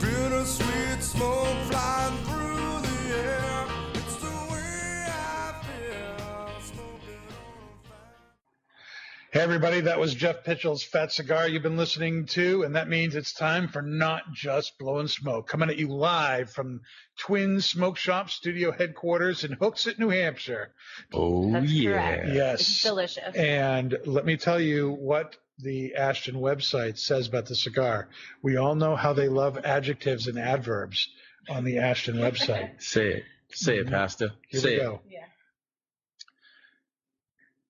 Bittersweet smoke flying through the air. It's the way I feel. Smoking on a fire. Hey, everybody, that was Jeff Pitchell's Fat Cigar you've been listening to, and that means it's time for Not Just Blowing Smoke, coming at you live from Twin Smoke Shop Studio headquarters in Hooksett, New Hampshire. Oh That's yeah. correct. It's Yes. delicious. And let me tell you what the Ashton website says about the cigar. We all know how they love adjectives and adverbs on the Ashton website. Say it. Say it, Pastor. Here Say we it. go. yeah.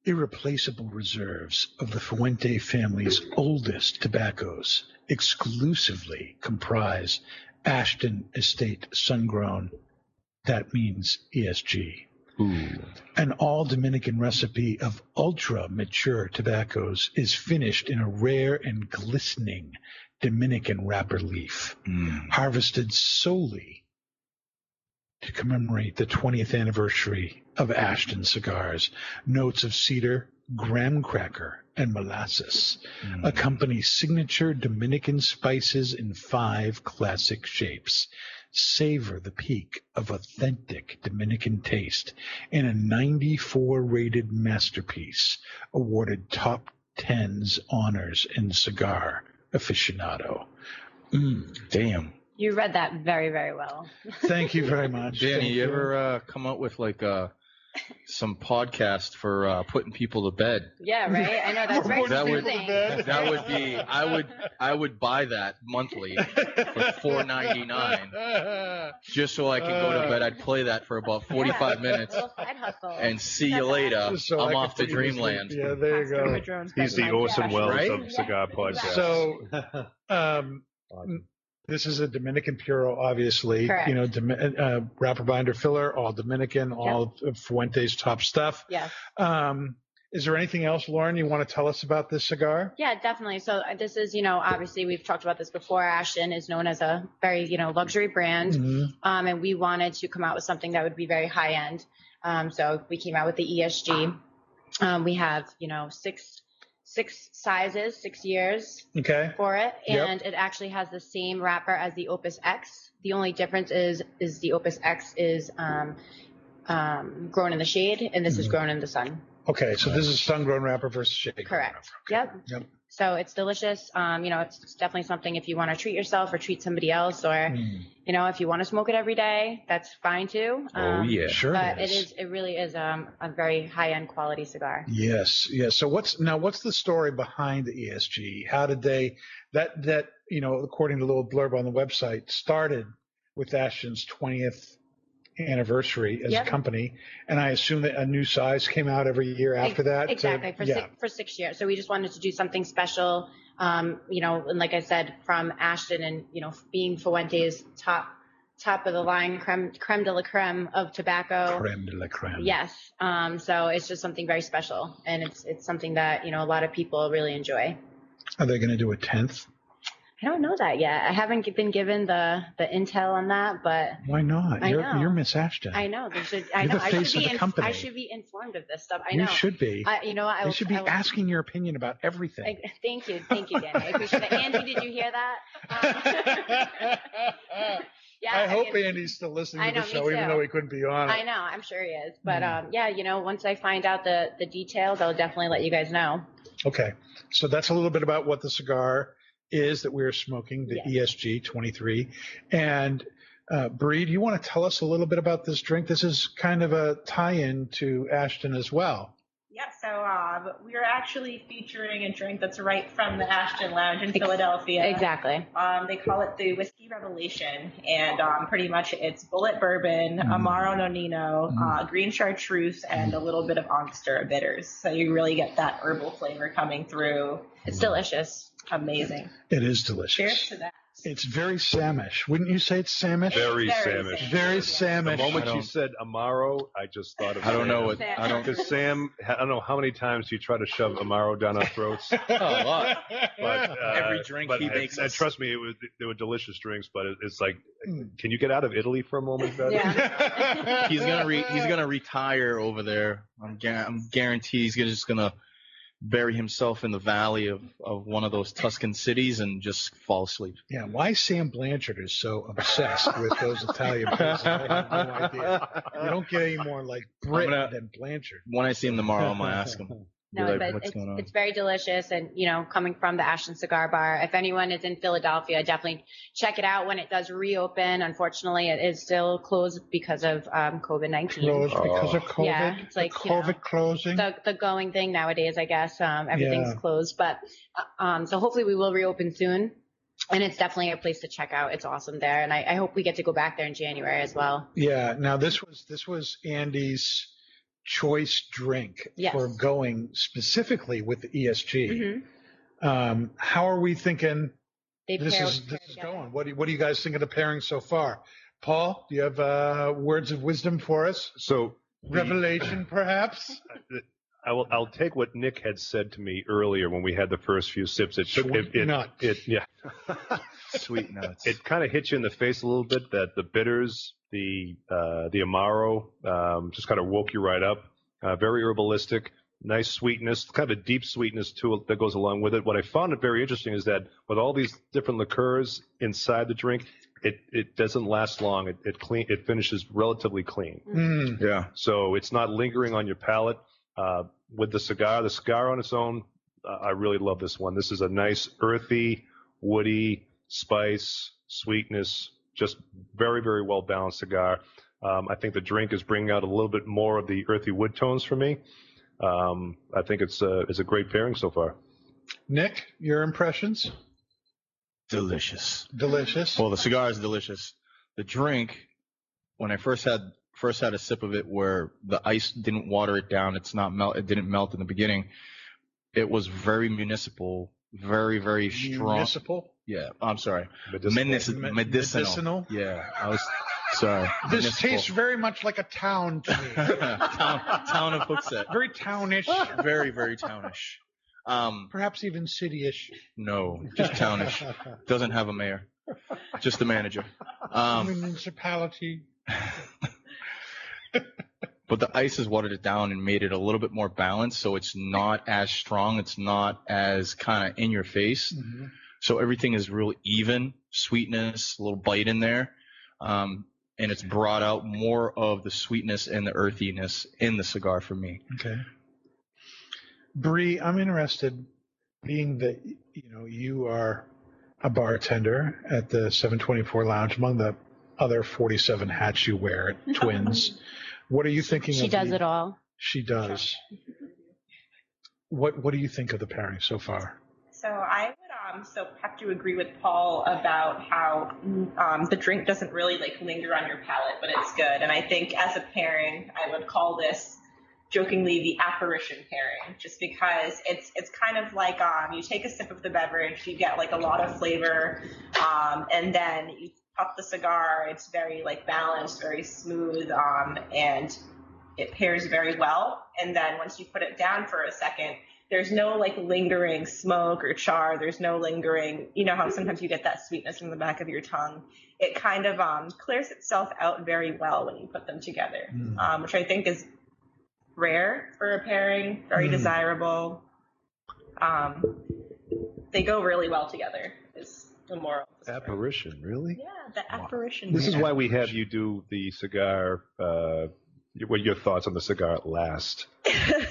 irreplaceable reserves of the Fuente family's oldest tobaccos exclusively comprise Ashton Estate Sungrown. That means ESG. Ooh. An all Dominican recipe of ultra mature tobaccos is finished in a rare and glistening Dominican wrapper leaf Mm. harvested solely to commemorate the 20th anniversary of Ashton cigars. Notes of cedar, graham cracker, and molasses accompany signature Dominican spices in five classic shapes. Savor the peak of authentic Dominican taste in a 94 rated masterpiece awarded top 10s honors in Cigar Aficionado. Mm. Damn. You read that very, very well. Thank you very much. Danny, Thank you ever uh, come up with like uh, some podcast for uh, putting people to bed? Yeah, right? I know that's very That would- confusing. That would be. I would. I would buy that monthly for uh, four ninety nine, just so I could go to bed. I'd play that for about forty five minutes Little side hustle. and see you later. So I I'm can off to put you sleep. dreamland. Yeah, there you Oscar go. Madron's He's the Bedtime Orson Cash. Welles Right? of cigar podcasts. So, um, this is a Dominican Puro, obviously. Correct. You know, Domi- uh, wrapper binder filler, all Dominican, all of Fuente's top stuff. Yes. Um, is there anything else, Lauren, you want to tell us about this cigar? Yeah, definitely. So uh, this is, you know, obviously we've talked about this before. Ashton is known as a very, you know, luxury brand. Mhm. Um, and we wanted to come out with something that would be very high end. Um, so we came out with the ESG. Um, we have, you know, six six sizes, six years Okay. for it, Yep. and it actually has the same wrapper as the Opus X. The only difference is is the Opus X is um, um, grown in the shade, and this is Mhm. grown in the sun. Okay. So this is sun grown wrapper versus shake. Correct. Yep. Yep. So it's delicious. Um, you know, it's, it's definitely something if you want to treat yourself or treat somebody else, or Mm, you know, if you want to smoke it every day, that's fine too. Oh Um, yeah. Mm, Sure. But it is. It really is um, a very high end quality cigar. Yes, yes. So what's now? What's the story behind the ESG? How did they that that you know, according to the little blurb on the website, started with Ashton's twentieth anniversary as Yep. a company, and I assume that a new size came out every year after that. to- Exactly for E yeah. six, for six years. So we just wanted to do something special. Um, you know, and like I said, from Ashton and you know being Fuente's top top of the line creme creme de la creme of tobacco. Creme de la creme. Yes. Um, so it's just something very special, and it's it's something that you know a lot of people really enjoy. Are they going to do a tenth? I don't know that yet. I haven't gi- been given the the intel on that, but Why not? I you're know. you're Miss Ashton. I know they should. I You're know the I face should of be. the in- company. I should be informed of this stuff. I you know. should be. I, you know, I they will- should be I will- asking your opinion about everything. I, thank you, thank you, Danny. I appreciate it. Andy, did you hear that? Um, yeah, I hope mean, Andy's still listening I to know, the me show, even too. though he couldn't be on. it. I know. I'm sure he is. But Mm. um, yeah, you know, once I find out the the details, I'll definitely let you guys know. Okay, so that's a little bit about what the cigar is that we are smoking, the E ESG 23. And uh, Bree, do you want to tell us a little bit about this drink? This is kind of a tie-in to Ashton as well. Yep. So Rob, um, we are actually featuring a drink that's right from the Ashton Lounge in Philadelphia. Exactly. Um, they call it the Whiskey Revelation, and um, pretty much it's bullet bourbon, Mm. Amaro Nonino, uh, green chartreuse, and a little bit of Angostura bitters. So you really get that herbal flavor coming through. It's delicious. Amazing. It is Cheers delicious. to that. It's very Samish. Wouldn't you say it's Samish? Very Very Samish. Sam- Very Yeah. The Samish. moment I you don't- said Amaro, I just thought of I don't know what. Sam. I don't. Because Sam, I don't know how many times he tried to shove Amaro down our throats. a lot. But, uh, Every drink but he I- makes I- us- trust me, it was, they were delicious drinks, but it, it's like, Mm. can you get out of Italy for a moment? Ben? Yeah. He's gonna re- he's gonna retire over there. I'm gu- I'm guaranteed he's gonna just gonna bury himself in the valley of, of one of those Tuscan cities and just fall asleep. Yeah, why Sam Blanchard is so obsessed with those Italian places, I have no idea. You don't get any more like Brit gonna- than Blanchard. When I see him tomorrow, I'm gonna ask him. No, You're like, but "What's it's, going on?" it's very delicious. And, you know, coming from the Ashton Cigar Bar, if anyone is in Philadelphia, definitely check it out when it does reopen. Unfortunately, it is still closed because of um, COVID 19. Closed because of COVID. Yeah, it's like, you know, COVID closing. The, the going thing nowadays, I guess. Um, everything's Yeah. closed. But uh, um, so hopefully we will reopen soon. And it's definitely a place to check out. It's awesome there. And I, I hope we get to go back there in January as well. Yeah. Now this was this was Andy's choice drink Yes. for going specifically with ESG. Mhm. Um, how are we thinking They this pair- is pair this is together. going? What do, what do you guys think of the pairing so far? Paul, do you have uh, words of wisdom for us? So Revelation, perhaps. I will. I'll take what Nick had said to me earlier when we had the first few sips. It took it, Sweet it, nut. it yeah. Sweet nuts. It kind of hits you in the face a little bit that the bitters, the uh, the amaro, um, just kind of woke you right up. Uh, very herbalistic, nice sweetness, kind of a deep sweetness too that goes along with it. What I found it very interesting is that with all these different liqueurs inside the drink, it, it doesn't last long. It it clean it finishes relatively clean. Mm, yeah. So it's not lingering on your palate. Uh, with the cigar, the cigar on its own, uh, I really love this one. This is a nice earthy, woody, spice, sweetness, just very, very well balanced cigar. Um, I think the drink is bringing out a little bit more of the earthy wood tones for me. Um, I think it's a, it's a great pairing so far. Nick, your impressions? Delicious. Delicious. Well, the cigar is delicious. The drink, when I first had first had a sip of it, where the ice didn't water it down, it's not melt. It didn't melt in the beginning. It was very municipal, very very strong. Municipal. Yeah, I'm sorry. Medicinal. Medici- Me- medicinal. medicinal. Yeah, I was sorry. This Municipal. tastes very much like a town to me. town, town of Hooksett. very townish, Very very townish. Um, perhaps even cityish. no, just townish. Doesn't have a mayor, just the manager. Um, Municipality. but the ice has watered it down and made it a little bit more balanced so it's not as strong it's not as kind of in your face Mhm. so everything is real even sweetness a little bite in there um, and it's brought out more of the sweetness and the earthiness in the cigar for me Okay. Bree, I'm interested, being that you know you are a bartender at the 724 Lounge, among the other 47 hats you wear at Twins. what are you thinking? She of does the- it all. She does. What What do you think of the pairing so far? So I would um, so have to agree with Paul about how um, the drink doesn't really like linger on your palate, but it's good. And I think as a pairing, I would call this jokingly the apparition pairing, just because it's it's kind of like um, you take a sip of the beverage, you get like a lot of flavor, um, and then you pop the cigar. It's very like balanced, very smooth, um, and it pairs very well. And then once you put it down for a second there's no like lingering smoke or char. There's no lingering, you know how sometimes you get that sweetness in the back of your tongue. It kind of um, clears itself out very well when you put them together, Mm. um, which I think is rare for a pairing, very Mm. desirable. Um, they go really well together. Is the moral? of the story. Apparition, really? Yeah, the apparition. This is why we have you do the cigar. Uh, what your thoughts on the cigar last?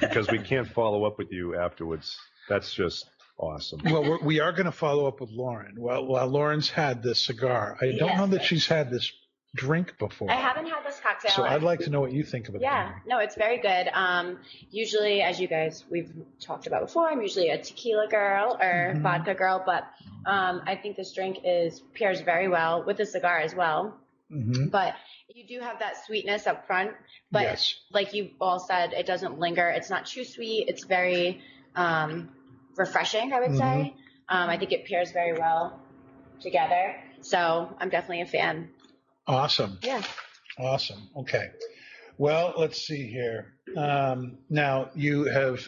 Because we can't follow up with you afterwards. That's just awesome. Well, we're, we are going to follow up with Lauren. Well, while Lauren's had this cigar, I don't Yes. know that she's had this drink before. I haven't had this cocktail. So I'd like to know what you think of it. Yeah, Amy. no, it's very good. Um, usually, as you guys we've talked about before, I'm usually a tequila girl or Mhm. vodka girl, but um, I think this drink is pairs very well with a cigar as well. Mhm. But you do have that sweetness up front, but yes. like you all said, it doesn't linger. It's not too sweet. It's very um, refreshing, I would Mm-hmm. say. Um, I think it pairs very well together. So I'm definitely a fan. Awesome. Yeah. Awesome. Okay. Well, let's see here. Um, now, you have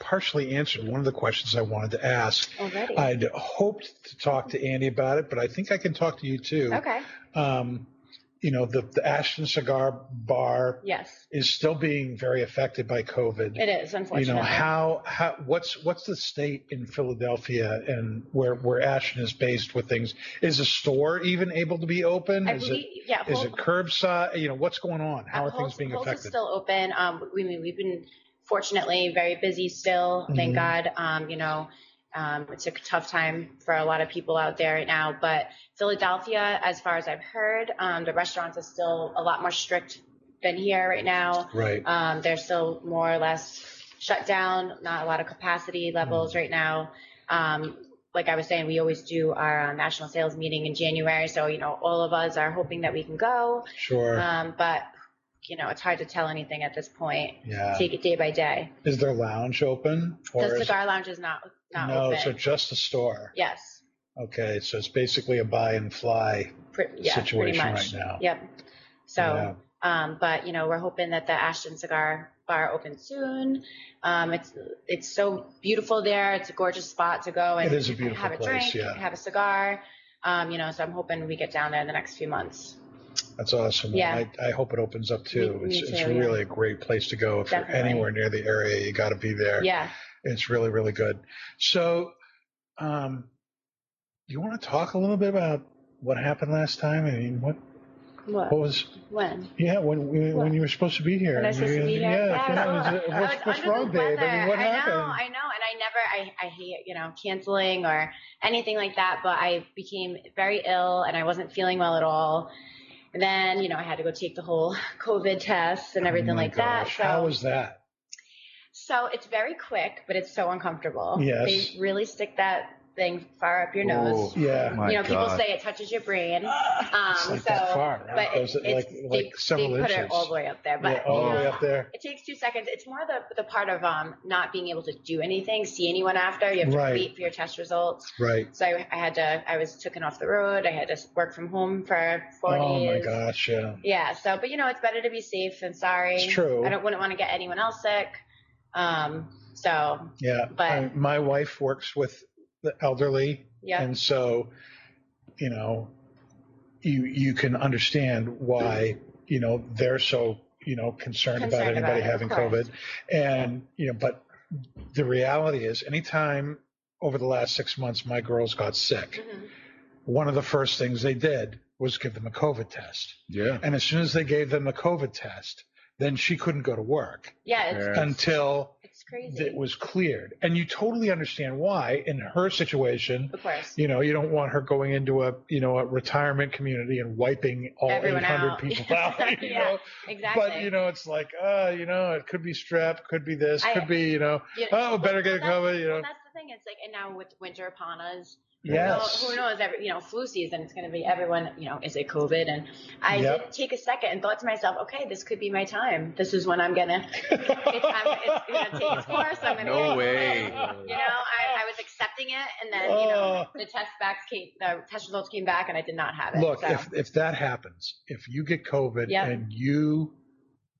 partially answered one of the questions I wanted to ask. Already. I'd hoped to talk to Andy about it, but I think I can talk to you too. okay. Um, you know, the, the Ashton Cigar Bar Yes, is still being very affected by COVID. it is. You Unfortunately. know how how what's what's the state in Philadelphia and where where Ashton is based with things? Is a store even able to be open? I is believe, yeah, it is Whole- it curbside? You know what's going on? How uh, are things Kohl's- being Kohl's is affected? still open. Um, we we- we've been fortunately very busy still. Thank Mhm. God. Um, you know, um, it's a tough time for a lot of people out there right now. But Philadelphia, as far as I've heard, um, the restaurants are still a lot more strict than here right now. right. Um, they're still more or less shut down. Not a lot of capacity levels Mm-hmm. right now. Um, like I was saying, we always do our uh, national sales meeting in January. So, you know, all of us are hoping that we can go. Sure. Um, but you know, it's hard to tell anything at this point. yeah. Take it day by day. Is their lounge open? Or the is cigar lounge is not not no, open. so just the store. yes. Okay, so it's basically a buy and fly. Pre- yeah, Situation pretty right much. now. Yep. So, Yeah. um, but you know, we're hoping that the Ashton Cigar Bar opens soon. Um, it's it's so beautiful there. It's a gorgeous spot to go and It is a beautiful have a place, drink, yeah. have a cigar. Um, you know, so I'm hoping we get down there in the next few months. That's awesome. Yeah. I, I hope it opens up too. Me- me it's, it's too, yeah. really a great place to go if you're Definitely. anywhere near the area. You got to be there. Yeah. It's really really good. So, um, you want to talk a little bit about what happened last time? I mean, what What? what was When? yeah when when, when you were supposed to be here? When I was supposed to You- be here? Yeah, Yeah, yeah, I was it- I what's, was what's under the wrong, Dave? I mean, weather. what I happened? know, I know, and I never, I, I hate, you know, canceling or anything like that. But I became very ill, and I wasn't feeling well at all. And then, you know, I had to go take the whole COVID test and everything Oh my like gosh, that. So, How was that? so it's very quick, but it's so uncomfortable. Yes. They really stick that thing far up your nose. Oh, Yeah, my you know, people God. say it touches your brain. Um, it's like so, that far, right? but Goes it, at, it's, like like they, several they put inches. it all the way up there. But yeah, all you the know, way up there. it takes two seconds. It's more the the part of um not being able to do anything, see anyone after. You have Right. to wait for your test results. Right. So I, I had to. I was taken off the road. I had to work from home for four Oh my days. gosh, yeah. Yeah. So, but you know, it's better to be safe than sorry. It's true. I don't wouldn't want to get anyone else sick. Um. So Yeah, But- I- my wife works with the elderly, yeah. and so you know, you you can understand why you know they're so you know concerned, about Concerned about anybody it, of having course. COVID, and you know, but the reality is, anytime over the last six months my girls got sick, Mhm. one of the first things they did was give them a COVID test, Yeah. and as soon as they gave them the COVID test, then she couldn't go to work Yeah. It's, Yes. until it's crazy. that was cleared. And you totally understand why in her situation, of course. you know, you don't want her going into a, you know, a retirement community and wiping all Everyone 800 out. people out, you Yeah, know. Exactly. But you know, it's like, uh, you know, it could be strep, could be this, I- could be, you know, You- oh, better well, get it that's- covered, you know. Well, that's the thing. It's like, and now with winter upon us, Yes. Well, who knows? Every you know, flu season. It's going to be everyone. You know, is it COVID? And I Yep. did take a second and thought to myself, okay, this could be my time. This is when I'm gonna. It's, I'm, it's going to take its course. I'm going to. No way. You know, I, I was accepting it, and then you know, Oh. the test backs came. The test results came back, and I did not have it. Look, so, if if that happens, if you get COVID Yep. and you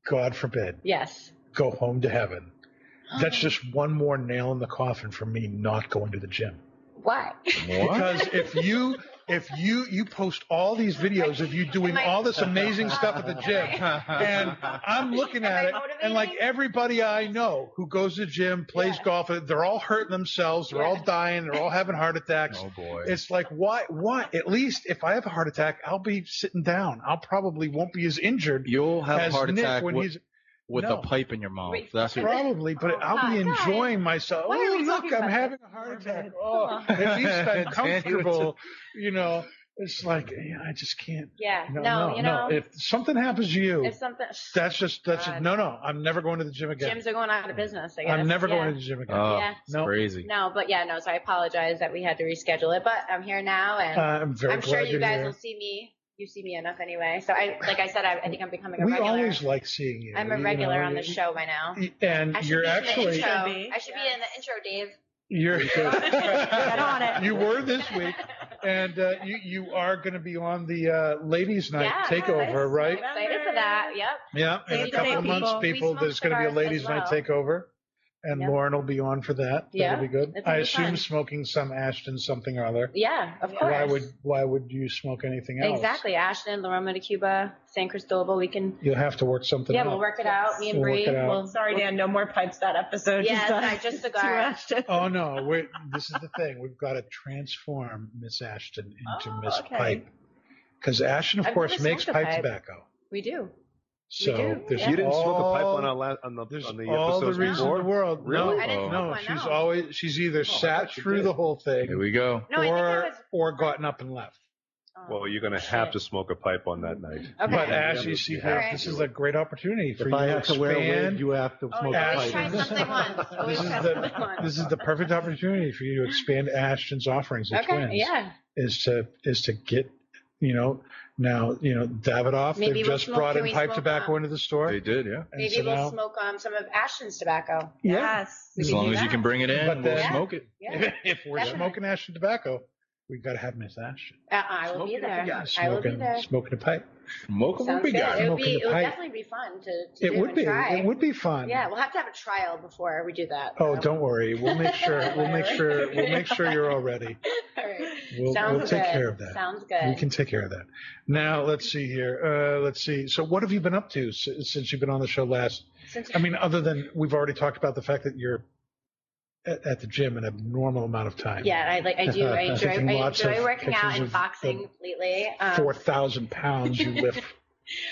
God forbid yes. go home to heaven, that's just one more nail in the coffin for me not going to the gym. why. because if you if you you post all these videos of you doing Am I- all this amazing stuff at the gym and i'm looking Am at I it and like motivating? everybody i know who goes to the gym plays Yeah. golf they're all hurting themselves they're all Yeah. dying they're all having heart attacks Oh boy. it's like why why at least if i have a heart attack i'll be sitting down i'll probably won't be as injured You'll have a as heart Nick attack when with, he's with no. a pipe in your mouth. Wait, That's what. probably but Oh, i'll be God, guys. enjoying myself Why are oh we look talking i'm about having a heart attack oh at least I'm Danny was- comfortable, you know. It's like yeah, I just can't. Yeah. No, no, no, you know, no. If something happens to you, if something, that's just that's just, God. no, no. I'm never going to the gym again. gyms are going out of business, I guess. I'm never Yeah. going to the gym again. Oh, Yeah. it's No. crazy. No, but yeah, no. So I apologize that we had to reschedule it, but I'm here now, and Uh, I'm very I'm glad sure you you're guys here. will see me. You see me enough anyway. So I, like I said, I, I think I'm becoming a we regular. always like seeing you. I'm a you regular know, on the you- show by now. And I should you're be in actually the Should intro. be, I should be in the yes. intro, Dave. you're Get on it. you were this week, and uh, you you are going to be on the uh, ladies' night Yeah, takeover, right? I'm excited for that. Yep. Yeah, Ladies' in a couple night of months, people. We people, smoke there's going to be a cigars as ladies' night well. takeover, and Yep. Lauren will be on for that. Yeah, That'll be good. it's gonna I be assume fun. smoking some Ashton something or other. Yeah, of Yeah. course. Why would why would you smoke anything else? exactly Ashton, La Roma de Cuba, San Cristobal? We can. You'll have to work something Yeah, out. we'll work it out. Me and We'll work Bree. it out. will Sorry, Dan, no more pipes that episode. Yes, just, I just cigar. Oh no, we're, this is the thing. We've got to transform Miss Ashton into Oh, Miss okay. Pipe, because Ashton, of I've course, never makes smoked a pipe, pipe. tobacco. We do. So do, there's yeah. You didn't smoke a pipe all- on our la- on the There's on the all the episodes reason in before. the world. Really? Oh, No, I didn't smoke no, one, she's no. always she's either thought sat she through did. the whole thing Here we go. No, I think or I was. or gotten up and left. oh, Well, you're gonna shit. have to smoke a pipe on that night. Okay. But Yeah, Ash, you see, you here, have this to is a great opportunity for If you I to have to expand. wear a wig, you have to Oh, smoke yeah. a Always Ashton. try something pipe. once. Always this is try the something once. this is the perfect opportunity for you to expand Ashton's offerings. The okay. twins Yeah. is to is to get you know now you know Davidoff. Maybe they've we'll just smoke- brought can in we pipe smoke tobacco up? into the store. They did, yeah. and Maybe so we'll now- smoke um, some of Ashton's tobacco. yeah. Yes. We As can long do as you that. can bring it in, But we'll then- smoke it. Yeah. if we're Definitely. smoking Ashton tobacco, we've got to have Miss Ashton. Uh, I will be Smoking there. together. I will be Smoking, there. smoking a pipe. Smoke Sounds what we good. got. It would Smoking be. the It would pipe. definitely be fun to, to It do would and be. Try. It would be fun. Yeah, we'll have to have a trial before we do that. Oh, though. don't worry. We'll make sure. We'll make sure. We'll make sure you're all ready. All right. We'll, Sounds we'll take good. care of that. Sounds good. We can take care of that. Now let's see here. Uh, let's see. So what have you been up to s- since you've been on the show last? Since- I mean, other than we've already talked about the fact that you're at, at the gym an abnormal amount of time. yeah, I like. I do. I enjoy. Taking I lots enjoy of working pictures out and of boxing lately. Um, Four thousand pounds you lift.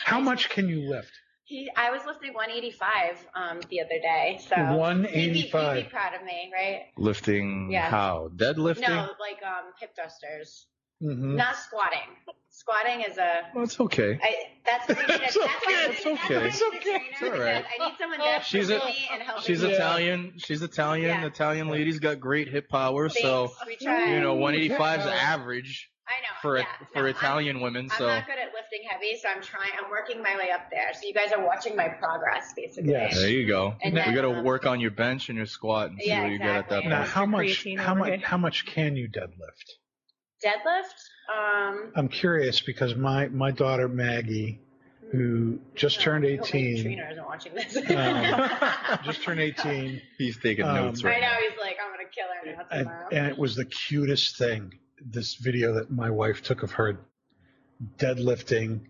How much can you lift? he, I was lifting 185 um, the other day, so he'd be, he'd be 185. proud of me, right? Lifting Yeah. how? Deadlifting? No, like um, hip thrusters, Mm-hmm. not squatting. Squatting is a Well, it's okay. I, that's what I need. It's that's what I need- okay, that's what I it's need a trainer all right. because I need someone there She's for a- me and help She's me. Italian. She's Italian. Yeah. Italian lady's got great hip power. Thanks, So, we try. you know, 185 is Yeah. average I know for yeah, for no, Italian women. I'm, I'm So, not good at lifting heavy, so I'm trying. I'm working my way up there. So you guys are watching my progress, basically. Yes. there you go. And you then, got to um, work on your bench and your squat and see Yeah, where you get at that exactly. point. Now, how much? Creatine How over much? here. How much can you deadlift? Deadlift. Um, I'm curious because my my daughter Maggie, who just turned I hope my 18, Trainer oh, isn't watching Oh, this. Um, just turned 18, He's taking Um, notes I right know now. he's like, I'm gonna kill her now and, tomorrow. and it was the cutest thing. This video that my wife took of her deadlifting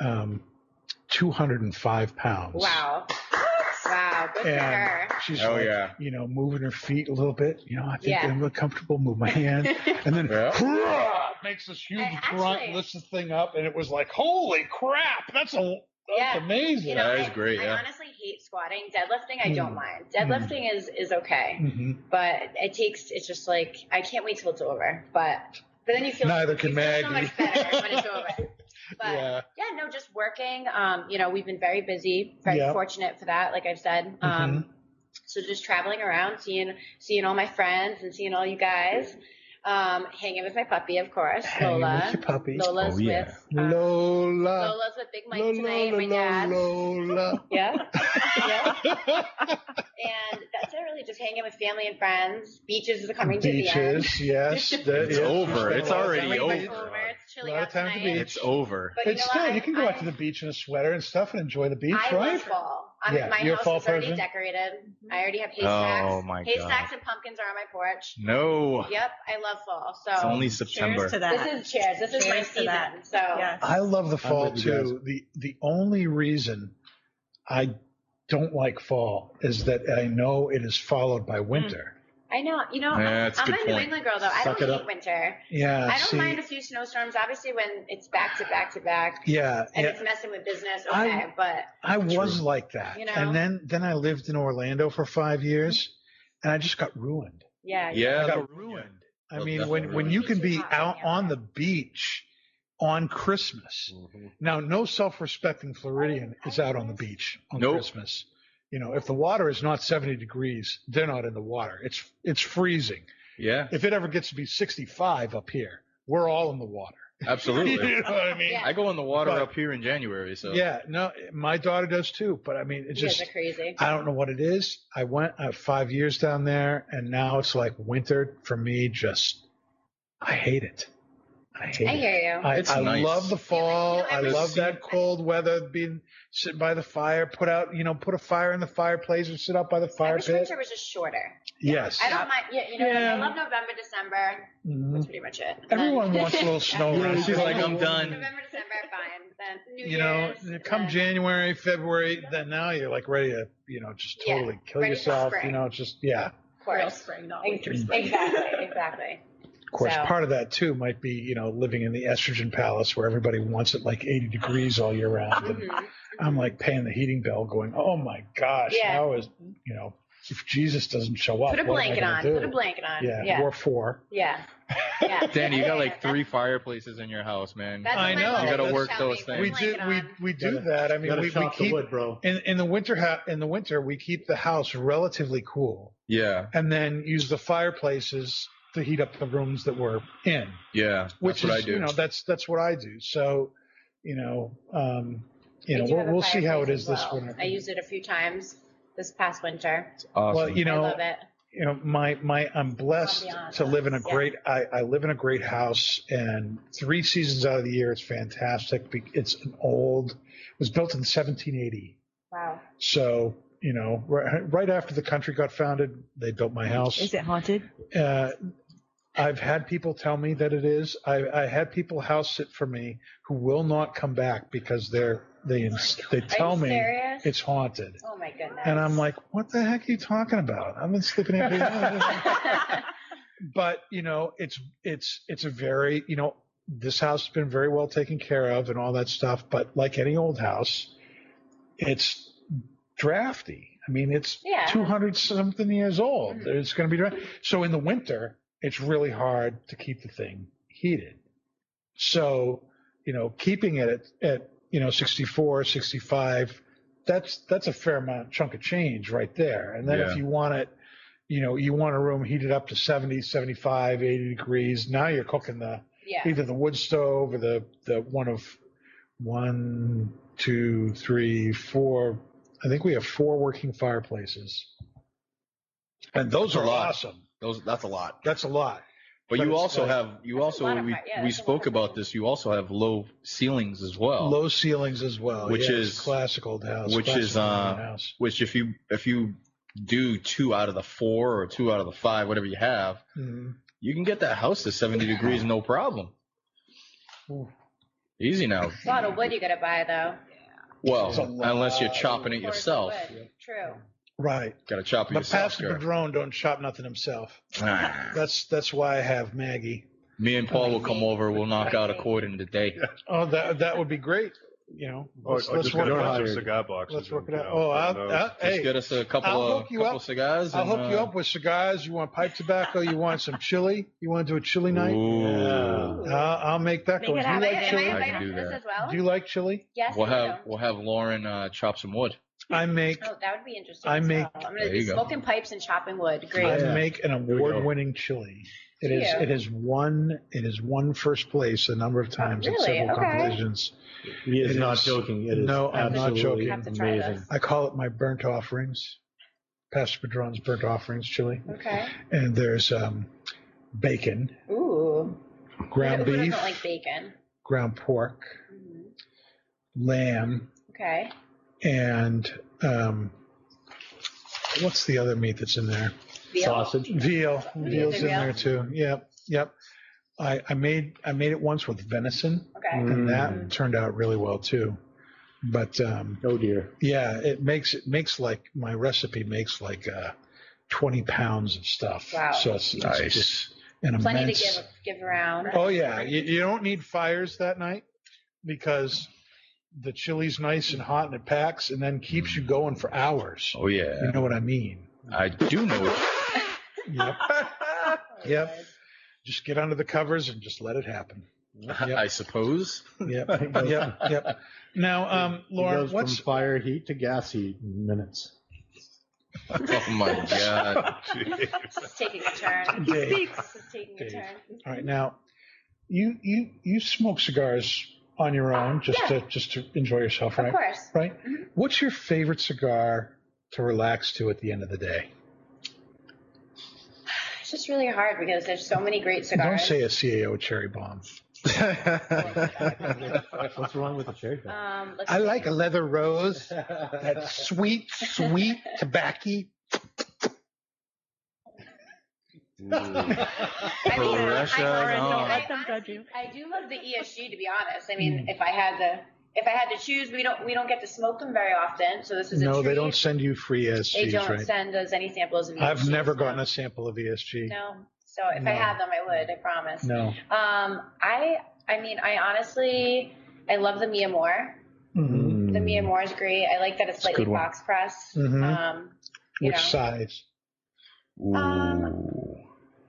um, 205 pounds. wow. Wow. Good for And her. she's Oh, like, yeah. you know, moving her feet a little bit. You know, I think Yeah. I'm really comfortable. Move my hand, and then Yeah. hurrah, makes this huge And grunt, actually- lifts the thing up, and it was like, holy crap, that's a that's Yeah. amazing. You know, That is I- great, I yeah. honestly hate squatting. Deadlifting, I don't Mm. mind. Deadlifting is is okay, Mhm. but it takes. It's just like I can't wait till it's over. But but then you feel Neither you can feel so Maggie. much better when it's over. But yeah. yeah. no, just working. Um, you know, we've been very busy. Very Yeah. Mm-hmm. fortunate for that. Like I've said. Um, so just traveling around, seeing seeing all my friends and seeing all you guys. Um, hanging with my puppy, of course, Hanging Lola. with your puppy. Lola's Oh, yeah. with um, Lola. Lola's with Big Mike tonight. my dad. Lola. Yeah. yeah. And that's it, really just hanging with family and friends. Beaches is coming to the end. Beaches, yes. that- It's yes, over. there's It's a lot of already time to Like, be- It's over. over. It's chilly A lot out of time to tonight. beat. It's over. But It's you know still, what? you can go I, out to the beach in a sweater and stuff and enjoy the beach, I right? love fall. I'm, Yeah, my you're a house fall is already person? decorated. I already have haystacks. Oh, my God. haystacks and pumpkins are on my porch. No. Yep, I love fall. So It's only Cheers September. to that. this is cheers. This is my Cheers to that. season. So Yes. I love the fall with you too. The the only reason I don't like fall is that I know it is followed by winter. I know. You know, Yeah, I'm, that's a I'm good a New point. England girl though. I Suck don't it hate up. winter. Yeah. I don't see, mind a few snowstorms. Obviously, when it's back to back to back. yeah, and yeah. it's messing with business. Okay, I- but I was True. like that. You know? And then then I lived in Orlando for 5 years and I just got ruined. yeah, Yeah, I got the ruined. I Oh, mean, when, definitely. when you can be Hot, out yeah. on the beach on Christmas. Mm-hmm. Now, no self-respecting Floridian is out on the beach on Nope. Christmas. You know, if the water is not 70 degrees, they're not in the water. It's it's freezing. Yeah, If it ever gets to be 65 up here, we're all in the water. absolutely. you know what I mean? I go in the water But- up here in January, so Yeah, no, my daughter does too, but I mean, it You guys just are crazy. I don't know what it is. I went uh, five years down there, and now it's like winter for me. Just I hate it. I hate I it. hear you. I, It's I nice. love the fall. You I know, love that cold weather. Being sitting by the fire, put out you know, put a fire in the fireplace or sit out by the I fire wish pit. winter was just shorter. Yes. I don't mind. Yeah, you know, Yeah. I love November, December. Mhm. That's pretty much it. Everyone Then- wants a little snow. Yeah, around. she's like, I'm done. November, December, fine. Then New You know, Year's, uh, come then- January, February, then now you're like ready to, you know, just Yeah, totally kill ready for yourself. You spring. know, just yeah. Of Real course. spring, not winter spring. Exactly. Exactly. Of course, So- part of that too might be you know living in the estrogen palace where everybody wants it like 80 degrees all year round. And Mhm. I'm like paying the heating bill, going, "Oh my gosh, Yeah. how is you know if Jesus doesn't show up? Put what a am I blanket gonna on. do?" Put a blanket on. Yeah, Yeah. War Four. Yeah. yeah. Danny, you got Yeah, like that's- three fireplaces in your house, man. That's I what my know. mother You gotta used to work tell those me, put a things. We blanket do we on. we do that. I You mean, gotta we, we chop the keep wood, bro. in in the winter ha- in the winter we keep the house relatively cool, yeah, and then use the fireplaces to heat up the rooms that we're in. yeah. which that's what is I do. you know that's that's what I do. So, you know, um, you We know, do we'll, have a we'll see how it fireplace is as this well. winter. I used it a few times this past winter. awesome. Well, you I know, love it. you know, my my I'm blessed Ambiance, to live in a yeah. great. I, I live in a great house, and three seasons out of the year, it's fantastic. Be- It's an old. It was built in 1780, Wow. so. You know, right, right after the country got founded, they built my house. Is it haunted? uh, I've had people tell me that it is. I, I had people house sit for me who will not come back because they're they ins- they Are tell you me serious? it's haunted, oh my goodness. and I'm like, what the heck are you talking about? I've been sleeping in. here." but you know, it's it's it's a very you know this house has been very well taken care of and all that stuff. But like any old house, it's drafty. I mean, it's yeah. 200 something years old. Mhm. It's going to be dry. So in the winter, it's really hard to keep the thing heated. So, you know, keeping it at, at you know, 64, 65, that's, that's a fair amount chunk of change right there. And then if Yeah. you want it, you know, you want a room heated up to 70, 75, 80 degrees. Now you're cooking the, Yeah. either the wood stove or the, the one of one, two, three, four. I think we have four working fireplaces. And those That's a are lot. awesome. Those that's a lot. That's a lot. But, But you it's also like- have you That's a also lot of we, fire. Yeah, we that's a lot spoke of about fire. this. You also have low ceilings as well. Low ceilings as well. Oh. Which Yeah, it's is- classic old house. which classic is, uh, old house. Which if you if you do two out of the four or two out of the five, whatever you have, Mhm. you can get that house to 70 degrees no problem. Ooh. Easy now. A lot of wood you gotta buy though. Well, It's a lot. unless you're chopping it Cords uh, of yourself, wood. True. Right. got to chop it But yourself. Pastor Sure. Padron don't chop nothing himself. Ah. That's that's why I have Maggie. Me and Paul will come over. We'll knock out a cord in the day. Oh, that that would be great. You know, Oh, Or, let's, let's or Oh, just get work a it bunch out. of uh, cigar boxes. Let's work it and, out. you know, Oh, I'll, those- I'll, Just hey, get us a couple I'll of hook you couple up. cigars. I'll and, hook you uh, up with cigars. You want pipe tobacco? You want some chili? You want to do a chili night? Ooh. I'll, I'll make that Make go. it Do you Am I, happen. like am I chili? I invited can do to this that. as well? Do you like chili? yes. We'll I have do. we'll have Lauren uh, chop some wood. I make Oh, that would be interesting. I as make- well. I'm gonna There be you go. smoking pipes and chopping wood. Great. I Yeah. make an we go. award-winning chili. It is Cute. it is one it is one first place a number of times Really? in several Okay. competitions. He is It not is- joking. It is no, I'm not absolutely joking. Have to try amazing. this. I call it my burnt offerings, Pastor Padron's burnt offerings chili. Okay. And there's um, bacon, Ooh. ground Who doesn't beef, like bacon. ground pork, Mhm. lamb, Okay. and um, what's the other meat that's in there? Veal. Sausage. Veal, Veal's veal's in in there too. Yep, yep. I, I made I made it once with venison. Okay. and that Mm. turned out really well too. But um, Oh dear. yeah, it makes it makes like my recipe makes like uh, twenty pounds of stuff. Wow. So it's, it's Nice. just an Plenty Mm, immense. to give give around. Oh yeah, you, you don't need fires that night because the chili's nice and hot and it packs and then keeps Mm. you going for hours. Oh yeah, You know what I mean? I do know. What Yep. yep. Just get under the covers and just let it happen. Yep. I suppose. Yep. Yep. Yep. Now, um, It Laura, goes what's from fire heat to gas heat in minutes? Oh my god. This is taking a turn. Dave. This is taking a Dave. turn. All right, now you you you smoke cigars on your own just to just to enjoy yourself, Of right? course. Right. What's your favorite cigar to relax to at the end of the day? It's just really hard because there's so many great Don't cigars. say a CAO cherry bomb. What's wrong with the cherry bomb? Um, let's I see. like a leather rose, that sweet sweet tobacco. I mean, I- Russia, I, no. I- Let them judge you. I do love the ESG to be honest. I Hmm. mean, if I had to if I had to choose, we don't we don't get to smoke them very often, so this is a No, they treat. don't send you free They ESGs, don't right? send us any samples of ESG. I've never so- gotten a sample of E ESG. No. So if No. I had them, I would. I promise. No. Um, I I mean, I honestly I love the Mia Moore. Mhm. The Mia Moore is great. I like that It's it's a slightly good one. box press. Mhm. Um, you Which know, size? Um,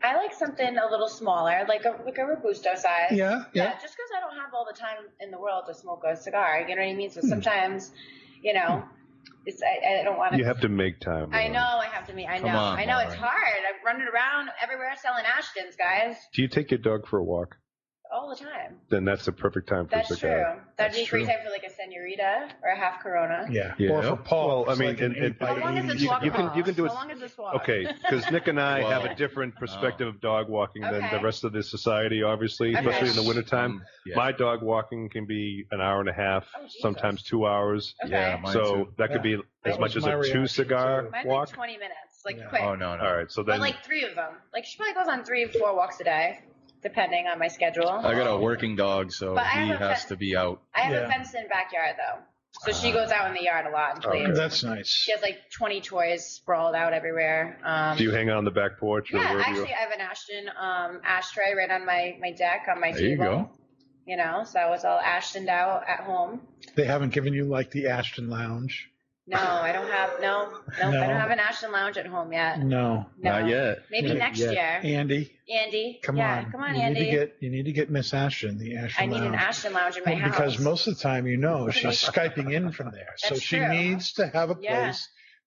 I like something a little smaller, like a like a robusto size. Yeah, yeah. just because I don't have all the time in the world to smoke a cigar, you know what I mean. So Hmm. sometimes, you know, it's I, I don't want to. You have to make time. I know I have to meet. I know. Come on, I know it's Lauren. hard. I'm running around everywhere selling Ashtons, guys, Do you take your dog for a walk? all the time. Then that's the perfect time for That's a true. cigar. That'd be a That's true. great time for like a senorita or a half Corona. Yeah. Yeah. Or for Paul, Well, I it's mean, like an and- and- eight by How long is 80. this You- walk? you can- you can do it- How long is this walk? Okay, because Nick and I have Whoa. a different perspective of dog walking than the Okay. rest of the society, obviously, Okay. especially in the wintertime. Um, yeah. My dog walking can be an hour and a half, Oh, Jesus. sometimes two hours. Okay. Yeah, mine so too. that could be That as much was as my a reaction, two cigar too. Mine's walk. like 20 minutes, like Yeah. quick. Oh no, no. All right, so But then like three of them. Like she probably goes on three, four walks a day, depending on my schedule. I got a working dog, so But I he have a has pet- to be out. I have Yeah. a fenced in backyard though. So she Ah. goes out in the yard a lot Oh, and plays. Okay. That's nice. She has like 20 toys sprawled out everywhere. Um, do you hang out on the back porch or yeah, where do you? actually, I have an Ashton um, ashtray right on my, my deck on my There you table. go. You know, so I was all Ashtoned out at home. They haven't given you like the Ashton Lounge. No, I don't have no, no, No. I don't have an Ashton lounge at home yet. No, No. Not yet. Maybe Not next yet. year, Andy, Andy. come yeah, on. come on, you Andy. Need to get, you need to get Miss Ashton the Ashton I need Lounge. an Ashton lounge in my Well, house because most of the time, you know, she's skyping in from there, so That's she true. needs to have a place Yeah.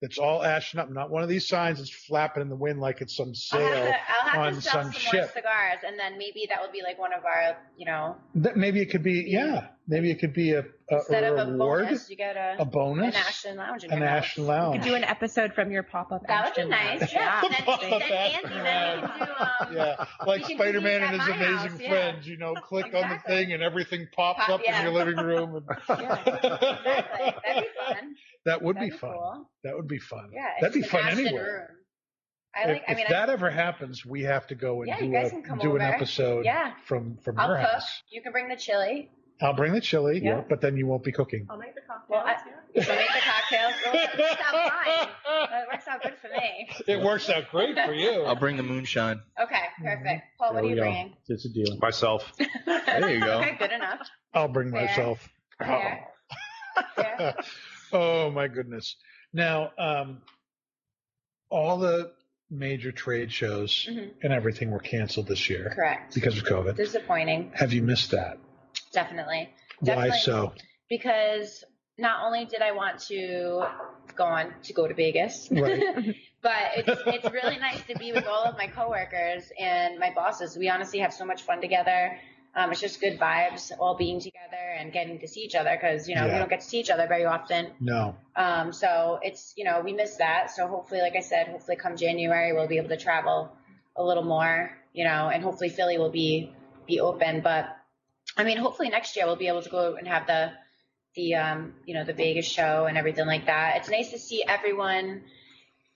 that's all Ashton up, not one of these signs that's flapping in the wind like it's some I'll have sail. to, I'll have on to sell some some, more ship. cigars, and then maybe that will be like one of our, you know, That maybe it could be, Yeah. yeah, maybe it could be a, a, instead a of a reward, bonus, you get a, a bonus, an Ashton lounge in an your house. Ashton You Lounge. could do an episode from your pop-up. That would be action. nice. Yeah. The then, pop-up then Andy, then we can do um, Yeah, like We can do Spider Man and these his at my amazing house, yeah. friends, you know, click on the Exactly. thing and everything pops Pop- up yeah. in your living room. and- exactly. That'd be fun. That would That'd be fun. Cool. That would be fun. Yeah. it's That'd be just fun an Ashton anywhere. Room. I like. if I mean, if I, that ever happens, we have to go and Yeah, you do, guys a, can come do an over. episode Yeah. from from I'll her cook. house. you can bring the chili. I'll bring the chili, Yeah. but then you won't be cooking. I'll make the cocktails. Well, I- yeah. We'll make the cocktails. Oh, Well, it works out fine. Well, It works out good for me. It works out great for you. I'll bring the moonshine. Okay, perfect. Mm-hmm. Paul, what There are we you go. bringing? It's a deal. Myself. There you go. okay, good enough. I'll bring Fair. myself. Fair. Fair. oh my goodness. Now, um, all the major trade shows Mhm. and everything were canceled this year Correct. because of COVID. Disappointing, Have you missed that? definitely. Why Definitely. so? Because not only did I want to go on to go to Vegas, Right. but it's, it's really nice to be with all of my coworkers and my bosses. We honestly have so much fun together. Um, it's just good vibes, all being together and getting to see each other because you know Yeah. we don't get to see each other very often. No. Um, so it's you know we miss that. So hopefully, like I said, hopefully come January we'll be able to travel a little more, you know, and hopefully Philly will be be open. But I mean, hopefully next year we'll be able to go and have the the um, you know the Vegas show and everything like that. It's nice to see everyone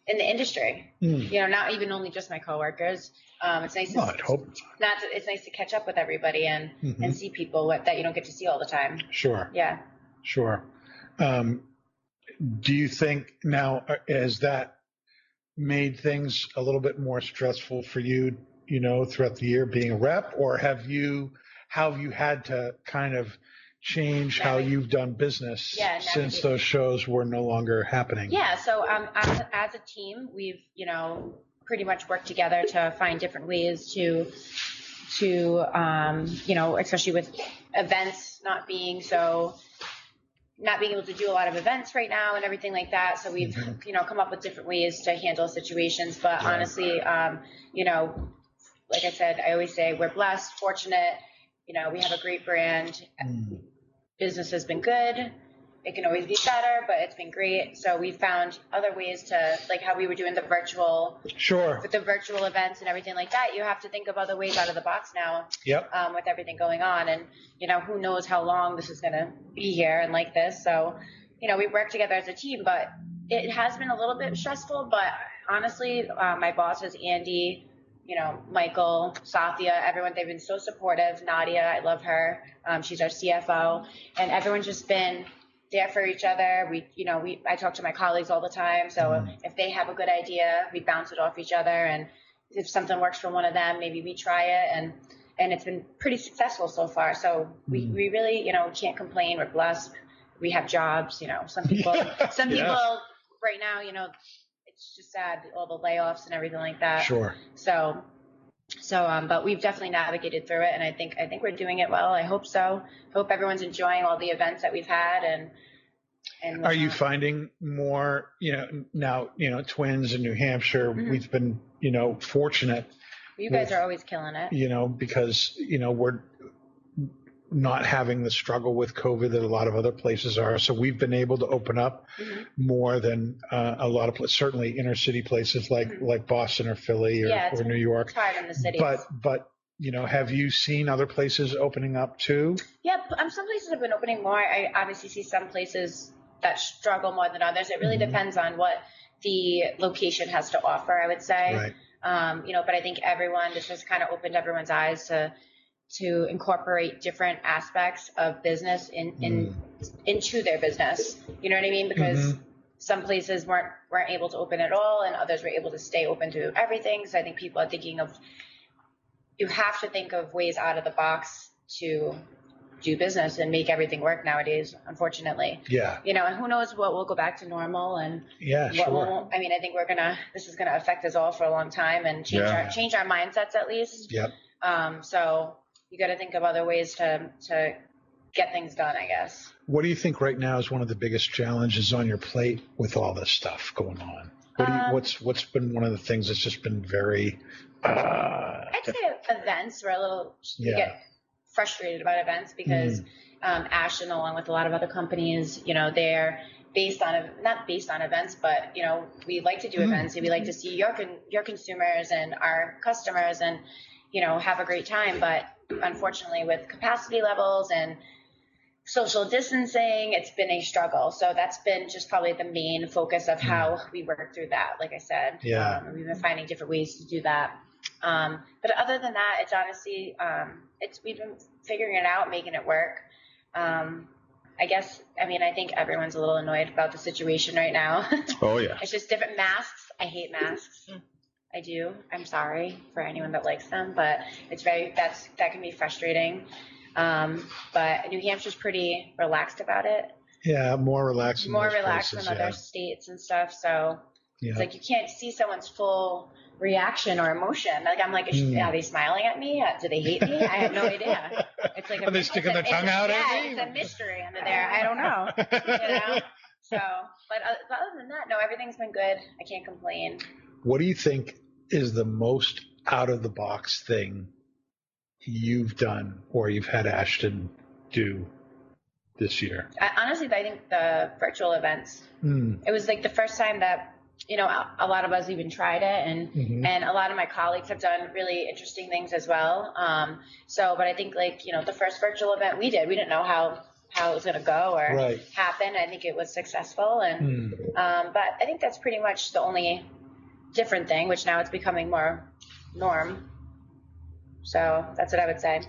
in the industry. Mm. You know, not even only just my coworkers. Um, it's nice. To, No, I'd hope. Not to, it's nice to catch up with everybody and Mhm. and see people what, that you don't get to see all the time. Sure. Yeah. Sure. Um, do you think now uh, has that made things a little bit more stressful for you, you know, throughout the year being a rep, or have you how have you had to kind of change how Navig- you've done business Yeah, since navigate. those shows were no longer happening? Yeah. So um, as, as a team, we've you know pretty much worked together to find different ways to to, um, you know, especially with events not being so, not being able to do a lot of events right now and everything like that. So we've, you know, come up with different ways to handle situations. But honestly, um, you know, like I said, I always say we're blessed, fortunate. You know, we have a great brand. Mm. Business has been good. It can always be better, but it's been great. So we found other ways to, like how we were doing the virtual Sure. with the virtual events and everything like that, you have to think of other ways out of the box now Yep. um, with everything going on. And, you know, who knows how long this is going to be here and like this. So, you know, we work together as a team, but it has been a little bit stressful. But honestly, uh, my bosses, Andy, you know, Michael, Safia, everyone, they've been so supportive. Nadia, I love her. Um, she's our CFO. And everyone's just been there for each other. We, you know, we, I talk to my colleagues all the time. So Mm. if they have a good idea, we bounce it off each other. And if something works for one of them, maybe we try it. And, and it's been pretty successful so far. So we, Mm. we really, you know, can't complain. We're blessed. We have jobs, you know, some people, some Yeah. people right now, you know, it's just sad, all the layoffs and everything like that. Sure. So, so, um, but we've definitely navigated through it, and I think I think we're doing it well. I hope so. Hope everyone's enjoying all the events that we've had, and and uh, Are you whatnot. finding more, you know, now, you know, twins in New Hampshire, Mhm. we've been, you know, fortunate, You guys are always killing it. you know, because, you know, we're not having the struggle with COVID that a lot of other places are. So we've been able to open up Mhm. more than uh, a lot of places, certainly inner city places like, Mhm. like Boston or Philly or, Yeah, it's- or New York. It's hard in the city. But, but, you know, have you seen other places opening up too? Yeah, p- um, some places have been opening more. I obviously see some places that struggle more than others. It really Mhm. depends on what the location has to offer. I would say. Right. um, you know, but I think everyone this has kind of opened everyone's eyes to to incorporate different aspects of business in, in into their business. You know what I mean? Because some places weren't weren't able to open at all, and others were able to stay open to everything. So I think people are thinking of you have to think of ways out of the box to do business and make everything work nowadays. Unfortunately, Yeah. you know, and who knows what will go back to normal and Yeah. what Sure. won't- I mean, I think we're gonna. This is gonna affect us all for a long time and change Yeah. our change our mindsets at least. Yep. Um. So you got to think of other ways to to get things done. I guess. What do you think right now is one of the biggest challenges on your plate with all this stuff going on? What do you, Um, what's what's been one of the things that's just been very uh, I'd say events were a little. Yeah. Mm. You get frustrated about events because um, Ashton, along with a lot of other companies, you know, they're based on not based on events, but you know, we like to do Mhm. events and we like to see your con- your consumers and our customers and you know have a great time. But unfortunately, with capacity levels and social distancing, it's been a struggle. So that's been just probably the main focus of how we work through that. Like I said, Yeah. um, we've been finding different ways to do that. Um, but other than that, it's honestly, um, it's we've been figuring it out, making it work. Um, I guess, I mean, I think everyone's a little annoyed about the situation right now. Oh yeah. it's just different masks. I hate masks. I do. I'm sorry for anyone that likes them, but it's very that's that can be frustrating. Um, but New Hampshire's pretty relaxed about it, yeah more relaxed? than more most relaxed places, than other states and stuff. So Yeah. yeah. it's like you can't see someone's full reaction or emotion. Like I'm like, is she- Mm. are they smiling at me? Uh, Do they hate me? I have no idea. It's like a Are they it's sticking a- their it's tongue a, out Yeah, at me? it's a mystery under there. I don't know. You know. So, but, uh, but other than that, no, everything's been good. I can't complain. What do you think is the most out of the box thing you've done or you've had Ashton do this year? I, honestly, I think the virtual events. Mm, It was like the first time that you know a, a lot of us even tried it, and mhm. and a lot of my colleagues have done really interesting things as well. Um, so, but I think like you know the first virtual event we did, we didn't know how how it was going to go or Right. happen. I think it was successful, and Mm. um, but I think that's pretty much the only different thing, which now it's becoming more norm. So that's what I would say.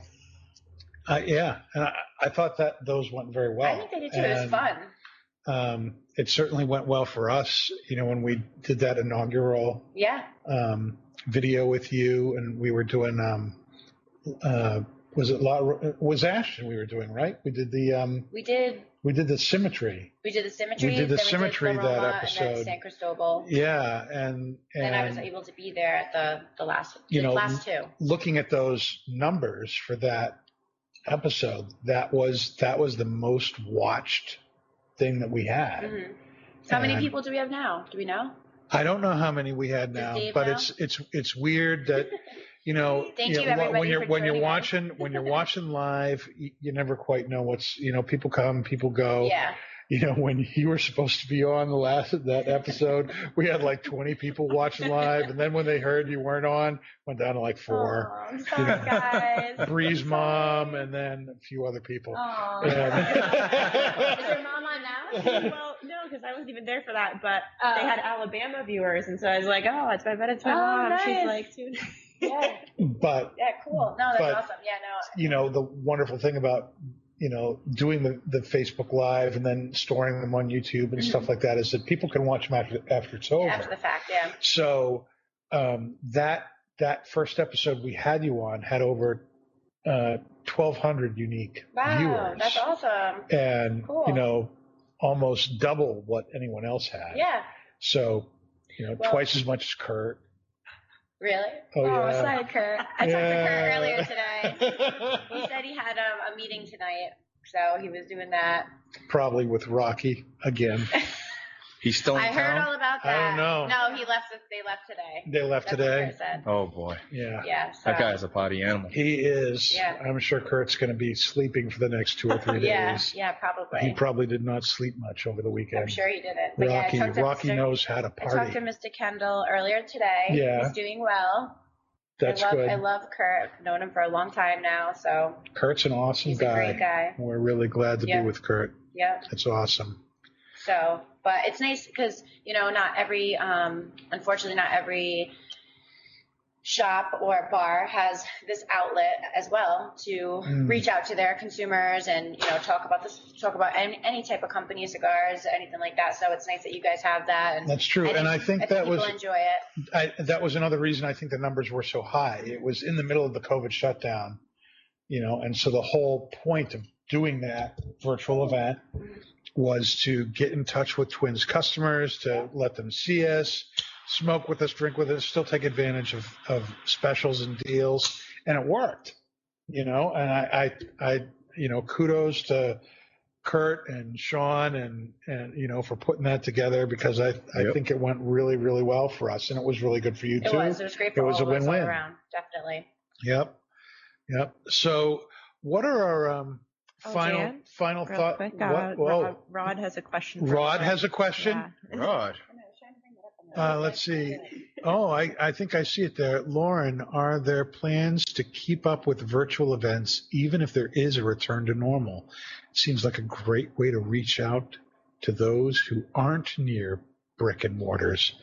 Uh, yeah, and I, I thought that those went very well. I think they did too. it was And, fun. Um, it certainly went well for us. You know, when we did that inaugural Yeah. um, video with you, and we were doing, um, uh, was it La, was Ashton we were doing right? We did the um, We did We did the symmetry. We did the symmetry. did the then symmetry La that Roma, And episode. then San Cristobal. Yeah, and then I was and able to be there at the the last You the know, last two. looking at those numbers for that episode, that was that was the most watched thing that we had. hmm How many and- people do we have now? Do we know? I don't know how many we had Does now, Dave but know? it's it's it's weird that you know, Thank you you, know, lo- everybody, when you're for when you're joining us. watching when you're watching live, you, you never quite know what's you know people come, people go. Yeah. You know, when you were supposed to be on the last that episode, we had like 20 people watching live, and then when they heard you weren't on, went down to like four. Aw, I'm sorry, guys. Bree's I'm mom, sorry. and then a few other people. Aw. Yeah. Is your mom on now? Uh, well, no, because I wasn't even there for that, but they had Alabama viewers, and so I was like, oh, it's my bet it's my Oh, mom. She's nice. like, too. yeah, But yeah, cool. No, that's But- awesome. Yeah, no, you know the wonderful thing about you know doing the, the facebook live and then storing them on youtube and stuff like that is that people can watch them after, after it's over Mm-hmm. after the fact, yeah. so um, that that first episode we had you on had over uh, 1200 unique Wow, viewers that's awesome. and Cool. you know almost double what anyone else had Yeah, so you know Well- twice as much as kurt really. oh, yeah sorry, Kurt. I talked to Kurt Yeah. earlier today. He said he had um, a meeting tonight, so he was doing that. probably with rocky again He's still in I heard town. all about I that. don't know. No, he left. They left today. they left That's today What Kurt said. oh boy, yeah Yeah. So. that guy's a potty animal. He is. Yeah. I'm sure Kurt's going to be sleeping for the next two or three Yeah, days. yeah, He probably. probably did not sleep much over the weekend. I'm sure he did it. But Rocky, yeah, I talked to Rocky Mr. knows how to I talked party. to Mr. Kendall earlier today. Yeah. He's doing well. That's I love, good. I love Kurt. I've known him for a long time now, so Kurt's an awesome he's guy. a great guy. We're really glad to Yeah. be with Kurt. Yep. That's awesome. So, but it's nice because you know, not every, um, unfortunately, not every shop or bar has this outlet as well to Mm. reach out to their consumers and you know talk about this, talk about any, any type of company, cigars, anything like that. So it's nice that you guys have that, and That's true. I and I I think think that people was enjoy it. I, that was another reason I think the numbers were so high. It was in the middle of the COVID shutdown, you know, and so the whole point of doing that virtual event was to get in touch with Twins customers, to let them see us, smoke with us, drink with us, still take advantage of, of specials and deals, and it worked, you know. And I, I, I, you know, kudos to Kurt and Sean and and you know for putting that together because I I Yep. think it went really really well for us and it was really good for you It too. was. It was great for it was all a of us all win-win. around, definitely. Yep, yep. So what are our um, Oh, final Dan? final Real thought? quick, uh, what, Rod, whoa, Rod has a question. for Rod us. has a question. Yeah. God. Uh, let's see. Oh, I, I think I see it there. Lauren, are there plans to keep up with virtual events, even if there is a return to normal? Seems like a great way to reach out to those who aren't near brick and mortars,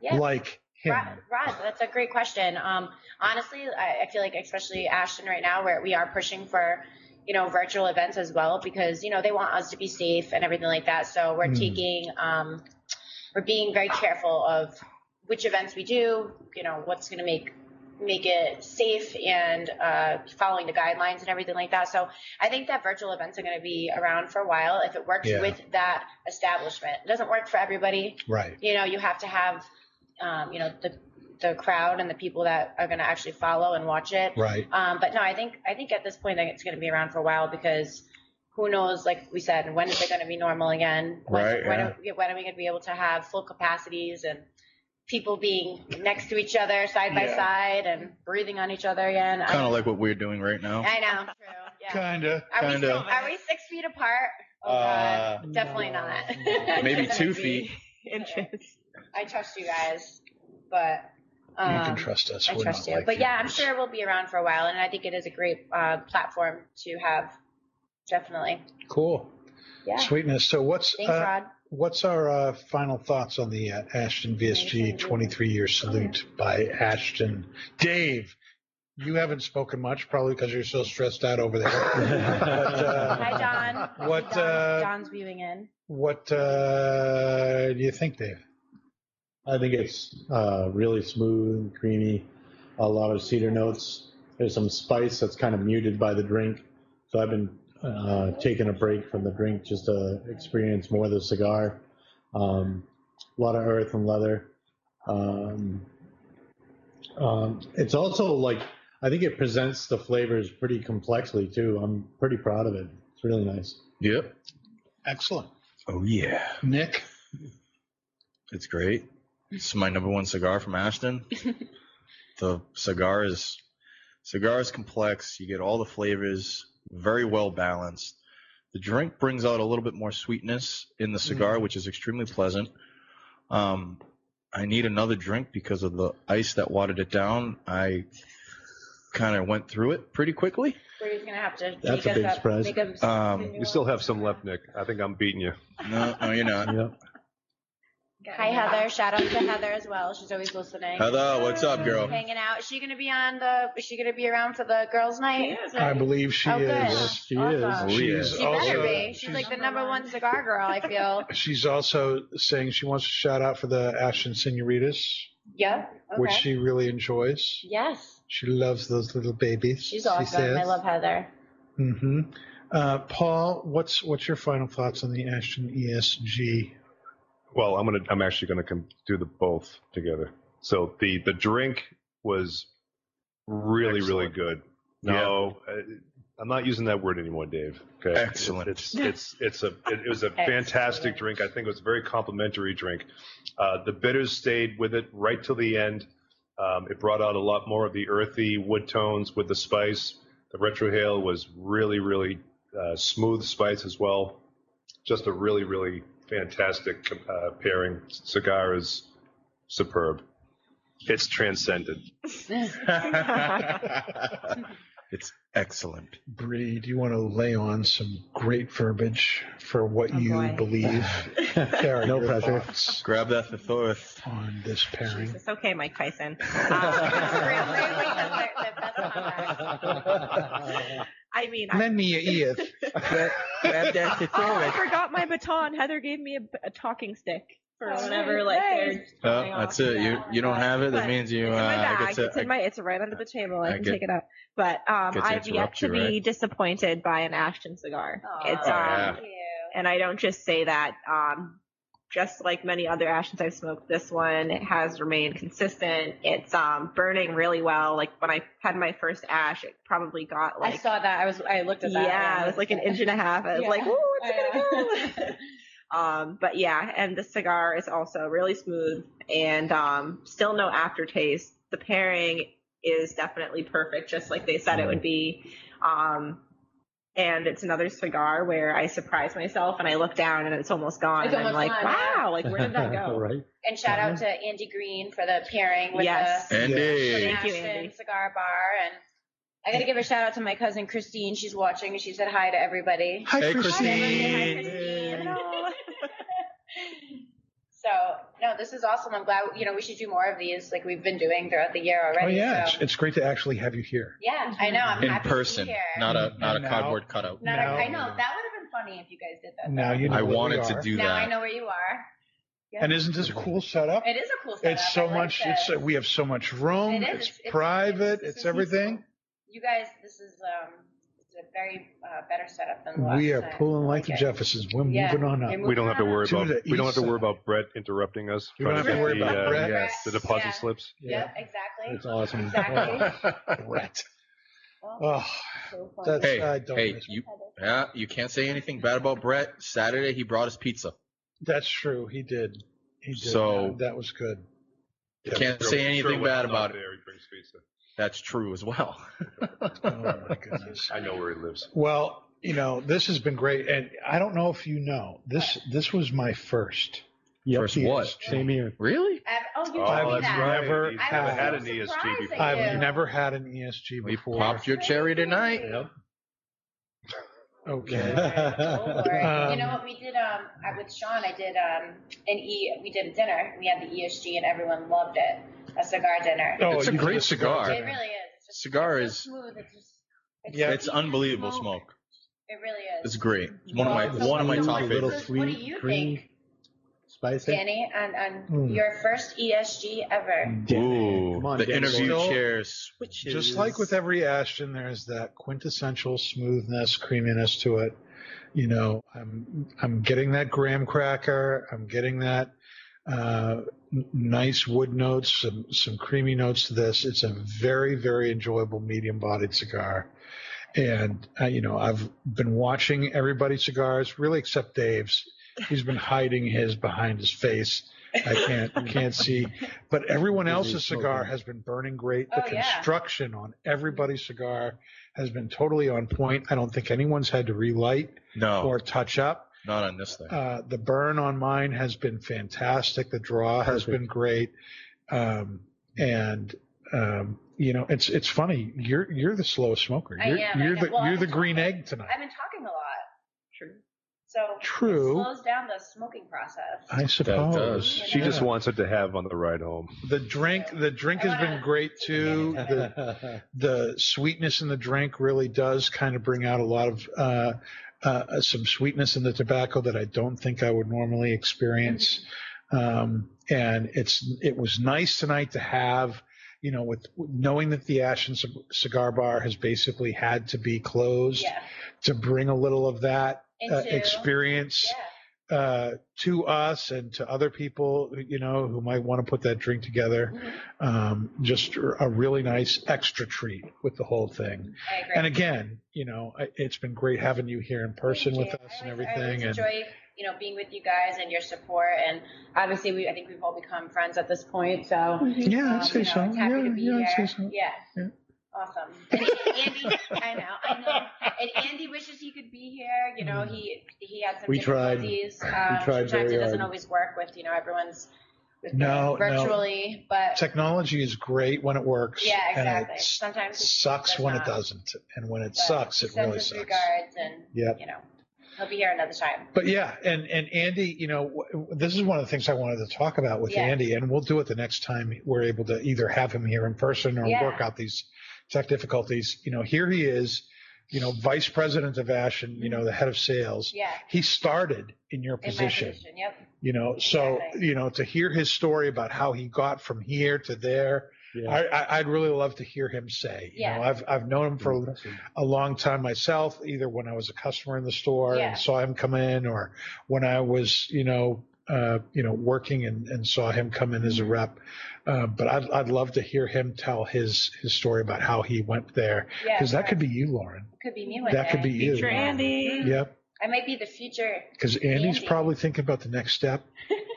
Yeah. like him. Rod, Rod, that's a great question. Um, honestly, I, I feel like especially Ashton right now, where we are pushing for, you know, virtual events as well because you know they want us to be safe and everything like that. So we're Hmm. taking, um, we're being very careful of which events we do. You know, what's going to make make it safe and uh, following the guidelines and everything like that. So I think that virtual events are going to be around for a while if it works Yeah. with that establishment. It doesn't work for everybody Right. you know you have to have um, you know the the crowd and the people that are going to actually follow and watch it Right. um, but no i think i think at this point I think it's going to be around for a while because who knows like we said when is it going to be normal again when, Right, when, are, when are we going to be able to have full capacities and people being next to each other side by Yeah. side and breathing on each other again I- Kind of like what we're doing right now. i know true yeah Kinda. are we, kinda. still, are we six feet apart oh god Uh, definitely No. not Maybe It's two gonna be Inches. i trust you guys but um, You can trust us. I We're trust not you. like But yeah, I'm yours. sure we'll be around for a while, and I think it is a great uh, platform to have. Definitely. Cool. Yeah. Sweetness. So what's Thanks, uh, Rod. What's our uh, final thoughts on the uh, Ashton VSG 23 year salute by Ashton? Dave, you haven't spoken much, probably because you're so stressed out over there. but, uh, Hi, John. what, John's, uh, John's viewing in. what uh, do you think, Dave? I think it's uh, really smooth and creamy. A lot of cedar notes. There's some spice that's kind of muted by the drink. So I've been uh, taking a break from the drink just to experience more of the cigar. Um, a lot of earth and leather. Um, um, it's also like I think it presents the flavors pretty complexly too. I'm pretty proud of it. It's really nice. Yep. Excellent. Oh yeah. Nick, It's great. It's my number one cigar from Ashton. the cigar is cigar is complex. You get all the flavors, very well balanced. The drink brings out a little bit more sweetness in the cigar, which is extremely pleasant. Um, I need another drink because of the ice that watered it down. I kind of went through it pretty quickly. We're just gonna have to. That's make a us big up- surprise. make us- Um, You still have some left, Nick. I think I'm beating you. No, no, you're not. Yeah. Hi Heather, shout out to Heather as well. She's always listening. Heather, what's up, girl? Hanging out. Is she gonna be on the? Is she gonna be around for the girls' night? She is. I believe she Oh, good. is. She Awesome. is. Oh, yeah. She's She also, better be. She's she's, like the number one cigar girl. I feel. she's also saying she wants to shout out for the Ashton Senoritas, Yep. which Okay. she really enjoys. Yes, She loves those little babies. she's awesome. I love Heather. hmm Uh, Paul, what's what's your final thoughts on the Ashton E ESG? Well, I'm gonna. I'm actually gonna com- do the both together. So the the drink was really really Excellent. good. No, uh, I'm not using that word anymore, Dave. Okay. Excellent. It's it's it's a it, it was a fantastic Excellent. drink. I think it was a very complimentary drink. Uh, the bitters stayed with it right till the end. Um, it brought out a lot more of the earthy wood tones with the spice. The retrohale was really really uh, smooth spice as well. Just a really really fantastic uh, pairing. Cigar is superb. It's transcended. it's excellent. Bree, do you want to lay on some great verbiage for what Oh, you boy. believe? Sarah, No your pressure. thoughts Grab that thesaurus. on this pairing. Jesus, okay, Mike Um, Tyson. I mean, I, Lend me your ears. Grab that oh, I thesaurus. forgot my baton. Heather gave me a, a talking stick for Oh, whenever, like, nice. they're Uh, going that's off. it. You you don't have it. That But means you. Uh, It's in my I bag. guess, uh, it's in my. It's right under the table. I, I can get- take it out. But um, get to I've yet interrupt to you, be right? disappointed by an Ashton cigar. it's Oh, um, yeah. and I don't just say that. Um, just like many other Ashtons I've smoked, this one has remained consistent. It's um burning really well. Like when I had my first ash, it probably got I like saw that. I was. I looked at that. yeah, it was like an inch and a half. I was Yeah. like, "Ooh, it's Oh, gonna go." Um, but yeah, and the cigar is also really smooth and um, still no aftertaste. The pairing is definitely perfect, just like they said it would be. Um, and it's another cigar where I surprise myself and I look down and it's almost gone. It's and I'm almost like, gone, yeah. wow, like where did that go? right. And shout out to Andy Green for the pairing with Yes. the Andy. Thank you, Ashton Andy. Cigar Bar. And I got to give a shout out to my cousin Christine. She's watching and she said hi to everybody. Hi, Hey, Christine. Christine. So no, this is awesome. I'm glad you know we should do more of these like we've been doing throughout the year Oh already. yeah, so, it's, it's great to actually have you here. yeah, I know. I'm in happy person, to be here. not a not a Now- cardboard cutout. Not a- now- I know that would have been funny if you guys did that. Now though. you know I where we wanted to are. do now I that. know where you are. And isn't this a cool setup? It is a cool setup. It's I so like much. this. It's we have so much room. It is. It's, It's- it's- private. it's- It's, it's everything. you guys. This is um, this is a very uh, better setup than the last We are time. pulling like the Okay. Jeffersons. We're Yeah. moving on up. We're We don't have to worry To about. the We don't have to east worry side. about Brett interrupting us. You don't have trying to get worry the, about uh, Brett. The deposit Yeah. slips. Yep, exactly. It's awesome. Exactly. Brett. Well, Oh, so fun. that's Hey, I don't Hey, miss- you yeah, you can't say anything bad about Brett. Saturday he brought us pizza. That's true. He did. He did. So- that was good. You can't say Sure, anything when bad I'm about out it. there, he brings pizza. That's true as well. Oh my goodness. I know where he lives. Well, you know, this has been great, and I don't know if you know this. This was my first. Yep. First what? Same here. Really? I've, oh, you Oh, told me I've that's that. right. never He's I never was had so an ESG surprised before. that I've Yeah. never had an ESG We before. popped your cherry tonight. Yep. Okay. Go for it. you Um, know what we did? Um, I, with Sean, I did um, an e. We did a dinner. We had the ESG, and everyone loved it. A cigar dinner. Oh, It's a you did great cigar. It really is. It's just, Cigar it's is- so smooth. It's just, Yeah. It's just- unbelievable smoke. It really It's is. great. It's one of my one of my Ooh, top little favorites. What do you sweet green. think? Spicy. Danny, on, on Hmm. Mm. your first ESG ever. Ooh, Come on, the Danny. interview Still- chair switches. Just like with every Ashton, there's that quintessential smoothness, creaminess to it. You know, I'm I'm getting that graham cracker. I'm getting that uh, n- nice wood notes, some some creamy notes to this. It's a very very enjoyable medium bodied cigar, and uh, you know I've been watching everybody's cigars, really except Dave's. He's been hiding his behind his face. I can't can't see, but everyone Busy else's cigar smoking. has been burning great. The Oh, yeah. construction on everybody's cigar has been totally on point. I don't think anyone's had to relight No, or touch up. not on this thing. Uh, the burn on mine has been fantastic. The draw has Perfect. been great, um, and um, you know it's it's funny. You're you're the slowest smoker. I You're, am, I you're am. the Well, you're I'm the green talking. egg tonight. I've been talking a lot. True. So it True, slows down the smoking process. I suppose. does. She just Yeah. wants it to have on the ride home. the drink. The drink I has been wanna- great too. The the sweetness in the drink really does kind of bring out a lot of uh, uh, some sweetness in the tobacco that I don't think I would normally experience. Um, and it's it was nice tonight to have, you know, with knowing that the Ashen Cig- Cigar Bar has basically had to be closed Yeah. to bring a little of that uh, Into, experience yeah. uh, to us and to other people, you know, who might want to put that drink together. Mhm. Um, just a really nice extra treat with the whole thing. I agree. And again, you know, I- it's been great having you here in person Thank with you. us and I always- I always everything. And enjoy you know being with you guys and your support, and obviously we I think we've all become friends at this point. So yeah, um, I'd say you know, so. it's happy Yeah, to be yeah, I'd say here. so. Yeah. Yeah. Awesome. And Andy, I know, I know. And Andy wishes he could be here. You Mm-hmm. know, he he had some We tried. difficulties. Um, tried sometimes very it doesn't hard. always work with you know everyone's with No, no. virtually, but Technology is great when it works. yeah, And exactly. it s- Sometimes it sucks does when it not. doesn't. And when it but sucks, it sends really his sucks. Regards and Yep. you know he'll be here another time. But yeah, and and Andy, you know, w- w- this is one of the things I wanted to talk about with Yeah. Andy, and we'll do it the next time we're able to either have him here in person or Yeah. work out these tech difficulties. You know, here he is, you know, vice president of Ashen, you know, the head of sales. Yeah. He started in your In my position, position, Yep. you know, so Exactly. you know to hear his story about how he got from here to there. Yeah. I, I, I'd really love to hear him say. You Yeah. know, I've I've known him for a a long time myself, either when I was a customer in the store Yeah. and saw him come in, or when I was, you know, uh, you know, working and, and saw him come in as Mm-hmm. a rep. Uh, but I'd, I'd love to hear him tell his his story about how he went there, Yeah. because that could be you, Lauren. could be me one that day. could be you. Future Andy. Yep, I might be the future. because Andy's Andy. probably thinking about the next step,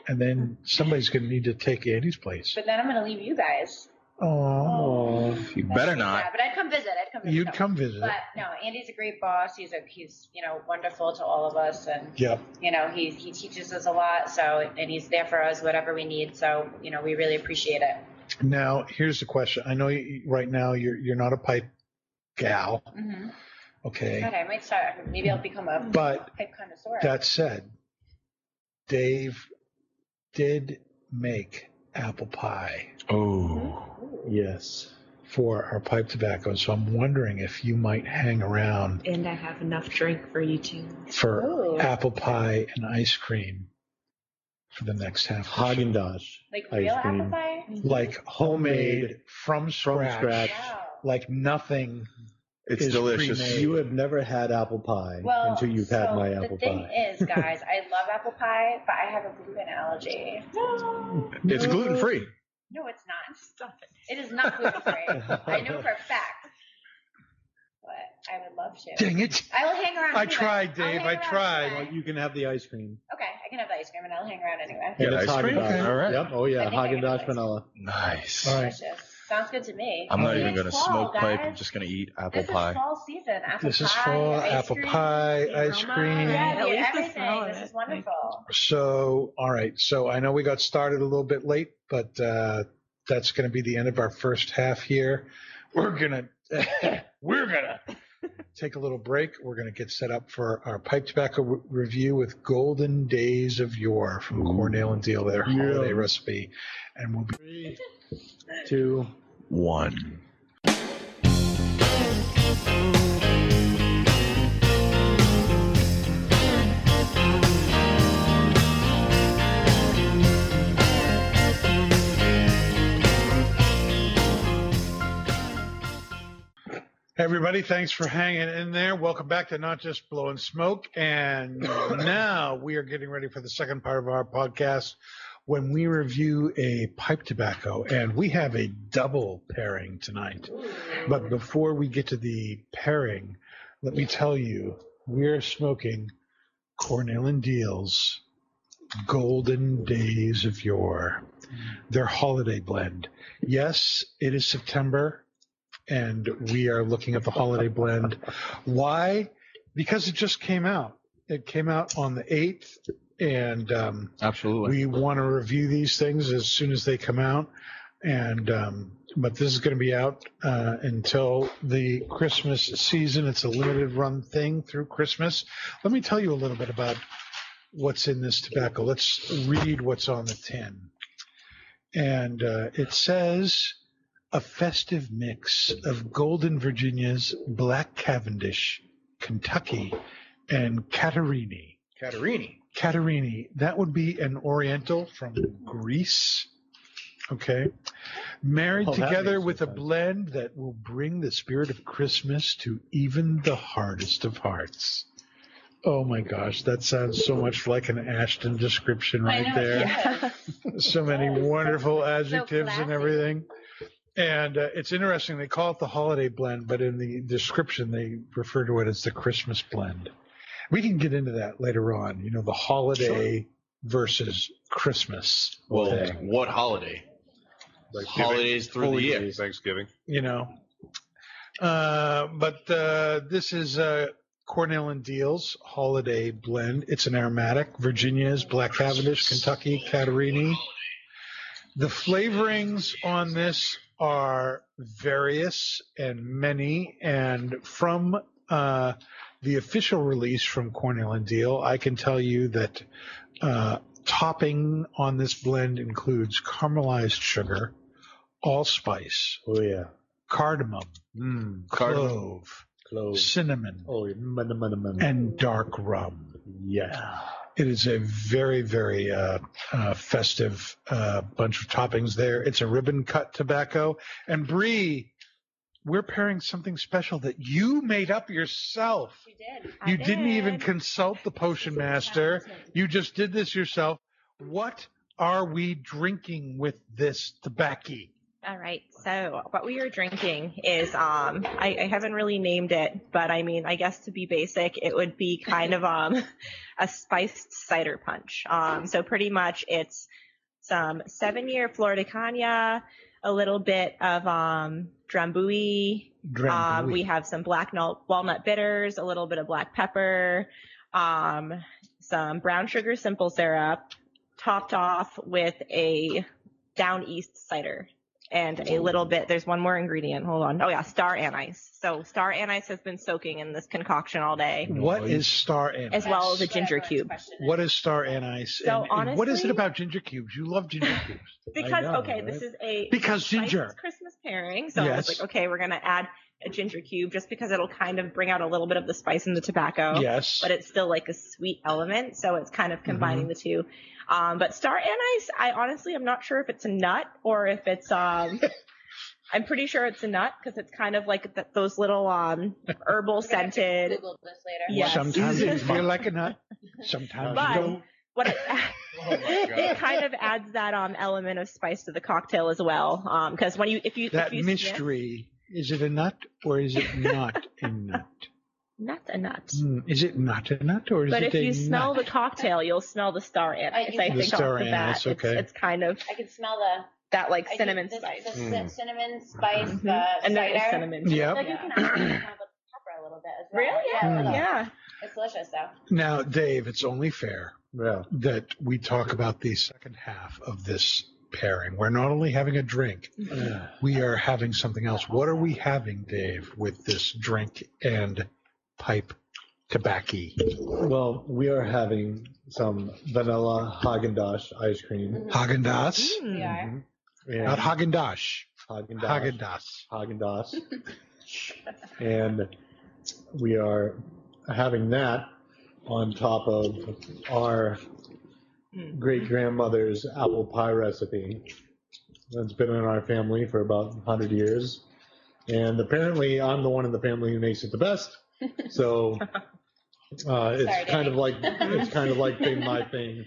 and then somebody's going to need to take Andy's place. But then I'm gonna leave you guys. Oh, You That's better really not. sad, But I'd come visit. I'd come visit. you'd No. come visit. But no, Andy's a great boss. He's a he's you know wonderful to all of us, and Yep. you know he he teaches us a lot. So and he's there for us whatever we need. So you know we really appreciate it. Now here's the question. I know you, right now you're you're not a pipe gal, Mm-hmm. okay? God, I might start. Maybe I'll become a But pipe connoisseur. that said, Dave did make apple pie Oh, yes. for our pipe tobacco, so I'm wondering if you might hang around And I have enough drink for you two. for Ooh. apple pie and ice cream for the next half. of the show. Haagen Dazs. like ice real apple cream. pie. Like homemade from scratch, scratch. Wow. like nothing. it's It's delicious. pre-made. You have never had apple pie Well, until you've had so my apple the thing pie. is, guys, I love apple pie, but I have a gluten allergy. It's gluten free. No, it's not. It is not gluten free. I know for a fact. But I would love to. Dang it! I will hang around. I anyway. tried, I'll Dave. hang I around tried. anyway. Well, you can have the ice cream. Okay, I can have the ice cream and I'll hang around anyway. Yeah, and it's ice cream? Haagen-Dazs. Okay. All right. Yep. Oh yeah, I think I Haagen can have ice Dazs cream. vanilla. Nice. All right. Delicious. Sounds good to me. I'm not This even is gonna fall, smoke pipe. I'm guys. just gonna eat apple This is pie. fall season. Apple This is pie, fall, ice apple cream. pie, the ice aroma. cream. Yeah, At least the smell everything. of This it. is wonderful. So, all right. So I know we got started a little bit late, but uh, that's going to be the end of our first half here. We're gonna we're gonna take a little break. We're gonna get set up for our pipe tobacco re- review with Golden Days of Yore from Cornell and Deal, their Yeah. holiday recipe, and we'll be. Three, two. One. Everybody, thanks for hanging in there. Welcome back to Not Just Blowing Smoke. And now we are getting ready for the second part of our podcast when we review a pipe tobacco. And we have a double pairing tonight. But before we get to the pairing, let me tell you we're smoking Cornell and Deal's Golden Days of Yore, their holiday blend. Yes, it is September and we are looking at the holiday blend. Why? Because it just came out. It came out on the 8th, and um, Absolutely. we want to review these things as soon as they come out. And um, but this is going to be out uh, until the Christmas season. It's a limited run thing through Christmas. Let me tell you a little bit about what's in this tobacco. Let's read what's on the tin. And uh, it says a festive mix of Golden Virginia's Black Cavendish, Kentucky, and Catarini. Catarini. Catarini, that would be an Oriental from Greece. Okay. Married Oh, that together makes with a sense. blend that will bring the spirit of Christmas to even the hardest of hearts. Oh my gosh, that sounds so much like an Ashton description I right know, there yeah. so many wonderful adjectives and classy. everything. And uh, it's interesting, they call it the holiday blend, but in the description, they refer to it as the Christmas blend. We can get into that later on, you know, the holiday versus Christmas. Well, thing, what holiday? Thanksgiving. Holidays through the year. Thanksgiving. you know. Uh, but uh, this is uh, Cornell and Deal's holiday blend. It's an aromatic. Virginia's, Black Cavendish, Kentucky, Catarini. The flavorings on this are various and many, and from uh, the official release from Cornell and Deal, I can tell you that uh, topping on this blend includes caramelized sugar, allspice, Oh yeah, cardamom, mm, Cardinal. clove, close. cinnamon, Oh, man, man, man. and dark rum. yes. It is a very, very uh, uh, festive uh, bunch of toppings there. It's a ribbon cut tobacco. And Bree, we're pairing something special that you made up yourself. We did. I You didn't even did. consult the potion master. You just did this yourself. What are we drinking with this tobacco? All right. So what we are drinking is um I, I haven't really named it, but I mean I guess to be basic, it would be kind of um a spiced cider punch. Um so pretty much it's some seven year Florida Cana, a little bit of um Drambuie, um, we have some black nut, walnut bitters, a little bit of black pepper, um, some brown sugar simple syrup, topped off with a down east cider. And a little bit, there's one more ingredient. Hold on. Oh, yeah, star anise. So, star anise has been soaking in this concoction all day, What is star anise? as well as a That's what ginger everyone's cube. question is. What is star anise? So and, and what is it honestly- about ginger cubes? You love ginger cubes. Because, know, okay, this right? is a Because spiced ginger. Christmas pairing. So, I was Yes. like, okay, we're going to add a ginger cube just because it'll kind of bring out a little bit of the spice and the tobacco. Yes. but it's still like a sweet element. So it's kind of combining the Mm-hmm. two. Um, but star anise, I honestly am not sure if it's a nut or if it's um. I'm pretty sure it's a nut because it's kind of like th- those little um herbal We're gonna have to scented. Google this later. Yes. Sometimes you feel like a nut. Sometimes But- you don't. What it, it Oh God. kind of adds that um element of spice to the cocktail as well. Um, because when you if you That if you mystery. Is it a nut or is it not a nut? sniff, not a nut. Hmm, Is it not a nut or is But it if a you smell nut? the cocktail, you'll smell the star anise. can I smell think The star off the bat, anise, okay. it's, it's kind of I can smell the that like I can- cinnamon the- spice. The, c- Mm. cinnamon spice, Mhm. the And that cider. is cinnamon. I Yep. feel like you can actually smell the pepper a little bit as well. Really? Yeah. a Mm. Hmm. little. Yeah. It's delicious though. Now, Dave, it's only fair Yeah. that we talk about the second half of this pairing. We're not only having a drink, we are having something else. What are we having, Dave, with this drink and pipe tobacco? Well, we are having some vanilla Haagen-Dazs ice Mm-hmm. cream. Haagen Dazs? Hmm. We Mm. are. Mm-hmm. Not Haagen And Dazs. Haagen Haagen-Dazs. Dazs. Haagen-Dazs. and we are having that on top of our Hmm. Mm. great grandmother's apple pie recipe that's been in our family for about 100 years. And apparently, I'm the one in the family who makes it the best. So uh, it's Sorry, kind Dave. of like it's kind of like been my thing.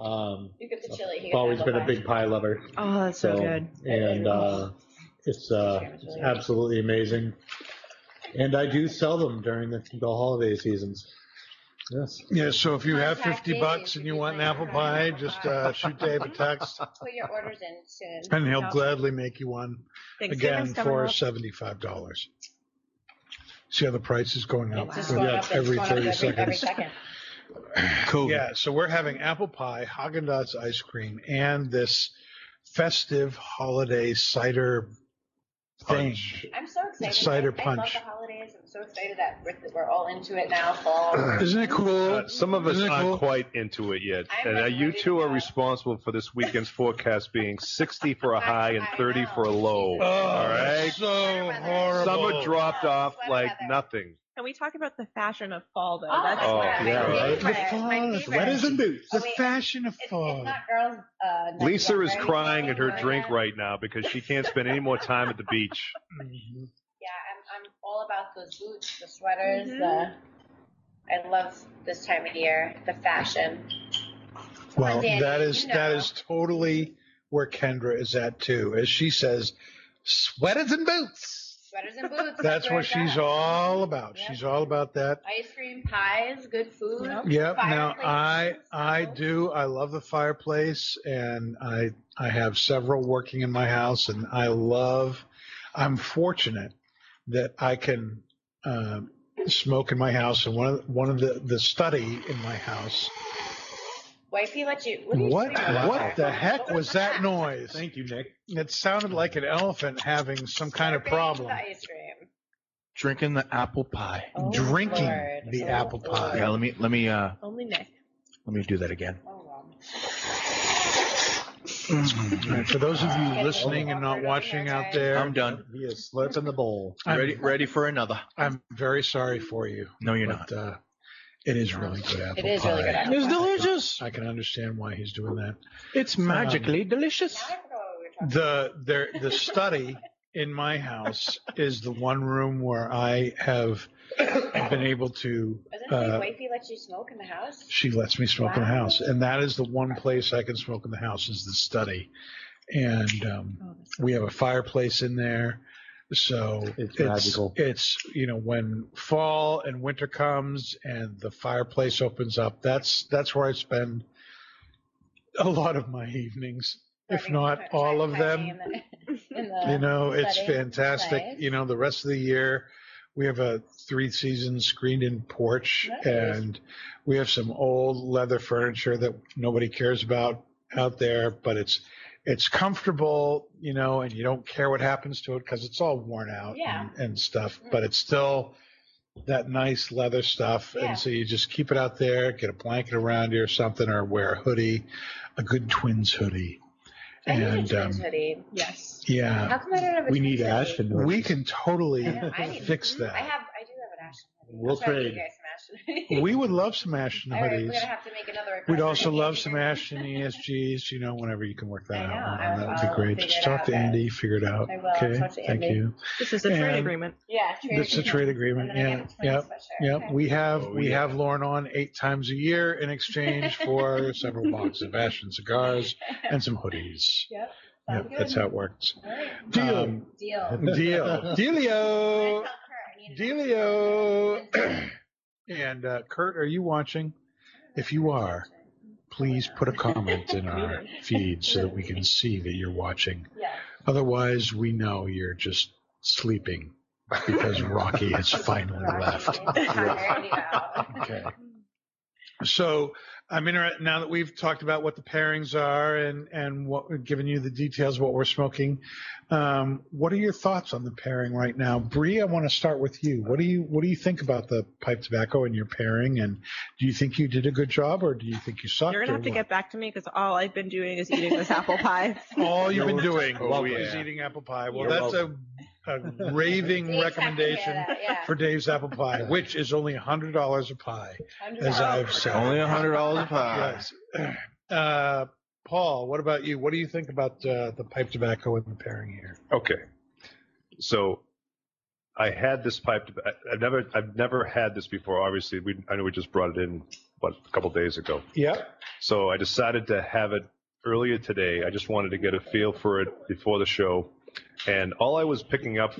Um, You get the chili. you I've get always that been a pie. big pie lover. Oh, that's so, good. And uh, it's uh, it's absolutely amazing. And I do sell them during the, the holiday seasons. Yes. Yeah, so if you have Contact 50 Dave bucks if and you'd you want an like apple to pie, try just apple uh, shoot Dave a text Put your orders in soon. and he'll Yeah. gladly make you one. Again, Thanksgiving's coming for up. $75. See how the price is going up? It's just with going up. It's Every going up 30 Every seconds. second. COVID. Yeah, so we're having apple pie, Haagen Dazs ice cream, and this festive holiday cider thing. Punch. I'm so excited. Cider I- punch. I love the holidays. I'm so excited that we're, we're all into it now. Fall. Isn't it cool? Uh, some of us Isn't it aren't cool? quite into it yet, I'm and uh, like you ready to two are go. responsible for this weekend's forecast being 60 for a I- high and I 30 know. for a low. Jesus. All right. So Horrible. Summer dropped off Sweater like weather. nothing. Can we talk about the fashion of fall though? Oh, That's Oh, what yeah, I- my right. favorite. My The favorite. letters and boots. Oh, The wait. fashion of It's, it's fall. not girls. Uh, night Lisa yet, is right? crying in her Yeah. drink right now because she can't spend any more time at the beach. Mhm. Yeah, I'm, I'm all about those boots, the sweaters. Mhm. The, I love this time of year, the fashion. Well, on, Danny, that is you know. that is totally where Kendra is at too. As she says, sweaters and boots. Sweaters and boots. That's where what it's at. she's all about. Yep. She's all about that. Ice cream, pies, good food. Yep. Yep. Fireplace, Now I I smells. do I love the fireplace and I I have several working in my house and I love I'm fortunate that I can um, smoke in my house and one of one of the the study in my house. Wifey let you. What? Are you What doing over there? what the heck was that noise? Thank you, Nick. It sounded like an elephant having some kind of Slurping problem The ice cream. Drinking the apple pie. Oh, drinking Lord. the Oh, apple Lord. pie. Yeah, let me let me uh Only Nick. let me do that again. Oh, well. And for those of you Get listening and not awkward over watching here, out guys. there, I'm done. Be a slurp in the bowl. I'm- Ready ready for another. I'm very sorry for you, No, you're not. but uh, it is really good apple It is really good pie. apple It's pie. delicious. I can understand why he's doing that. It's magically Now delicious. I forgot what we were talking The there the study in my house is the one room where I have been able to. about. Doesn't Uh, uh, wifey let you smoke in the house? she lets me smoke in the Wow. house, and that is the one place I can smoke in the house is the study, and um, Oh, that's we have a fireplace in there so It's it's magical. it's you know when fall and winter comes and the fireplace opens up that's that's where i spend a lot of my evenings if Rubbing not my- my all of tummy them in the- in the- you know it's setting. fantastic Nice. you know the rest of the year we have a three season screened in porch Nice. and we have some old leather furniture that nobody cares about out there but it's it's comfortable you know and you don't care what happens to it because it's all worn out Yeah. and, and stuff Mm. but it's still that nice leather stuff Yeah. and so you just keep it out there get a blanket around you or something or wear a hoodie a good twins hoodie I need a and twins um, hoodie. Yes. yeah How come I don't have a We twins need hoodie? Ashton. we can totally Yeah, I need- fix I that. have, I do have an Ashton hoodie. We'll That's why I gave trade. you guys some Ashton hoodies. We would love some Ashton All right, we're hoodies. gonna have to make another. request. We'd also love some Ashton ESGs, you know, whenever you can work that I know, out. I That will. would be I'll great. figure Just it talk out, to guys. Andy, figure it out. I will. I'll Okay, talk to thank Andy. you. This is a trade And- agreement. Yeah. trade That's a agreement. trade And agreement. then I Yeah, get a yeah, twins sweatshirt. yeah. Okay. We have Oh, we yeah. have Lauren on eight times a year in exchange for several boxes of Ashton cigars and some hoodies. Yep, Yeah, sounds good. that's how it works. All right. Deal. Um, Deal. Deal, I dealio, tell Kurt I need an dealio. and uh, Kurt, are you watching? If you are, Ashton sweatshirt. please put a comment in our feed so that we can see that you're watching. Yeah. Otherwise, we know you're just sleeping because Rocky has finally Rocky left. is tired, yeah. Okay. So I'm interested now that we've talked about what the pairings are and and what we've given you the details of what we're smoking. Um, what are your thoughts on the pairing right now, Bree? I want to start with you. What do you what do you think about the pipe tobacco and your pairing? And do you think you did a good job or do you think you sucked? You're gonna or have to what? get back to me because all I've been doing is eating this apple pie. all you've been doing Oh, is yeah. eating apple pie. You're Well, that's a, a raving Dave's not gonna hear recommendation. that, yeah. For Dave's apple pie, which is only hundred dollars a pie, as $100. I've said. Only a hundred dollars a pie. Yes. Uh, Paul, what about you? What do you think about uh, the pipe tobacco and the pairing here? Okay. So I had this pipe. to- I, I've never, I've never had this before. Obviously, we, I know we just brought it in, what a couple days ago. Yep. So I decided to have it earlier today. I just wanted to get a feel for it before the show. And all I was picking up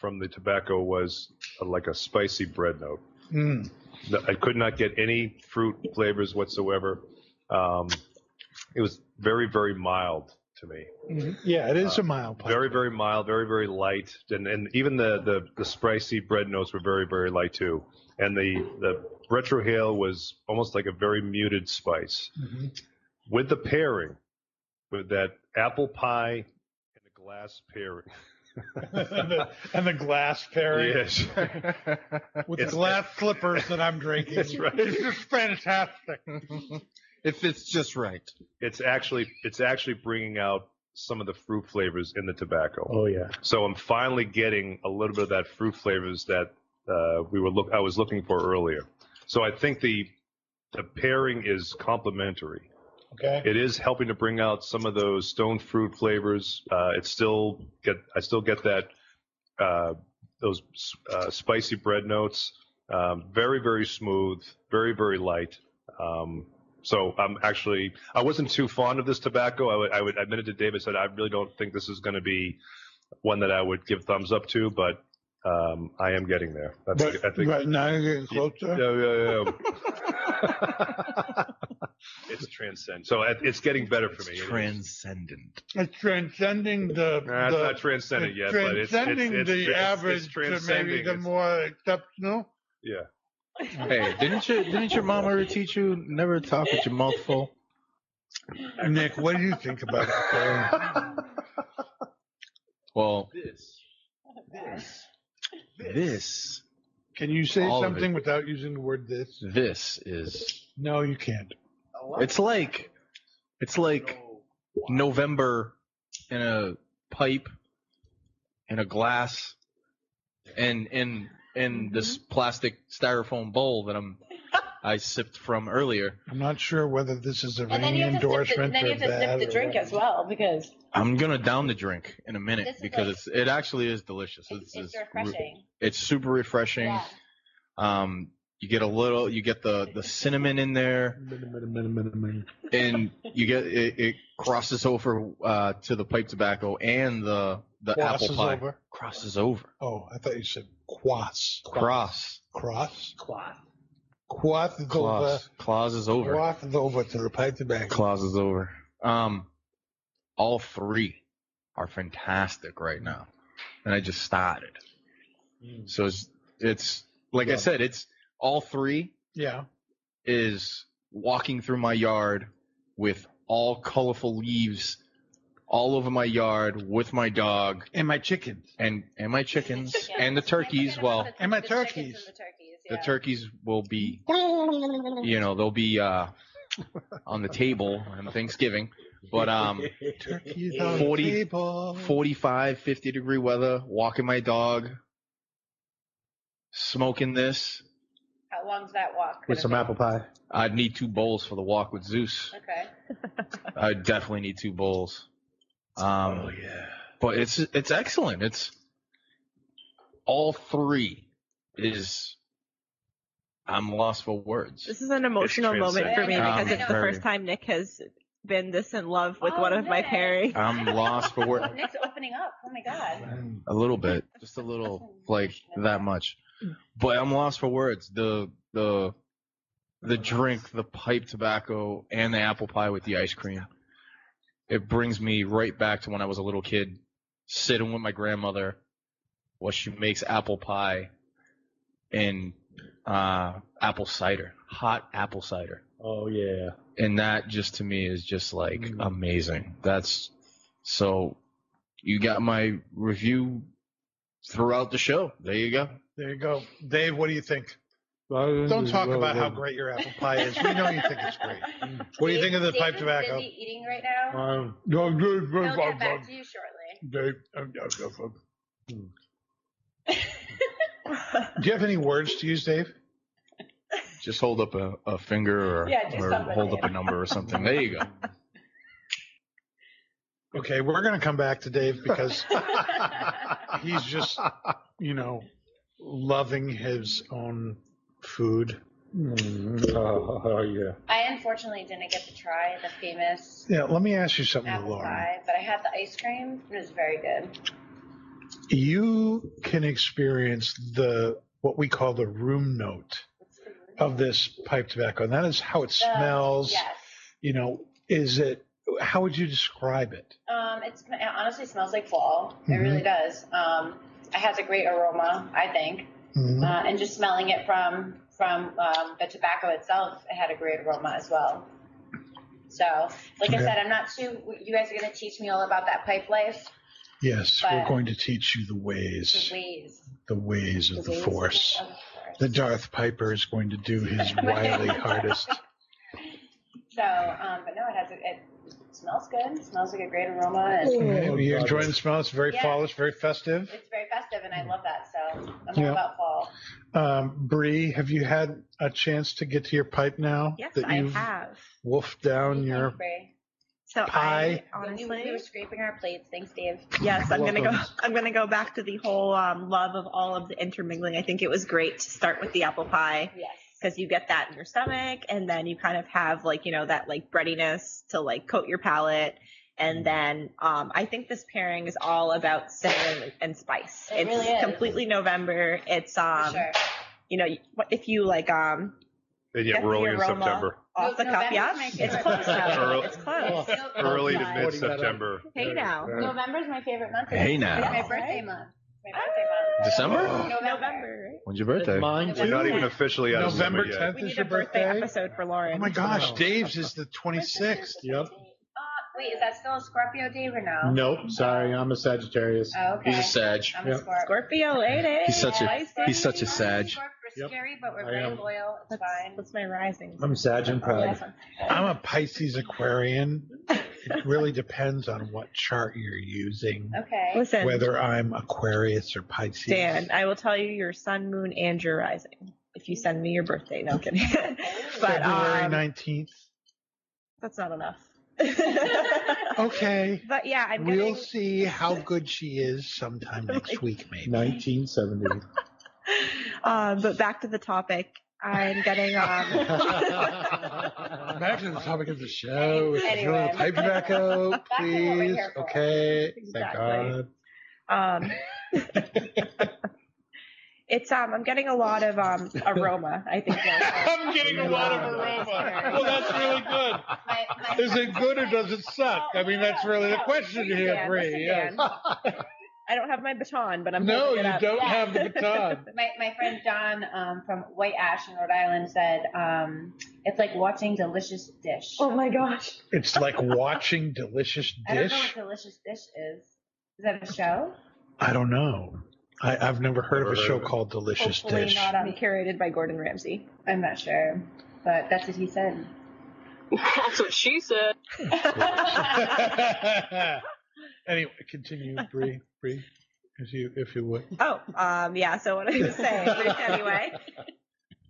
from the tobacco was uh, like a spicy bread note. Mm. No, I could not get any fruit flavors whatsoever. Um, it was very, very mild to me. Mhm. Yeah, it is a mild pipe. Uh, Very, very mild, very, very light, and and even the the, the spicy bread notes were very, very light too. And the the retrohale was almost like a very muted spice Mhm. with the pairing, with that apple pie and a glass pairing. and, the, and the glass pairing Yes, with the It's- glass slippers that I'm drinking. That's right. It's just fantastic. if it's just right. it's actually it's actually bringing out some of the fruit flavors in the tobacco. Oh yeah. So I'm finally getting a little bit of that fruit flavors that uh, we were look I was looking for earlier. So I think the the pairing is complementary. Okay. It is helping to bring out some of those stone fruit flavors. Uh, it's still get I still get that uh, those uh, spicy bread notes. Um, very very smooth, very very light. Um, so I'm actually I wasn't too fond of this tobacco. I would I would admit it to David said I really don't think this is going to be one that I would give thumbs up to, but um, I am getting there. That's, I But, think. but now you're getting closer. Yeah, yeah, yeah. it's transcendent. So it- it's getting better for me. It is. transcendent. It's transcending the, Nah, it's the not transcendent yet, but it's, it's, transcending it's, the it's- it's average to maybe transcending. the It's- more exceptional. Hey, didn't you didn't your mom ever teach you never talk with your mouth full? Nick, what do you think about it? Well, This, this, this Can you say All of something without using the word this? this is No, you can't. it's like it's like November in a pipe in a glass and in in Mm-hmm. this plastic styrofoam bowl that I'm I sipped from earlier. I'm not sure whether this is a And then ringing you have to sip the, endorsement then you or have to sip bad. the drink as well because I'm gonna down the drink in a minute This is because like- it's it actually is delicious. it's, it's re- refreshing. It's super refreshing. Yeah. Um, you get a little, you get the the cinnamon in there, and you get it, it crosses over uh, to the pipe tobacco and the the Cross apple is pie over. crosses over. Oh, I thought you said quas. Cross, Cross. Cloth. Quas is over. claws, claws is over, Quas is over to the pipe tobacco. claws is over. Um, all three are fantastic right now, and I just started. Mm. So it's it's like I Yeah. said, it's all three Yeah. is walking through my yard with all colorful leaves all over my yard with my dog And my chickens. and and my chickens Chickens. and the I forget turkeys. about Well, the- And my the chickens turkeys. and the turkeys, the yeah. turkeys will be, you know, they'll be uh, on the table on Thanksgiving, but um, Turkeys on 40 the table. 45, 50 degree weather, walking my dog, smoking this. How long's that walk? With gonna some be? apple pie. I'd need two bowls for the walk with Zeus. Okay. I definitely need two bowls. Um, Oh yeah. but it's it's excellent. It's all three is I'm lost for words. This is an emotional moment for me because it's the first time Nick has been this in love Oh, with one of my pairings. I'm lost for words. Nick's opening up. Oh my god. A little bit, just a little, like that much. But I'm lost for words. The the the drink, the pipe tobacco, and the apple pie with the ice cream. It brings me right back to when I was a little kid, sitting with my grandmother, while she makes apple pie and uh, apple cider, hot apple cider. Oh yeah. and that just to me is just like Mm. amazing. That's so you got my review throughout the show. There you go. There you go. Dave, what do you think? Don't talk about how great your apple pie is. We know you think it's great. What do you Dave- think of the Dave pipe is tobacco? busy eating right now. Um, No, I'm good. He'll get back to you shortly. Dave, um, I'm- I'm- I'm- I'm- Do you have any words to use, Dave? Just hold up a, a finger or, Yeah, do or something. hold up a number or something. There you go. Okay, we're going to come back to Dave because he's just, you know, loving his own food. Mm, oh, oh, yeah. I unfortunately didn't get to try the famous Yeah, let me ask you something, apple Lauren. pie, but I had the ice cream. It was very good. You can experience the what we call the room note of this pipe tobacco, and that is how it The- smells. Yes. You know, is it? How would you describe it? Um, it's, it honestly smells like fall. It Mhm. really does. Um, it has a great aroma, I think. Mhm. Uh, and just smelling it from from um, the tobacco itself, it had a great aroma as well. So, like I Okay. said, I'm not too. You guys are going to teach me all about that pipe life, Yes, we're But- going to teach you the the ways, ways, the ways of the ways force. of the force. The Darth Piper is going to do his wily hardest. So, um, but no, it has a, it smells good. It smells like a great aroma, and Okay, you God, enjoying the smell? It's very Oh, Yeah. fallish, very festive. it's very festive, and I love that. So, I'm Yeah. all about fall. Um, Bree, have you had a chance to get to your pipe now Yes, that I you've have. wolfed down your So pie. I honestly, we, we were scraping our plates. Thanks, Dave. yes, I'm gonna go. Welcome. I'm gonna go back to the whole um, love of all of the intermingling. I think it was great to start with the apple pie Yes. because you get that in your stomach, and then you kind of have like you know that like breadiness to like coat your palate. Mm-hmm. And then um, I think this pairing is all about cinnamon and spice. It it's really is. completely November. It's um, for sure. you know, if you like um, And yet That's we're the only in E aroma. September. off the cuff, November's yeah, my it's favorite close. month. now. Early- It's Oh. close. It's so Early to outside. mid September. Hey now. November's my favorite month. Hey, now. It's my Yes, birthday right? month. It's My Ah. birthday December? month. November. November, right? When's your birthday? Mine We're too. not even officially out of November November yet. 10th We is need your a birthday, birthday? episode for Lauren. Oh my gosh, Wow. Dave's is the 26th. Yep. Uh, wait, is that still a Scorpio Dave or no? Nope. Sorry, I'm a Sagittarius. Oh, okay. He's a Sag. I'm a Yep. Scorp. Scorpio, lady. He's such a- Nice he's such a baby. Sag. Scorp, We're Yep. scary, but we're I very am. loyal. It's That's, fine. that's my rising. I'm Sag and Pride. I'm a Pisces Aquarian. It really depends on what chart you're using, Okay. Listen, whether I'm Aquarius or Pisces. Dan, I will tell you your sun, moon, and your rising if you send me your birthday. No I'm kidding. but February um, 19th. that's not enough. Oh. Okay. but yeah, I'm Oh we'll getting. see how good she is sometime next Like- week, maybe. 1970. Um, but back to the topic. I'm getting. Um, Back to the topic of the show. If you want Anyway. to pipe tobacco, what we're please. here for. Okay. Thank Exactly. God. Um, it's um, I'm getting a lot of um aroma. I think. I'm getting a lot of aroma. Well, that's really good. My, my Is it good or does it suck? I mean, that's really the question here, Dan, listen, Bree. Yeah. Dan. I don't have my baton, but I'm. No, holding it you up. don't have the baton. My, my friend John um, from White Ash in Rhode Island said um, it's like watching delicious dish. Oh my gosh. It's like watching delicious I don't know what dish. delicious dish is. Is that a show? I don't know. I, I've never heard Never of a heard show of it. called Delicious Hopefully Dish. not Um, on. curated by Gordon Ramsay. I'm not sure, but that's what he said. That's what she said. anyway, continue, Bree. Bree, if you if you would. Oh, um, yeah. So what I was saying. anyway.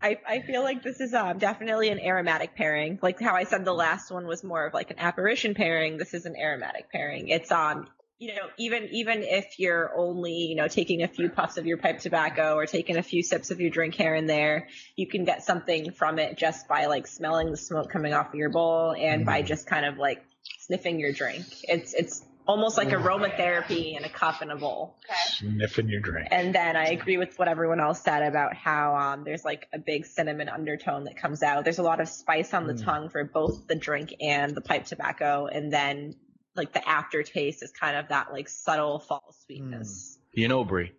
I, I feel like this is um, definitely an aromatic pairing. Like how I said the last one was more of like an apparition pairing. This is an aromatic pairing. It's um you know even even if you're only you know taking a few puffs of your pipe tobacco or taking a few sips of your drink here and there, you can get something from it just by like smelling the smoke coming off of your bowl and by just kind of like sniffing your drink. It's it's almost like aromatherapy in a cup and a bowl. Sniffing your drink. And then I agree with what everyone else said about how um, there's like a big cinnamon undertone that comes out. There's a lot of spice on the Mm. tongue for both the drink and the pipe tobacco, and then like the aftertaste is kind of that like subtle fall Mm. sweetness. You know, Brie,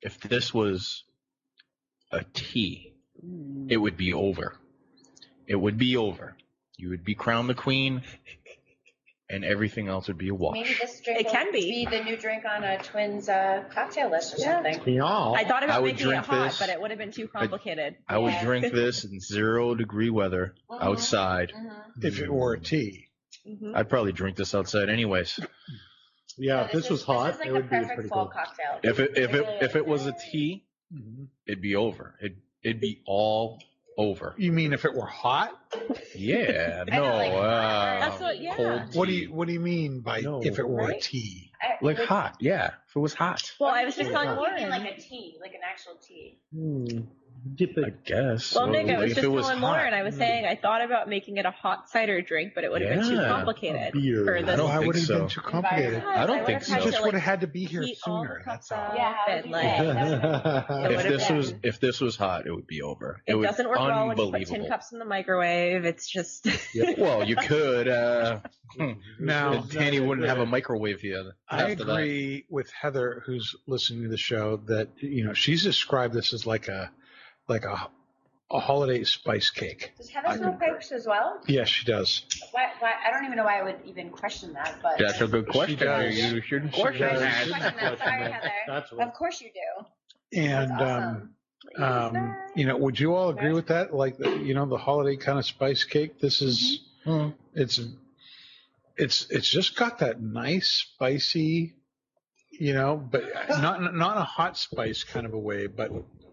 if this was a tea, it would be over. It would be over. You would be crowned the queen, and everything else would be a Maybe wash. this drink It will can be. the new drink on a twins uh, cocktail list or Yeah. something. Y'all. I thought I about would making it drink hot, this. but it would have been too complicated. I would Yeah. drink this in zero degree weather Mhm. outside. Mhm. If it Mm. were a tea. Mhm. I'd probably drink this outside anyways. Yeah, if So this is- was hot, is like it a would be perfect pretty fall good. cocktail. If it if it if it was a tea, Mhm. it'd be over. It it'd be all over. You mean if it were hot? Yeah, no. uh, That's what. Yeah. cold What do tea. you What do you mean by No. if it were a Right? tea? like hot? Yeah, if it was hot, Well, I was just telling on You mean Lauren. like a tea, like an actual tea. Hmm. Dip I it. guess. well, Nick, I Like, was if just it was telling hot. mm. Lauren. I was saying I thought about making it a hot cider drink, but it would have been too Yeah. complicated Beer. for I this. don't Why think would it have been so. too complicated? Environment. I don't would've think had so. to, Just like, would have had to be here heat all the sooner. cups That's all. up. Yeah, how And, would you like- say? That would have been- It if would've this been- was if this was hot, it would be over. It, would- doesn't work well when you put tin unbelievable. cups in the microwave. It's just. well, you could. Uh, Now, Danny wouldn't have a microwave here. I after that. agree with Heather, who's listening to the show, that you know she's described this as like a like a a holiday spice cake. Does Heather smoke pipes as well? Yes, she does. Why, why, I don't even know why I would even question that, but. That's a good question. does. You shouldn't She question does. I that. should question that. Sorry, Heather. That's Of what. course you do. And That's awesome. um, um, you know, would you all agree with that? Like, the, you know, the holiday kind of spice cake. This is Mm-hmm. Mhm. it's it's it's just got that nice spicy, you know, but not not a hot spice kind of a way, but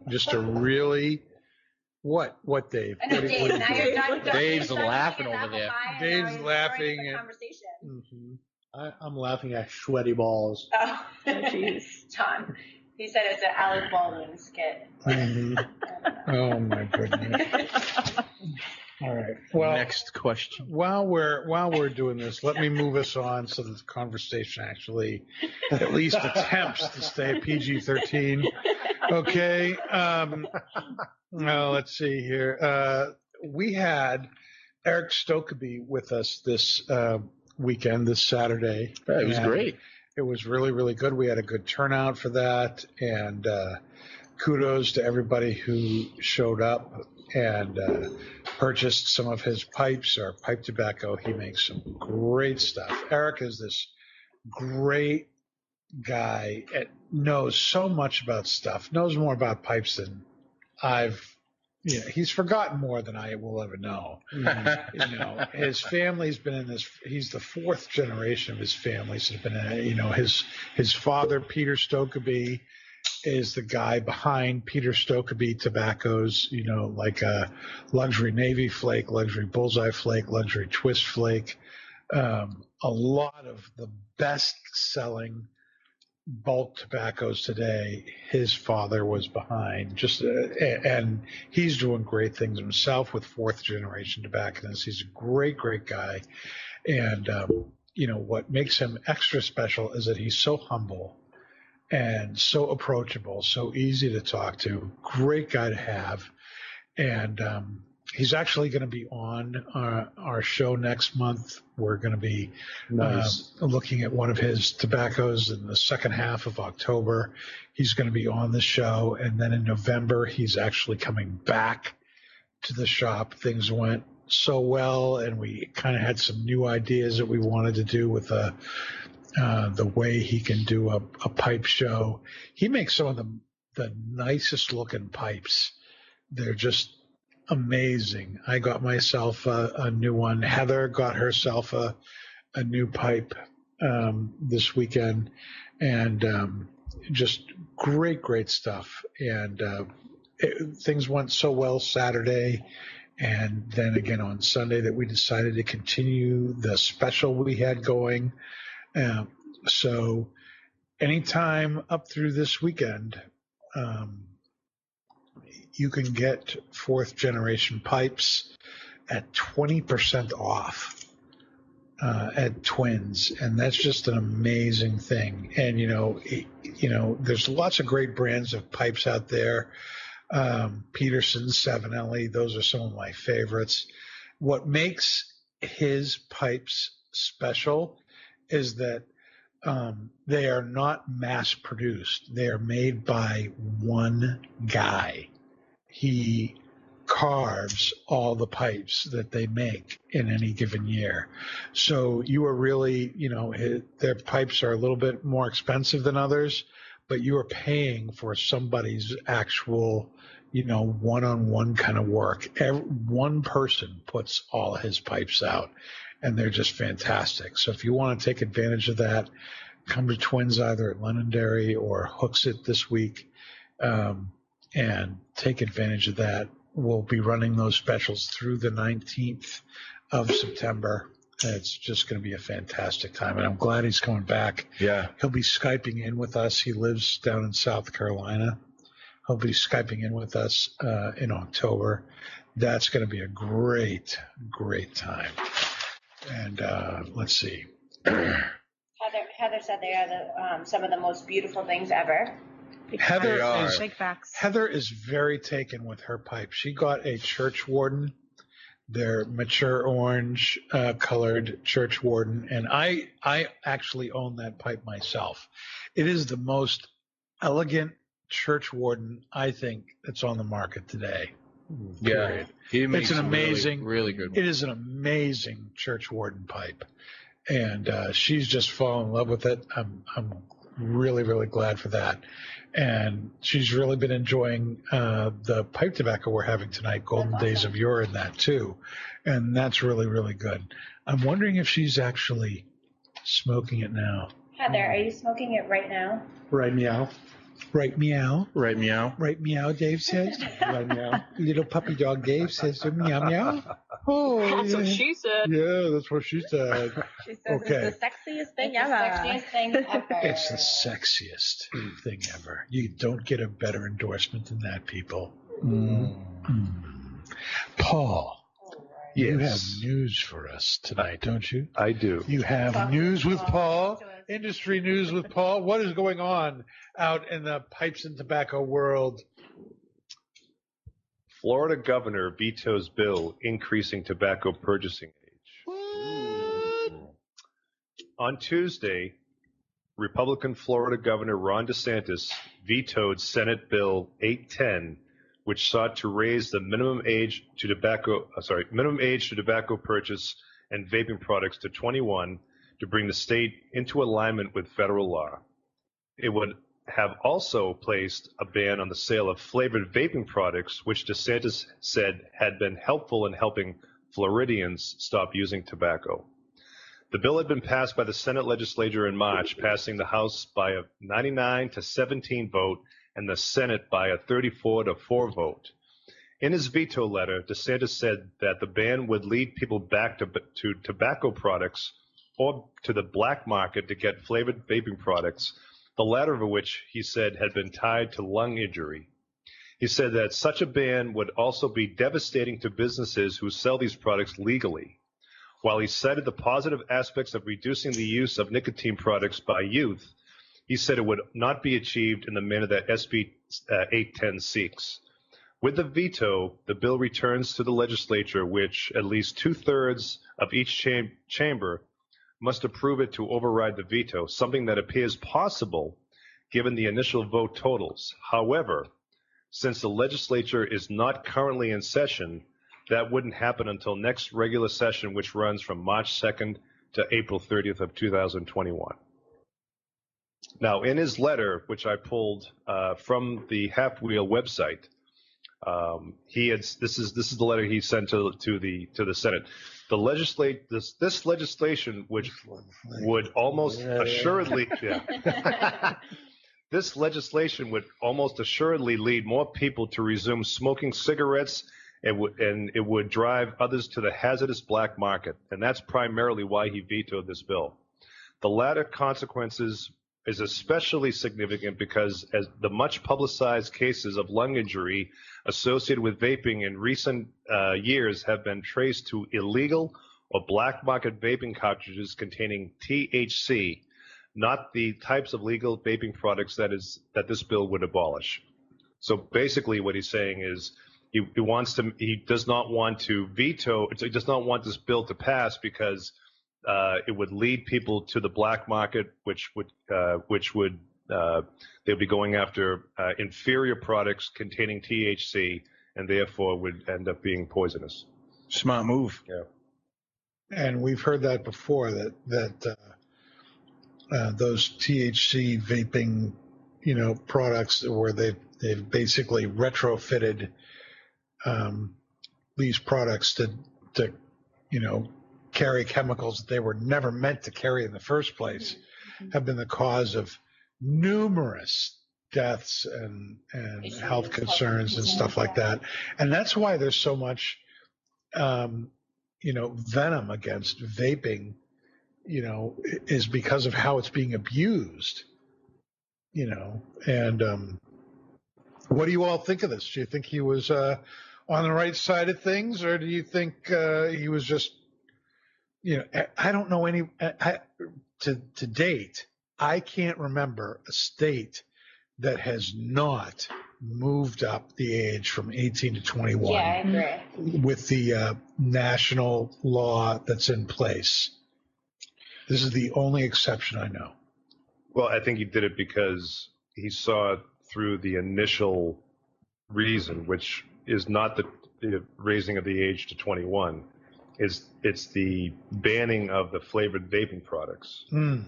just a really what what Dave? I know, What do- Dave, what do now you you're think? done. Dave's You're done laughing making over apple there. pie, and now Dave's he's laughing joining the and- Conversation. Mhm. mm-hmm. I, I'm laughing at sweaty balls. Oh, jeez, Tom. He said it's an Alec Baldwin skit. Mhm. Oh my goodness! All right. Well, Next question. while we're while we're doing this, let me move us on so that the conversation actually at least attempts to stay PG thirteen. Okay. Um, now let's see here. Uh, we had Eric Stokeby with us this uh, weekend, this Saturday. Yeah, it was And great. It was really really good. We had a good turnout for that, and uh, kudos to everybody who showed up and uh, purchased some of his pipes or pipe tobacco. He makes some great stuff. Eric is this great guy and knows so much about stuff, knows more about pipes than I've. Yeah, he's forgotten more than I will ever know. You know, his family's been in this. He's the fourth generation of his family that's been in it. You know, his his father Peter Stokeby is the guy behind Peter Stokeby Tobaccos. You know, like a luxury Navy flake, luxury Bullseye flake, luxury Twist flake. Um, a lot of the best selling bulk tobaccos today his father was behind just uh, a- and he's doing great things himself with fourth generation tobacconists he's a great great guy and um, you know what makes him extra special is that he's so humble and so approachable so easy to talk to great guy to have and um, he's actually going to be on our, our show next month we're going to be Nice. um, looking at one of his tobaccos in the second half of October. He's going to be on the show. And then in November, he's actually coming back to the shop. Things went so well, and we kind of had some new ideas that we wanted to do with the, uh, the way he can do a, a pipe show. He makes some of the, the nicest looking pipes. They're just amazing. I got myself a, a new one. Heather got herself a a new pipe um, this weekend, and um, just great, great stuff. And uh, it, things went so well Saturday, and then again on Sunday that we decided to continue the special we had going. Um, so, anytime up through this weekend, um, you can get fourth generation pipes at 20% off uh, at Twins, and that's just an amazing thing. And you know, it, you know, there's lots of great brands of pipes out there. Um, Peterson, Savinelli, those are some of my favorites. What makes his pipes special is that um, they are not mass produced. They are made by one guy. He carves all the pipes that they make in any given year. So you are really, you know, it, their pipes are a little bit more expensive than others, but you are paying for somebody's actual, you know, one on one kind of work. Every, one person puts all his pipes out, and they're just fantastic. So if you want to take advantage of that, come to Twins either at Londonderry or Hooks It this week um, and take advantage of that. we'll be running those specials through the 19th of September. And it's just going to be a fantastic time. And I'm glad he's coming back. Yeah. He'll be Skyping in with us. He lives down in South Carolina. He'll be Skyping in with us uh, in October. That's going to be a great, great time. And uh, let's see. Heather, Heather said they are the, um, some of the most beautiful things ever. Heather is Big facts. Heather is very taken with her pipe. She got a church warden, their mature orange uh, colored church warden, and I I actually own that pipe myself. It is the most elegant church warden I think that's on the market today. Yeah. Period. He It's an some really- amazing- really, good. It is an amazing church warden pipe, and uh, she's just fallen in love with it. I'm I'm really really glad for that, and she's really been enjoying uh, the pipe tobacco we're having tonight, Golden That's Days awesome. of Yore, and that too, and that's really really good. I'm wondering if she's actually smoking it now. Hmm. Heather, are you smoking it right now? Right meow. Right meow, Right, meow. right meow. Dave says. Right meow. Little puppy dog Dave says meow meow. Oh, That's what yeah. she said. yeah, that's what she said. She says Okay. it's the sexiest thing It's the ever. sexiest thing ever. It's the sexiest thing ever. You don't get a better endorsement than that, people. Mm. Paul, you have Yes. news for us tonight, don't you? I do. You have Talk news to with Paul. Paul, Talk to us. industry news with Paul. What is going on out in the pipes and tobacco world? Florida governor vetoes bill increasing tobacco purchasing age. On Tuesday, Republican Florida Governor Ron DeSantis vetoed Senate Bill 810, which sought to raise the minimum age to tobacco, uh, sorry, minimum age to tobacco purchase and vaping products to 21 to bring the state into alignment with federal law. It would have also placed a ban on the sale of flavored vaping products, which DeSantis said had been helpful in helping Floridians stop using tobacco. The bill had been passed by the Senate legislature in March, passing the House by a 99 to 17 vote and the Senate by a 34 to 4 vote. In his veto letter, DeSantis said that the ban would lead people back to, to tobacco products or to the black market to get flavored vaping products, the latter of which he said had been tied to lung injury. He said that such a ban would also be devastating to businesses who sell these products legally. While he cited the positive aspects of reducing the use of nicotine products by youth, he said it would not be achieved in the manner that SB uh, 810 seeks. With the veto, the bill returns to the legislature, which at least two thirds of each cham- chamber must approve it to override the veto, something that appears possible given the initial vote totals. However, since the legislature is not currently in session, that wouldn't happen until next regular session, which runs from March 2nd to April 30th of 2021. Now, in his letter, which I pulled uh, from the Half Wheel website, um, he had this is this is the letter he sent to to the to the Senate. The legislate this this legislation, which would almost assuredly yeah. this legislation would almost assuredly lead more people to resume smoking cigarettes and, would and it would drive others to the hazardous black market and that's primarily why he vetoed this bill the latter consequences is especially significant because as the much publicized cases of lung injury associated with vaping in recent uh, years have been traced to illegal or black market vaping cartridges containing THC, not the types of legal vaping products that is that this bill would abolish. So basically, what he's saying is he, he wants to he does not want to veto he does not want this bill to pass because uh, it would lead people to the black market, which would uh, which would uh, they would be going after uh, inferior products containing THC and therefore would end up being poisonous. Smart move. And we've heard that before that that uh, uh, those THC vaping, you know, products where they they've basically retrofitted um, these products to to you know carry chemicals that they were never meant to carry in the first place have been the cause of numerous deaths and and Issues, health concerns and stuff like that. And that's why there's so much, um, you know, venom against vaping. You know, i- is because of how it's being abused. You know, and um, what do you all think of this? Do you think he was uh, on the right side of things, or do you think uh, he was just, you know, I- I don't know any. I, I, to to date, I can't remember a state that has not moved up the age from 18 to 21 Yeah, I agree. with the uh, national law that's in place. This is the only exception I know. Well, I think he did it because he saw through the initial reason, which is not the, the raising of the age to 21. It's, it's the banning of the flavored vaping products. Mm.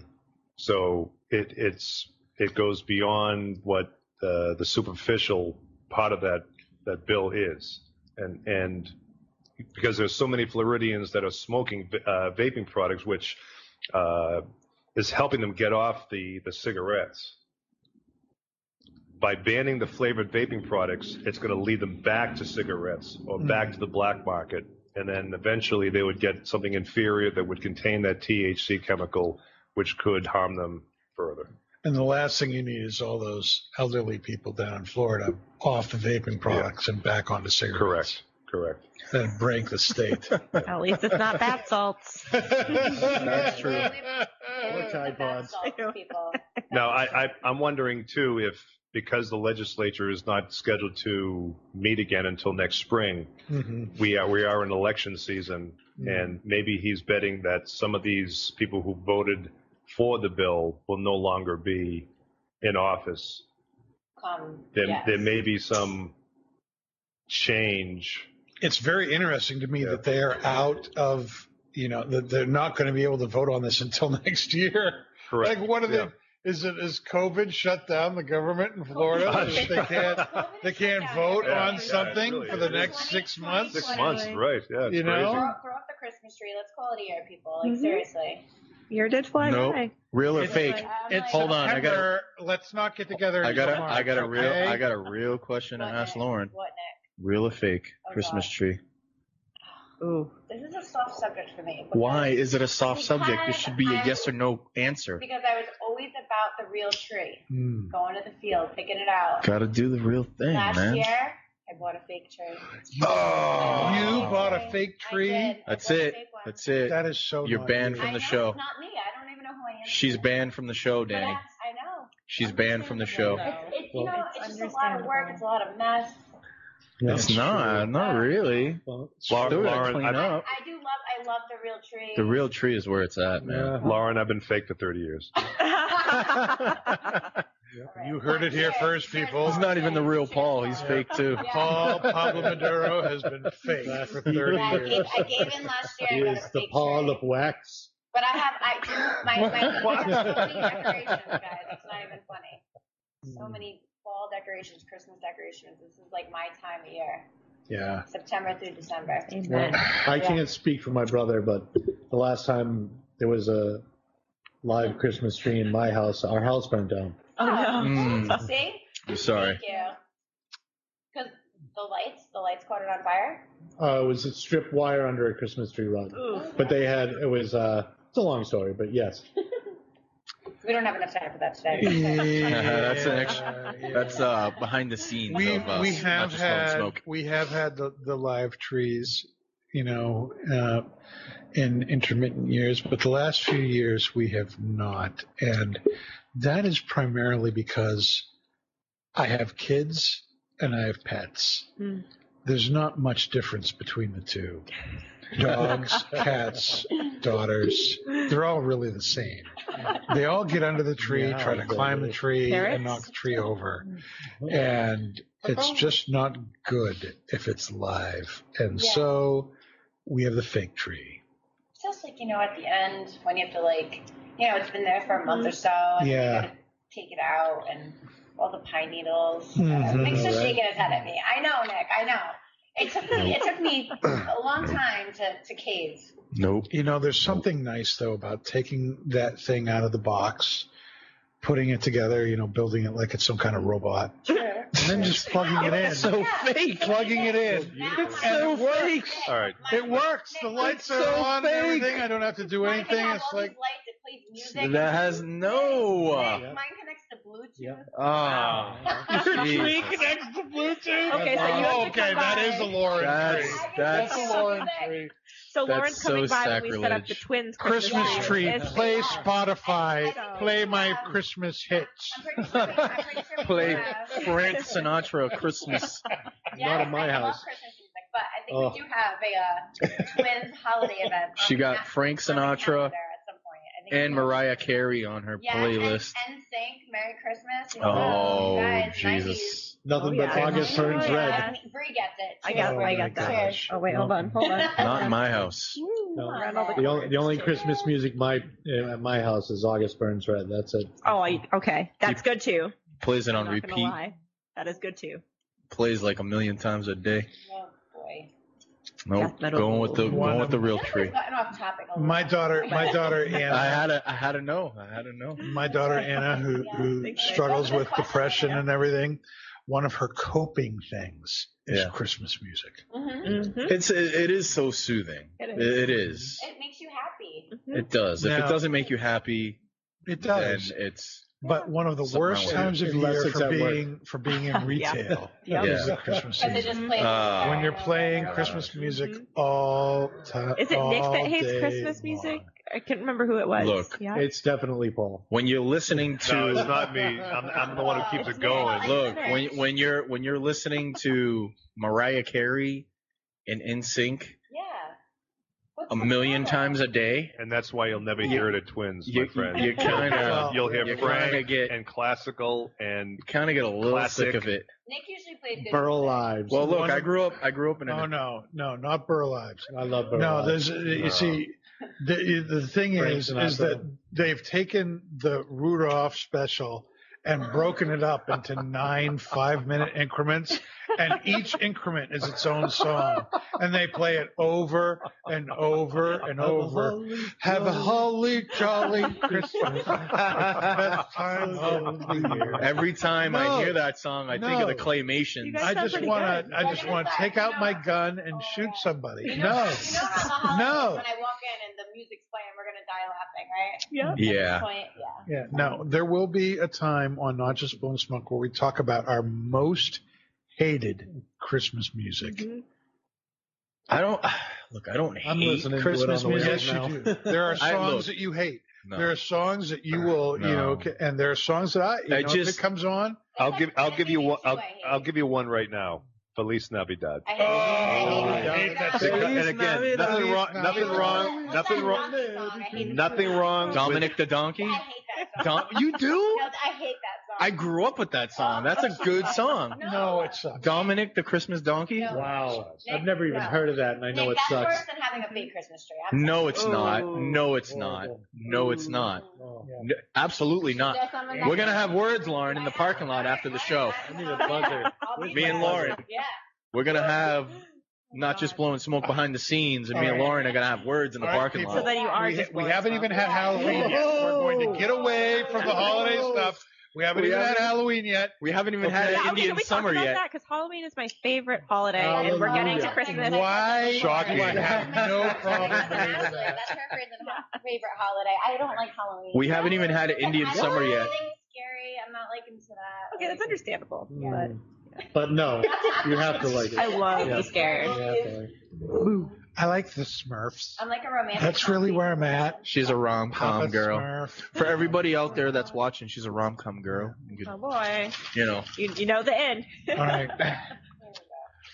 So it it's it goes beyond what uh, the the superficial part of that that bill is, and and because there's so many Floridians that are smoking uh, vaping products, which uh, is helping them get off the the cigarettes. By banning the flavored vaping products, it's going to lead them back to cigarettes or back to the black market, and then eventually they would get something inferior that would contain that THC chemical, which could harm them further. And the last thing you need is all those elderly people down in Florida off the vaping products and back onto cigarettes. Correct. Correct. Then break the state. At least it's not bath salts. That's true. Or Tide Pods. people. Now, I, I, I'm wondering too if because the legislature is not scheduled to meet again until next spring, Mhm. we are we are in election season, Mm. and maybe he's betting that some of these people who voted for the bill will no longer be in office. Come. There yes. there may be some change. It's very interesting to me that they are out of, you know, that they're not going to be able to vote on this until next year. Correct. Like, what are Yeah. they? Is it is COVID shut down the government in Florida? Oh, that they can't they can't vote Yeah, yeah, on it something really for the is. next six months. Six months, right? Yeah, it's You crazy. know? Throw, throw up the Christmas tree. Let's call it a year, people. Like Mhm. seriously. Year did fly No. by. Real or It's- fake? It's Hold on, I gotta- September. Let's not get together. I got a, until I got a March, real okay? I got a real question to ask Lauren. What next? Real or fake Oh, Christmas tree? Ooh. This is a soft subject for me. because- Why is it a soft subject? It should be a Because I- yes or no answer. Because I was always about the real tree, Hmm. going to the field, picking it out. Got to do the real thing, Last man. year, I bought a fake tree. Oh, You bought a fake I did. tree. I That's bought a it. fake one. That's it. That is so. You're not banned you. from I the know show. It's not me. I don't even know who I am. She's banned from the show, But I, Danny. I know. She's banned from the show. It's, it's you Well- know, It's it's, just a lot of work. understandable. It's a lot of mess. It's not, not really. Well, Lauren, Still gotta Lauren, clean I- I, up. I do love. I love the real tree. The real tree is where it's at, man. yeah. Lauren, I've been fake for 30 years. You heard it here first, people. He's not even the real Paul. He's fake too. Yeah. Paul Pablo Maduro has been fake for 30 I years. gave, I gave in last He year. I got is a the fake pawn tree. of wax. But I have, I do, my, my, What? I have so many decorations, guys. It's not even funny. Hmm. So many fall decorations, Christmas decorations. This is like my time of year, Yeah. September through December. Well, Amen. I can't speak for my brother, but the last time there was a live Christmas tree in my house, our house burned down. Oh no. Mm, See? I'm sorry. Thank you. Because the lights, the lights caught it on fire. Uh, it was a strip wire under a Christmas tree rug. Ooh. But they had it was uh, it's a long story, but yes, We don't have enough time for that today. Hmm. That's an extra. That's uh behind the scenes we of uh, we not have just Lauren had smoke. we have had the, the live trees, you know, uh, in intermittent years, but the last few years we have not, and that is primarily because I have kids and I have pets. Hmm. There's not much difference between the two. Dogs, cats, daughters, they're all really the same. They all get under the tree, Yeah, try to climb the exactly. tree, Parrots? and knock the tree over Oh. and it's just not good if it's live. And Yeah. so we have the fake tree. It's just like, you know, at the end when you have to like, you know, it's been there for a month or so. And Yeah. You gotta take it out and all the pine needles. Mhm. Nick's just Right. shaking his head at me. I know, Nick. I know. It took me. It took me a long time to to cave. Nope. You know, there's something nice though about taking that thing out of the box, putting it together, you know, building it like it's some kind of robot, and then just plugging it in. It's so fake. Plugging it in. It's so fake. All right. It works. The It's lights are so on. and fake. Everything. I don't have to do Mine can anything. have It's all like these lights. It plays music. That has no. Uh, Mine mine connects to Bluetooth. Yeah. ah, Tree Jesus. connects to Bluetooth. Okay, so you have to okay, that is a combine- Lauren That's tree. that's That's a Lauren tree. So That's Lauren's coming so by when we set up sacrilege. the twins Christmas tree. It's- Play Spotify. So- Play my Christmas hits. I'm pretty sure. we- I'm pretty sure we Play have- Frank Sinatra Christmas. Yes, Not at my I love house. Christmas music, but I think Oh. we do have a uh, twins holiday event. She on got that- Frank on the Sinatra calendar at some point. I think and we have- Mariah Carey on her yeah, playlist. And, and Sync, Merry Christmas. You know, Oh you guys, 90s. Jesus! Nothing Oh, but yeah. August turns Oh, yeah. red. And Bree gets it. I got, too. I my got that. gosh. Oh wait, hold on, hold on. Not in my house. No. Around all The the- only, the only Christmas music my uh, at my house is August Burns Red. That's it. Oh, I, okay, that's good too. Plays it on I'm not gonna repeat. lie, that is good too. Plays like a million times a day. Oh boy. No, Death metal. going with the going with the real I feel like tree. I've gotten off topic a little My bit. daughter, my daughter I Anna, had to I had to know. I had to know. my daughter Anna, who who struggles with depression and everything, one of her coping things is Yeah. Christmas music. Mhm. Mhm. It's it, it is so soothing. It It is. is. It, It makes you happy. Mm-hmm. does. If Now- it doesn't make you happy, It then does, it's but one of the Something worst wrong with times it. of Unless year it's for at work. being for being in retail Yeah. is the Yeah. Christmas Because it season. just plays. Ah. When you're Oh, playing Christmas music all time, Mm-hmm. Is it Nick that hates Christmas music? I can't remember who it was. Look. yeah. It's definitely Paul. when you're listening to No, it's not me. I'm, I'm the one who keeps it going. Look, when when you're when you're listening to Mariah Carey and In Sync Yeah. What's a the million problem? times a day, And that's why you'll never hear it at Twins, you my friend. you kind Well, of You'll hear you kind Frank of get and classical and kind of get a little Classic. sick of it. Nick usually plays good. Burl music. Lives. Well, look, one- I grew up I grew up in No, a no, no, not Burl Ives. I love Burl No, Ives. there's you see, the the thing Frank is is Sinatra. that they've taken the Rudolph special and broken it up into nine five minute increments, and each increment is its own song, and they play it over and over and Have a over. holy Have a jolly holly jolly Christmas, best time of the year. every time No. I hear that song, I think of the No. claymations. You guys I sound just pretty want good. to. I just want to take out my gun and shoot somebody. No, You know how the holidays No. when I walk in and the music's playing, we're gonna die laughing, right? Yeah. At Yeah. this point, yeah. yeah, no. There will be a time on Not Just Bone Smoke where we talk about our most hated Christmas music. Mhm. I don't look. I don't hate I'm listening Christmas to it on the music. way Yes, you do. home now. There are I- look. songs that you hate. No. There are songs that you will, you know, No. ca- and there are songs that I, you I know, if just- it comes on, I'll give I'll give you one Two I'll, I hate. I'll give you one right now. Feliz Navidad. I hate Oh, it. I I hate hate it. that I hate Because- it. and again, nothing wrong, nothing wrong, What's nothing that wrong, Donkey song? I hate it. nothing wrong. Dominic the Donkey. I hate that song. Dom- you do? No, I hate that song. I grew up with that song. That's a good song. No. no, it sucks. Dominic the Christmas Donkey? No. Wow. Nick, I've never even no. heard of that, and I know Nick, it that's sucks. worse than having a fake Christmas tree. I'm No, it's Oh. not. No, it's not. No, it's not. Oh. N- Absolutely not. Just on the We're next- gonna have words, Lauren, in the parking lot after the show. I need a buzzer. I'll be Me and there. Lauren. Yeah. We're gonna have not just blowing smoke behind the scenes, and me and Lauren are gonna have words in the All right, parking people. So lot. then you are we, just. we Boris haven't even had Halloween yet. We're going to get away from the holiday stuff. We haven't We even haven't- had Halloween yet. We haven't even had Okay. Yeah, an okay, can Indian we talk summer about yet. that? Because Halloween is my favorite holiday, and we're getting to Hallelujah. Christmas. Why? Shocking. do I have no problem with Ashley, that. that's her favorite favorite holiday. I don't like Halloween. We haven't even had an Indian I don't summer like yet. anything Scary. I'm not like into that. Okay, that's understandable. But Mm. But no, you have to like it. I love Yeah. the You scary. have to like it. I like the Smurfs. I'm like a romantic. That's really where I'm at. She's a rom Papa com girl. Smurf. For everybody out there that's watching, she's a rom com girl. You Oh could- boy, You know. you, you know the end. All right.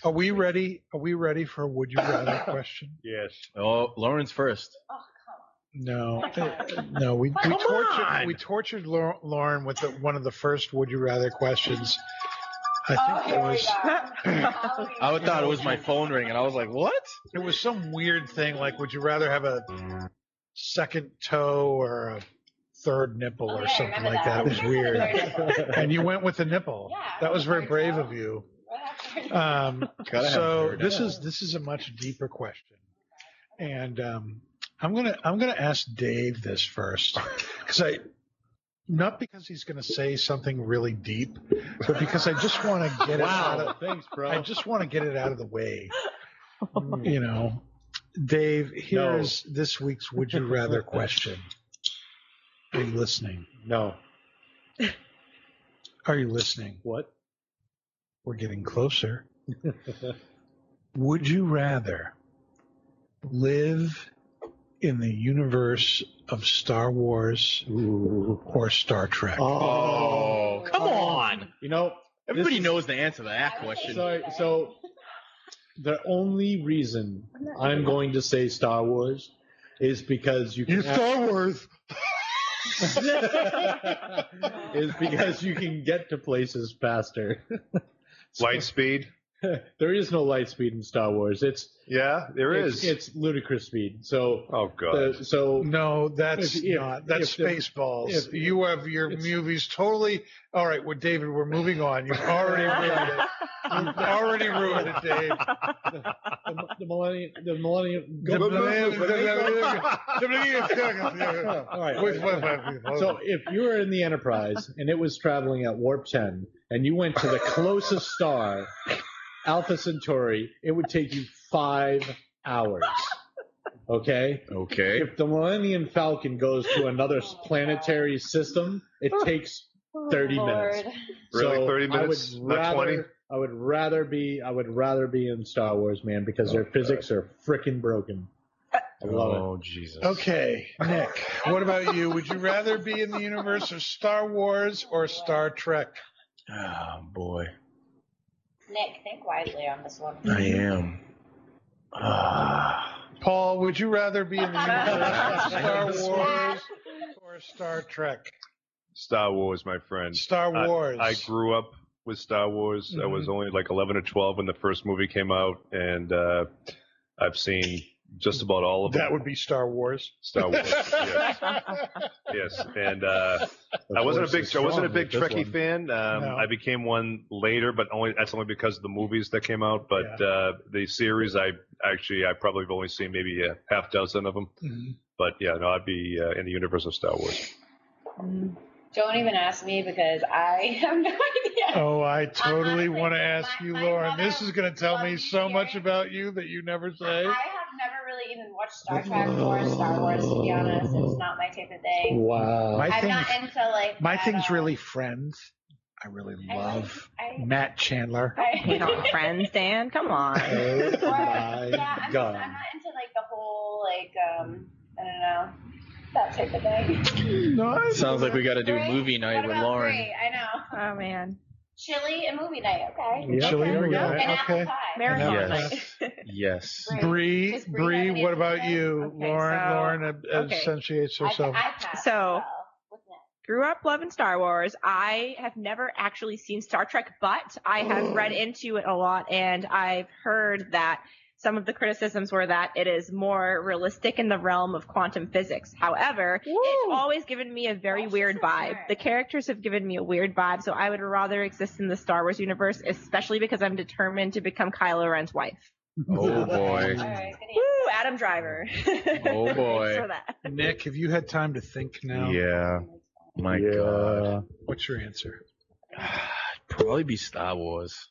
Are we ready? Are we ready for a would you rather question? Yes. Oh, Lauren's first. Oh come No, eh, no. We, we Come tortured on! we tortured Lau- Lauren with the, one of the first would you rather questions. I on. Oh, think it was go. I would- thought it was my phone ringing. I was like, what? it was some weird thing like would you rather have a second toe or a third nipple Oh, or yeah, I something remember like that. that. It was weird. Third and you went with the nipple. Yeah, I that was very remember brave so. of you. What happened? Um, Gotta have so third this eye. is this is a much deeper question, and um, I'm gonna I'm gonna ask Dave this first because I Not because he's going to say something really deep, but because I just want to get it Wow. out of Thanks, bro. Hmm. I just want to get it out of the way. you know, Dave, here's this week's Would You Rather question. Are you listening? No. Are you listening? What? We're getting closer. Would you rather live in the universe of Star Wars or Star Trek? Oh, come on. You know, Everybody is- knows the answer to that question. Sorry, so the only reason I'm going to say Star Wars is because you can have- Wars. is because you can get to places faster. Light speed. there is no light speed in Star Wars. It's Yeah, there it's, is. it's ludicrous speed. So oh god. the, so No, that's If- if- not. That's if the- Spaceballs. if- you have your it's- movies totally. All right, well, David, we're moving on. You've already ruined it. You've already ruined it, Dave. the, the millennium the millennium The Oh, all right. millennium- So if you were in the Enterprise and it was traveling at warp 10 and you went to the closest star, Alpha Centauri, it would take you five hours. Okay? Okay. If the Millennium Falcon goes to another planetary system, it takes 30 Oh, minutes. Really, So 30 minutes? I would Not rather, 20? I would rather be I would rather be in Star Wars, man, because Oh, their physics are freaking broken. I love it. oh Jesus. Okay, Nick, what about you? Would you rather be in the universe of Star Wars or Star Trek? Oh boy. Nick, think wisely on this one. I am. Ah. Paul, would you rather be in the universe of Star Wars or Star Trek? Star Wars, my friend. Star Wars. I grew up with Star Wars. I was only like 11 or 12 when the first movie came out, and uh, I've seen just about all of that them. would be Star Wars. Star Wars. yes, yes. And uh, The I wasn't a Force big is I wasn't a strong big with this Trekkie one. fan. Um, No. I became one later, but only that's only because of the movies that came out. But uh, the series, I actually I probably have only seen maybe a half dozen of them. Mm-hmm. But yeah, no, I'd be uh, in the universe of Star Wars. Don't even ask me because I have no idea. Oh, I totally honestly, want to ask my- you, my Lauren. This mother is going to tell me loved so much hearing- about you that you never I say. have never really even watched Star Trek or Star Wars, to be honest. It's not my type of thing. Wow. My I'm thing, not into like. my that, thing's uh, really friends. I really I like- love I- Matt Chandler. I- We're not friends, Dan. Come on. Oh Or- my yeah, I'm, God. Just, I'm not into like the whole like um I don't know that type of thing. Sounds like we got to do Great. movie night What with about Lauren. three? I know. Oh man. Chili and movie night. Okay. Yeah, Chili there we go. And apple Okay. pie. Marathon Yes. night. Yes. Great. Bree, Does Bree have Bree, any what about opinion? you? Okay, Lauren, so- Lauren ab- okay. absentiates I, herself. I pass. So- well. What's next? Grew up loving Star Wars. I have never actually seen Star Trek, but I have read into it a lot and I've heard that some of the criticisms were that it is more realistic in the realm of quantum physics. However, it's always given me a very Gosh, weird this is vibe. smart. The characters have given me a weird vibe, so I would rather exist in the Star Wars universe, especially because I'm determined to become Kylo Ren's wife. Oh boy. All right. Good Woo, answer. Adam Driver. Oh, boy. Thanks for that. Nick, have you had time to think now? Yeah. My yeah. God. What's your answer? Probably be Star Wars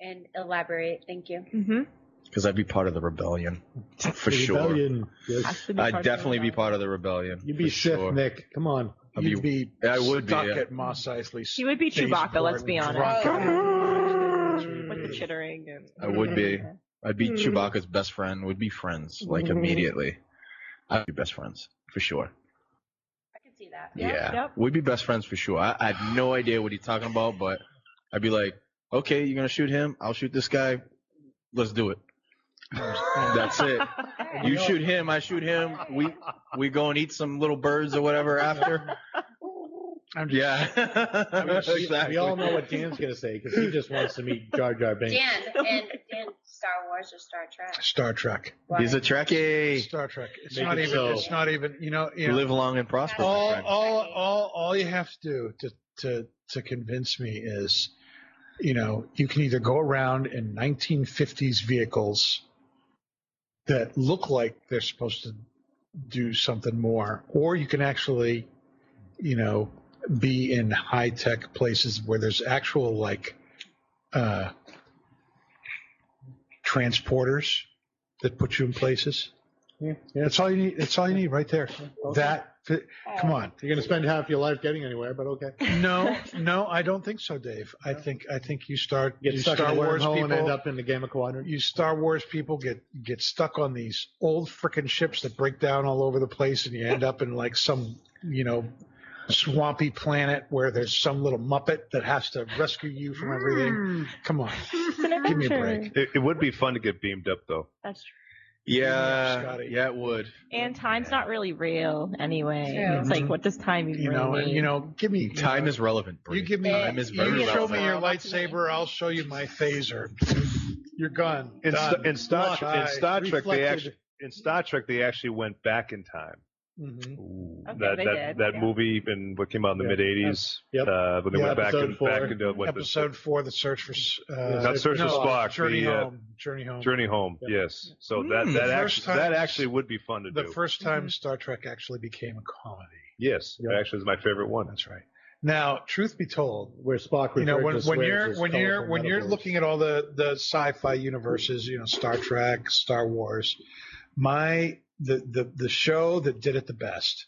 And elaborate. Thank you. hmm because I'd be part of the rebellion for The sure. rebellion. Yes. I'd definitely be part of the rebellion. You'd be for Sith, sure. Nick. Come on. I'd You'd be- be I would be, stuck yeah. at Moss Eisley. She would be Spaceport Chewbacca, let's be and honest. drunk. With the chittering and I would be. I'd be Chewbacca's best friend. Would be friends like immediately. I'd be best friends for sure. I can see that. Yeah, yep. we'd be best friends for sure. I, I have no idea what he's talking about, but I'd be like, okay, you're gonna shoot him. I'll shoot this guy. Let's do it. Mm-hmm. That's it. All right. You shoot him. I shoot him. We we go and eat some little birds or whatever after. I'm just, Yeah. We- exactly. We all know what Dan's going to say because he just wants to meet Jar Jar Binks. Dan and Dan Star Wars or Star Trek. Star Trek. Why? He's a Trekkie. Star Trek. It's Make not it even. so. It's not even. You know. You know Live long and prosper. my all, friend. all, all, all you have to do to, to, to convince me is, you know, you can either go around in 1950s vehicles that look like they're supposed to do something more, or you can actually you know, be in high tech places where there's actual like uh, transporters that put you in places. Yeah, That's all you need. That's all you need right there. That come on. You're going to spend half your life getting anywhere, but okay. No, no, I don't think so, Dave. I think I think you start Get you stuck Star in a Wars wormhole people and end up in the Gamma Quadrant. you Star Wars people get get stuck on these old frickin' ships that break down all over the place, and you end up in like some you know swampy planet where there's some little muppet that has to rescue you from everything. Come on, It's an give me a adventure. break. It, it would be fun to get beamed up though. That's true. Yeah, Yeah, Scotty. yeah, it would. And time's not really real anyway. True. It's like, what does time even You really know, and mean? you know, give me you Time know, is relevant. Bree. You give me time is very you show relevant. me your lightsaber, I'll show you my phaser. You're gone. In, Sta- Done. in Star, Locked in eye, Star Trek, they reflected. actually in Star Trek they actually went back in time. mm-hmm. Mhm. Okay, that they that, did, that yeah. movie in what came out in the Yeah. mid '80s. Yep. Uh, when they Yeah, went back episode and four. back into what Episode four, the search for S- uh, Not Search for no, Spock, Journey the, uh, home. Journey home. the Journey Home. Yeah. Yes. So that Hmm. that The actually first time- that actually would be fun to the do. first time Mm-hmm. Star Trek actually became a comedy. yes, Yeah. it actually is my favorite one. That's right. Now, truth be told, Where Spock you know referred when, to when swears you're as when you're colorful when you're metaphors. looking at all the the sci-fi universes, you know Star Trek, Star Wars. My the the the show that did it the best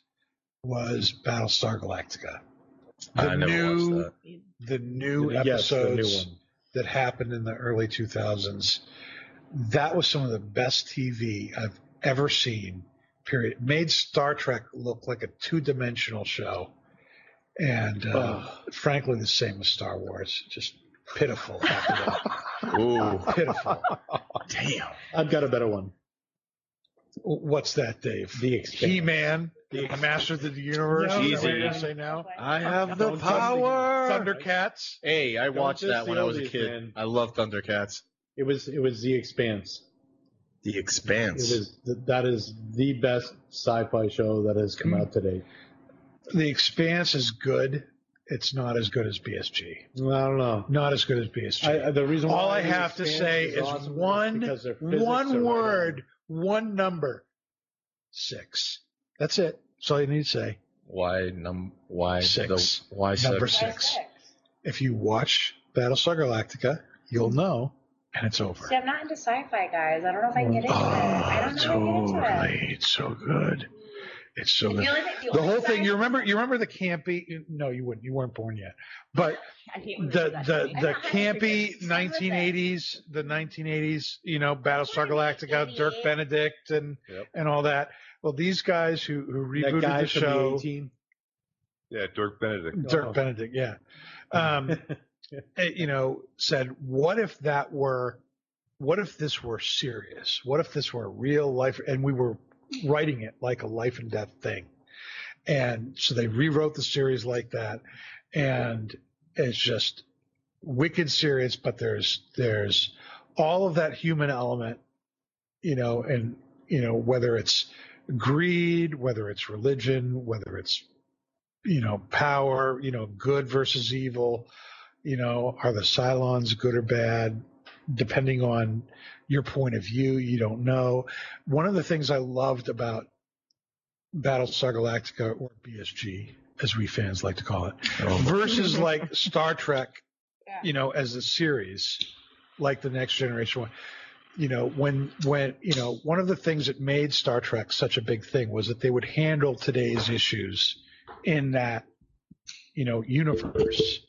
was Battlestar Galactica. The I never new watched the new Yes, the new episodes one. that happened in the early 2000s. That was some of the best TV I've ever seen. Period. It made Star Trek look like a two-dimensional show, and uh, frankly, the same with Star Wars. Just pitiful. after that. Ooh. Oh, that. pitiful. Damn. I've got a better one. What's that, Dave? The Expanse. He-Man, the Master of the Universe. No, is that what you're Easy. gonna say now? I have the Don't jump power. Thundercats. Hey, I Don't watched diss that when the I was a oldies, kid. man. I love Thundercats. It was it was The Expanse. The It Expanse. is that is the best sci-fi show that has come Mm. out today. The Expanse is good. It's not as good as BSG. I don't know. Not as good as BSG. I, I- the reason why All I The have to Expanse say is awesome one- because their physics are right one on. word, one number, six. That's it. That's all you need to say. Why num? Why Six. the why Number six? six. If you watch Battlestar Galactica, you'll know, and it's over. See, I'm not into sci-fi, guys. I don't know if I can get into it. I Oh, don't know if I can get into it. totally. It's so good. It's so I good. feel like The whole thing. You remember? You remember the campy? No, you wouldn't. You weren't born yet. But the the the campy 1980s, the 1980s, you know, Battlestar Galactica, Dirk Benedict, and Yep. and all that. Well, these guys who who That rebooted guy the from the show, 18. Yeah, Dirk Benedict. Dirk Oh. Benedict, yeah, um, eh, you know, said, what if that were, what if this were serious? What if this were real life? And we were writing it like a life and death thing. And so they rewrote the series like that, and it's just wicked serious. But there's there's all of that human element, you know, and you know whether it's greed, whether it's religion, whether it's you know power, you know good versus evil, you know are the Cylons good or bad? Depending on your point of view, you don't know. One of the things I loved about Battlestar Galactica or BSG, as we fans like to call it, Oh. versus like Star Trek, Yeah. you know, as a series, like the Next Generation one. You know, when when you know, one of the things that made Star Trek such a big thing was that they would handle today's issues in that, you know, universe.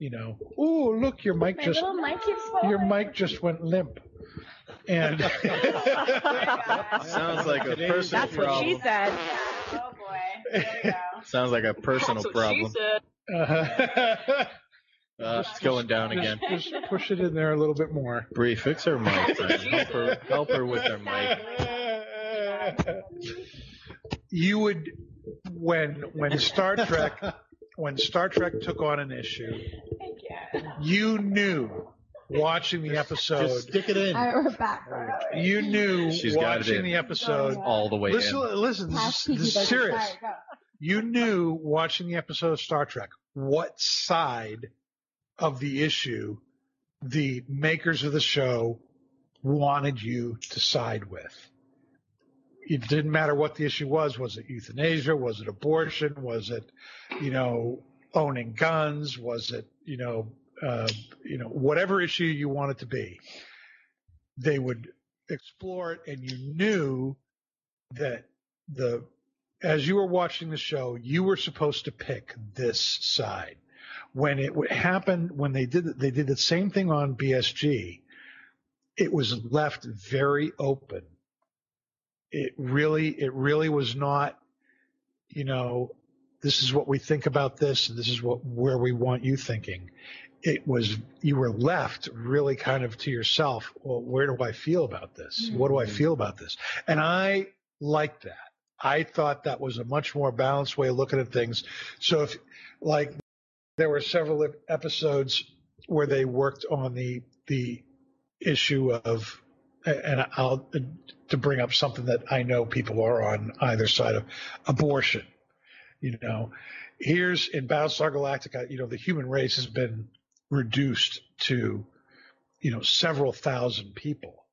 You know, oh look, your mic My just little mic Oh, keeps your falling. mic just went limp, and Sounds like a Today's- personal That's what problem. she said. Oh boy. There we go. Sounds like a personal That's what she problem. said. Uh, Uh, it's going down again. Just push it in there a little bit more. Bree, fix her mic. man. Help her, help her with her mic. You would when when Star Trek when Star Trek took on an issue, you knew watching the episode. Just stick it in. All right, we're back. You knew She's got it watching in. the episode. All the way Listen, in. listen. Pass This is, PG this is budget. serious. All right, go. you knew watching the episode of Star Trek what side of the issue the makers of the show wanted you to side with. it didn't matter what the issue was. Was it euthanasia? Was it abortion? Was it, you know, owning guns? Was it, you know, uh, you know, whatever issue you want it to be, they would explore it, and you knew that the as you were watching the show, you were supposed to pick this side. When it would happen, when they did they did the same thing on BSG, it was left very open. It really it really was not, you know, this is what we think about this, and this is what where we want you thinking. It was you were left really kind of to yourself. Well, where do I feel about this? What do I feel about this? And I liked that. I thought that was a much more balanced way of looking at things. So if like there were several ep- episodes where they worked on the the issue of and I'll to bring up something that I know people are on either side of abortion. You know, here's in Battlestar Galactica, you know, the human race has been reduced to, you know, several thousand people.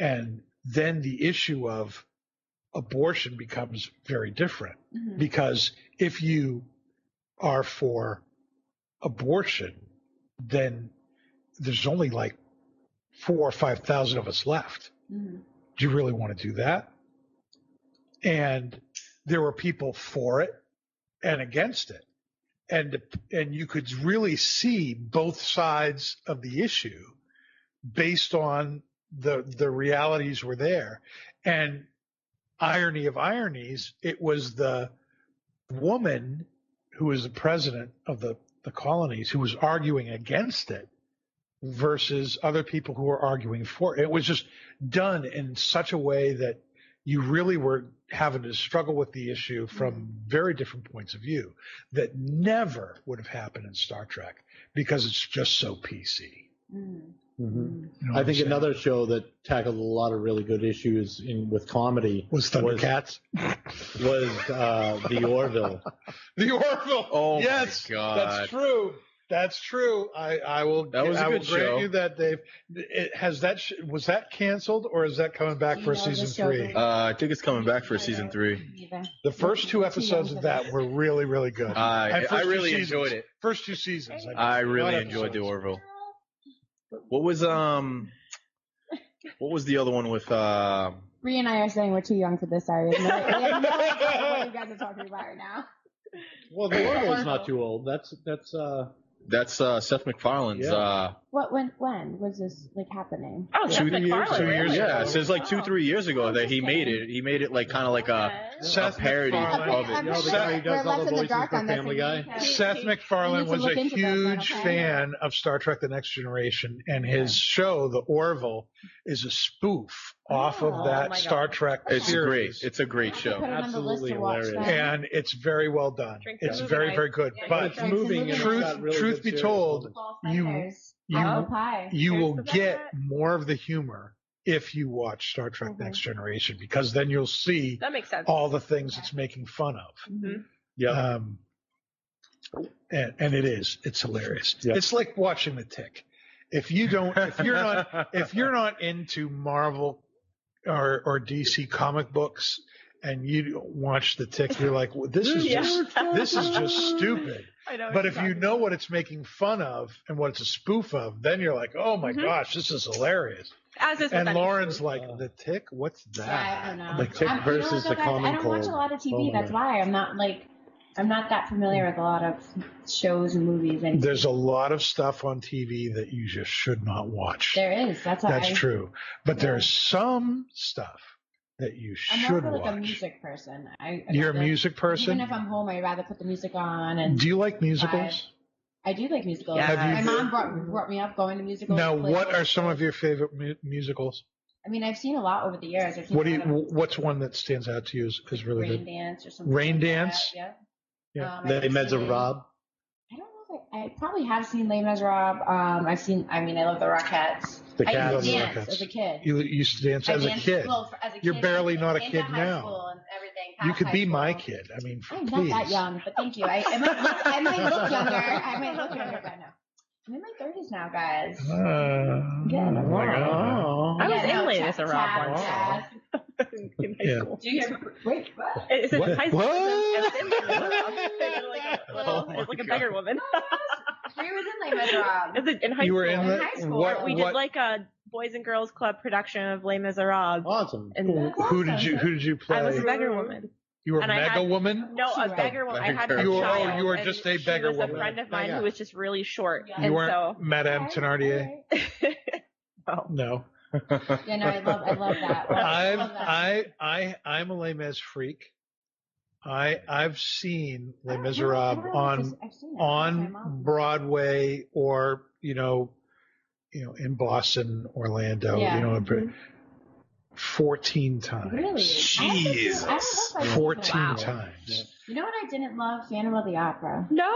And then the issue of abortion becomes very different Mm-hmm. because if you are for abortion, then there's only like four or five thousand of us left. Do you really want to do that? And there were people for it and against it, and and you could really see both sides of the issue based on the the realities were there, and irony of ironies, it was the woman who was the president of the, the colonies who was arguing against it versus other people who were arguing for it. It was just done in such a way that you really were having to struggle with the issue Mm-hmm. from very different points of view that never would have happened in Star Trek because it's just so PC. Mm-hmm. Mhm. You know what I I'm think saying? another show that tackled a lot of really good issues in with comedy was Thundercats. was uh, the Orville. The Orville. Oh my yes, God. that's true. That's true. I, I will. That was a I good will grant show. you that, Dave. It, has that sh- was that canceled or is that coming back for You know, the season show three? that- Uh, I think it's coming back for season three. Mm-hmm. The first two episodes of that were really, really good. I And first I two really seasons. enjoyed it. First two seasons. I mean, really not enjoyed the episodes. Orville. What was um, what was the other one with uh? Bree and I are saying we're too young for this, sorry. We have no idea what you guys are talking about right now. Well, the Orville's not too old. That's that's uh, That's uh Seth MacFarlane's Yeah. uh What when when was this like happening? Oh, Seth Two years- MacFarlane. two really? years yeah, ago. so it's like two three years ago that he made it. He made it like kind of like uh, a Seth A parody MacFarlane- of it. I'm you know, the Seth- guy who does we're all left the in the voices dark for on this Family and Guy. we have- Seth We MacFarlane need to was a look into that then, huge okay? fan of Star Trek The Next Generation, and his show, The Orville, is a spoof off Oh, of my that God. Star Trek It's great. series. It's a great Put it show. on the list Absolutely to watch hilarious. then. and it's very well done. Drink It's those. very, very good. Yeah, But It's moving. and it's Truth- got really truth good be serious told, moments. False You- Fenders, you- Apple Pie. you Here's will the get bet. more of the humor if you watch Star Trek Mhm. Next Generation because then you'll see That makes sense. all the things it's making fun of. Mm-hmm. Yeah. Um, and, and it is. It's hilarious. Yeah. It's like watching The Tick. If you don't, Oh, if you're not, if you're not into Marvel or, or DC comic books and you don't watch The Tick, you're like, well, this is Yeah. just this is just stupid. I know. what But you're if you talking know what it's making fun of and what it's a spoof of, then you're like, oh my Mm-hmm. Mhm. gosh, this is hilarious. about. as is with And any Lauren's like, Uh, the tick? What's Yeah, I that? don't know. Like, tick I'm- versus you know what, the though, guys? common I don't watch a cold. lot of TV. Oh, that's my. why I'm not like I'm not that familiar with a lot of shows and movies. And There's a lot of stuff on TV that you just should not watch. there is. That's why That's I, true. But Yeah. there's some stuff that you I'm should also like a watch. music person. I, I You're a like- music person? Even if I'm home, I'd rather put the music on. And Do you like musicals? I do like musicals. Yeah. Have My you- mom brought, brought me up going to musicals. Now, plays. what are some of your favorite mu- musicals? I mean, I've seen a lot over the years. I've seen What do a you? lot of What's one that stands out to you as, as really Rain good? Dance or something. Rain like that, Dance? Yeah. Yeah. Um, I've Les seen- Miserables. I don't know if I, I probably have seen Les Miserables. Um, I've seen. I mean, I love the Rockettes. The I cat. Love used the to dance Rockettes. as a kid. You you used to dance I as a danced- kid. well, f- as a You're kid, barely I not a danced kid at high now. school and everything, You past could high be my school. kid. I mean, I'm not please. that young, but thank you. I, I, might, look, I might look younger. I might look younger by now. I'm in my 30s now, guys. Uh, Yeah, oh my God. I was in no, Les tap- Miserables tap, once. jazz. in high Oh. Yeah. school. Do you guys, wait, what? It says What? high school. What? It's like a, little, Oh my like a bigger woman. Three was in Les Miserables. It's a- in high You school. were in the- high school. what? we what did like a boys and girls club production of Les Miserables. Awesome. And who did you? Who did you play? I was a beggar woman. you were and I Mega had- Woman. No, a Right. beggar woman. I had a You were- oh, child. you were and just a beggar she was woman. A friend of mine Yeah. who was just really short, You and You weren't so Madame Okay, Thenardier. all No, right. Yeah, no, I love, I love that. I I'm love that. I I I'm a Les Mis freak. I I've seen Les I don't know, I don't Miserables know, I've on just- I've seen that. My on mom- Broadway or you know, you know in Boston, Orlando, Yeah. Mm-hmm. you know, fourteen times. Really? I don't think you- I don't know Jesus, if I did that. fourteen Wow. times. You know what I didn't love? Phantom of the Opera. no.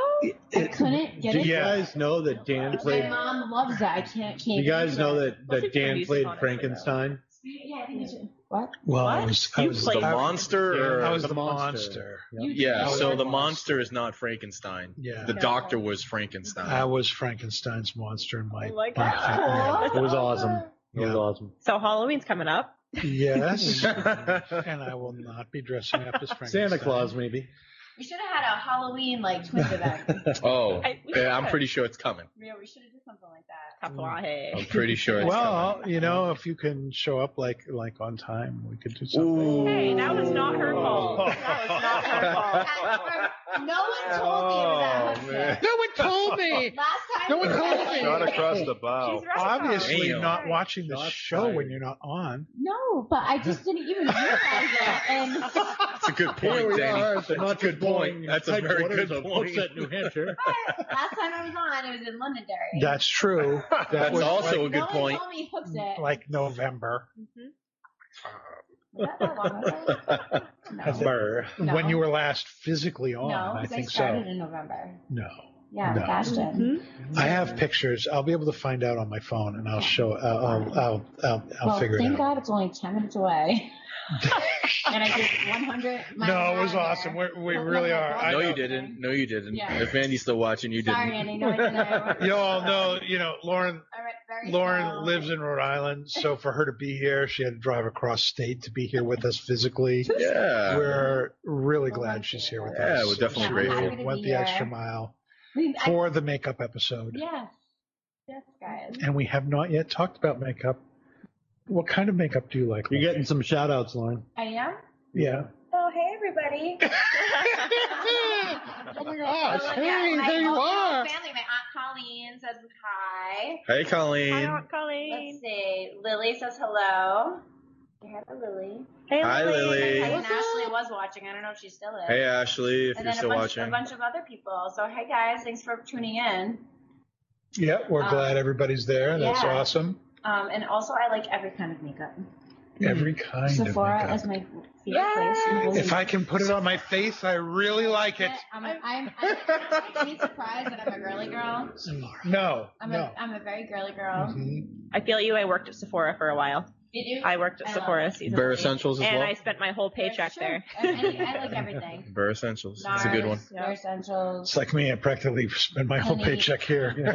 I couldn't get Do it. you Yeah. guys know that Dan My played? mom loves it. I can't. can't You guys know that Most that people Dan use played phonics, Frankenstein. Yeah, I think you should. What? Well, I What? was I You was played- I, The monster, I or- was The the, monster. monster. You yeah. did. So the monster is not Frankenstein. Yeah. The Yeah. doctor was I Frankenstein. was Frankenstein's monster in my. Oh my my God. fa- yeah. Oh. It was awesome. It was Yeah. awesome. So Halloween's coming up. Yes, and I will not be dressing up as Frankenstein. Santa Claus, maybe. We should have had a Halloween like twins event. oh, I- we yeah, I'm should. pretty sure it's coming. Yeah, we should have did something like that. I'm Tatuaje. pretty sure it's Well, you know, if you can show up like like on time, we could do something. Hey, that was not her Oh. fault. That was not her fault. No Oh, one told me it was that Oh, hook man. set. No one told me. Last time. No one we told played- me. Shot across the bow. She's right. though. Obviously, Damn. not watching the Shots show when fired. you're not on. No, but I just didn't even realize that. And That's a good Here point, we Danny. are, the That's a good point. That's a very headquarters good of point. Hooksett, New Hampshire. last time I was on, it was in Londonderry. That's true. That That's was also a no good one point. told me hooks it. like, like November. Was that that long ago? I No. think- No. When you were last physically on, Oh, No, I because I think started so. in November. No. Yeah, No. Mm-hmm. fashion. I have pictures. I'll be able to find out on my phone, and I'll show. uh, I'll. I'll. I'll. I'll, I'll well, figure thank it out. God it's only 10 minutes away. and I did 100 miles No, it was an hour. awesome. We're, we Look, really look, are. look. I, No, know. you didn't. No, you didn't. Yeah. If Andy's still watching, you Sorry, didn't. Andy. No, I didn't. I you all know. You know, Lauren. I read very slow. Lauren lives in Rhode Island, so for her to be here, she had to drive across state to be here with us physically. Yeah. We're Oh really glad she's here with Uh, Yeah, us. we're definitely She grateful. really Went the extra mile I mean, I- for the makeup episode, Yes. Yes, guys. and we have not yet talked about makeup. What kind of makeup do you like? You're Lauren? getting some shout outs, Lauren. I am. yeah. Oh, hey everybody. oh my gosh. hey, there you are. Family. My Aunt Colleen says hi. Hey, Colleen. Hi, Aunt Let's Colleen. see. Lily says hello. Hello, Lily. Hey, Hi, Lily. I Hey. and Ashley was watching. I don't know if she still is. Hey, Ashley, if you're and then a still bunch, watching. a bunch of other people. So hey guys, thanks for tuning in. Yeah, we're Um, glad everybody's there. That's yeah. awesome. Um, and also I like every kind of makeup. Every kind Sephora of is my favorite makeup. place. If I can put it on my face, I really like it. I'm, I'm, I'm, I'm ain't surprised that I'm a girly girl. No, I'm no. a I'm a very girly girl. Mhm. I feel you. I worked at Sephora for a while. You do? I worked I at Um, love Sephora it. season. Bare eight, Essentials as and well? I spent my whole paycheck Sure. there. I, I, I like everything. Bare Essentials. It's a good one. Nars, Bare Essentials. It's like me. I practically spend my whole Honey. paycheck here. I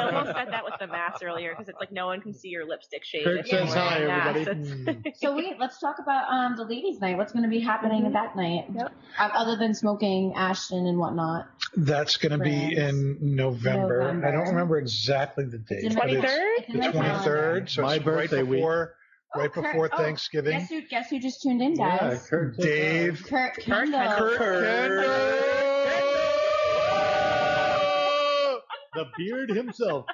almost said that with the mask earlier because it's like no one can see your lipstick shade. Kurt if you're says wearing hi, a mask. everybody. Hmm. It's- Mm. So wait, let's talk about um the ladies' night. What's going to be happening Mhm. that night? Yep. Um, other than smoking Ashton and whatnot. That's going to be Brands. in November. I November. don't remember exactly the date. It's in but my it's calendar. 23rd? It's in The my twenty calendar. third. So My it's birthday right week. before, right Oh, Kurt- before oh, Thanksgiving. Guess who? Guess who just tuned in, Yeah, guys? Kurt. Dave. Kurt Kendall. Kurt Kendall. The beard himself.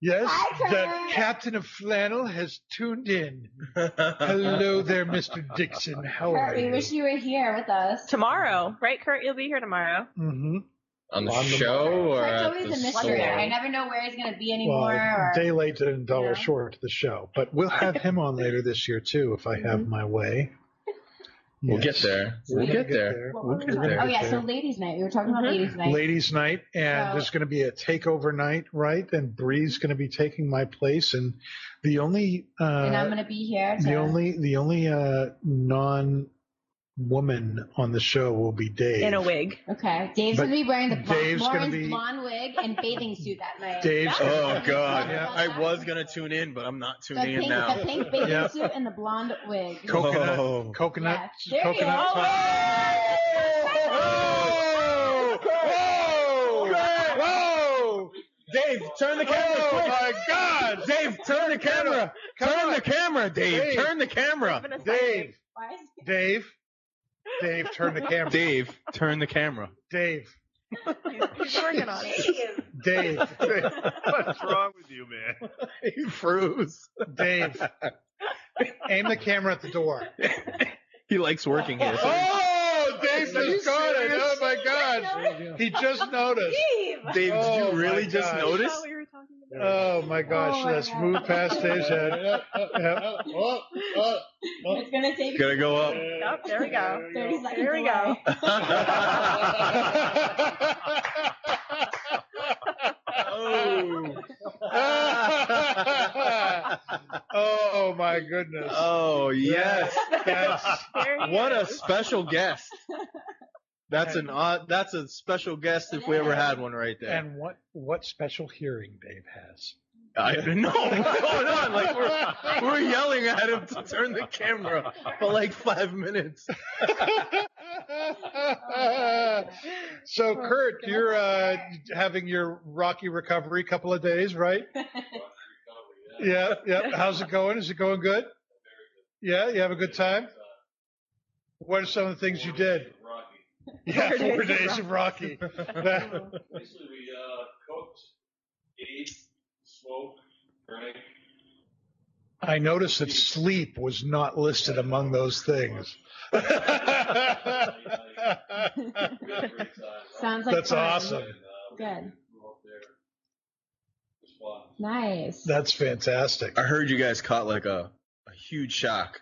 Yes, Hi, Kurt. the captain of flannel has tuned in. Hello there, Mr. Dixon. How are Kurt, we you? wish you were here with us. Tomorrow, right, Kurt? You'll be here tomorrow. hmm On the On the- show or Kurt's at always the a mystery. I store? never know where he's going to be Well, anymore. or- day late and dollar Yeah. short to the show, but we'll have him on later this year too, if I Mm-hmm. have my way. We'll Yes. get there. We're We'll gonna get there. We'll get there. oh yeah, so ladies' night. We were talking about Mm-hmm. Mhm. ladies' ladies' night. night, and So- there's going to be a takeover night, right? And Bree's going to be taking my place, and the only uh, and I'm going to be here. To, the only the only uh, non woman on the show will be Dave. in a wig. Okay, Dave's But gonna be wearing the blonde, Dave's gonna Lauren's be- blonde wig and bathing suit that night. Dave's- That's- Oh, God. Yeah, I was gonna tune in, but I'm not The tuning in pink, now. the pink bathing Yeah. suit and the blonde wig. Coconut, Oh. coconut, Yeah, there you coconut. go. Whoa! Whoa! Whoa! Dave, turn the camera. Oh, quick. my God. Dave, turn the camera. Turn the camera, Dave. Dave. Turn the camera. Dave, Why is- Dave, Dave, turn the camera. Dave, turn the camera. Dave, He's working on it. Dave, Dave, What's wrong with you, man? He froze. Dave. Aim the camera at the door. He likes working here. So Oh, Dave Are you just got it. serious? Oh my God. He just noticed. Dave, did Oh, you really my just God. notice? we were talking about. Oh my gosh. Oh, my Let's God. move past Dave's head. It's gonna take Gonna go up. Yep, there we Oh, go. 30 seconds. There we go. away. oh. oh my goodness. oh yes. That's- There he What a is. special guest. That's an odd that's a special guest if we ever had one right there. and what what special hearing Dave has. I don't know what's going on. Like we're, we're yelling at him to turn the camera for like five minutes. so Oh, Kurt, you're uh, having your rocky recovery couple of days, right? yeah, yeah. How's it going? Is it going good? Yeah, you have a good time. What are some of the things you did? Yeah, Four four days days of Rocky. That- Basically, we uh, cooked, ate, smoked, drank. I noticed that sleep was not listed among those things. We had a great time. Sounds like uh, That's um, fun. awesome. And, uh, we Good. grew up there. It was fun. Nice. That's fantastic. I heard you guys caught like a, a huge shock.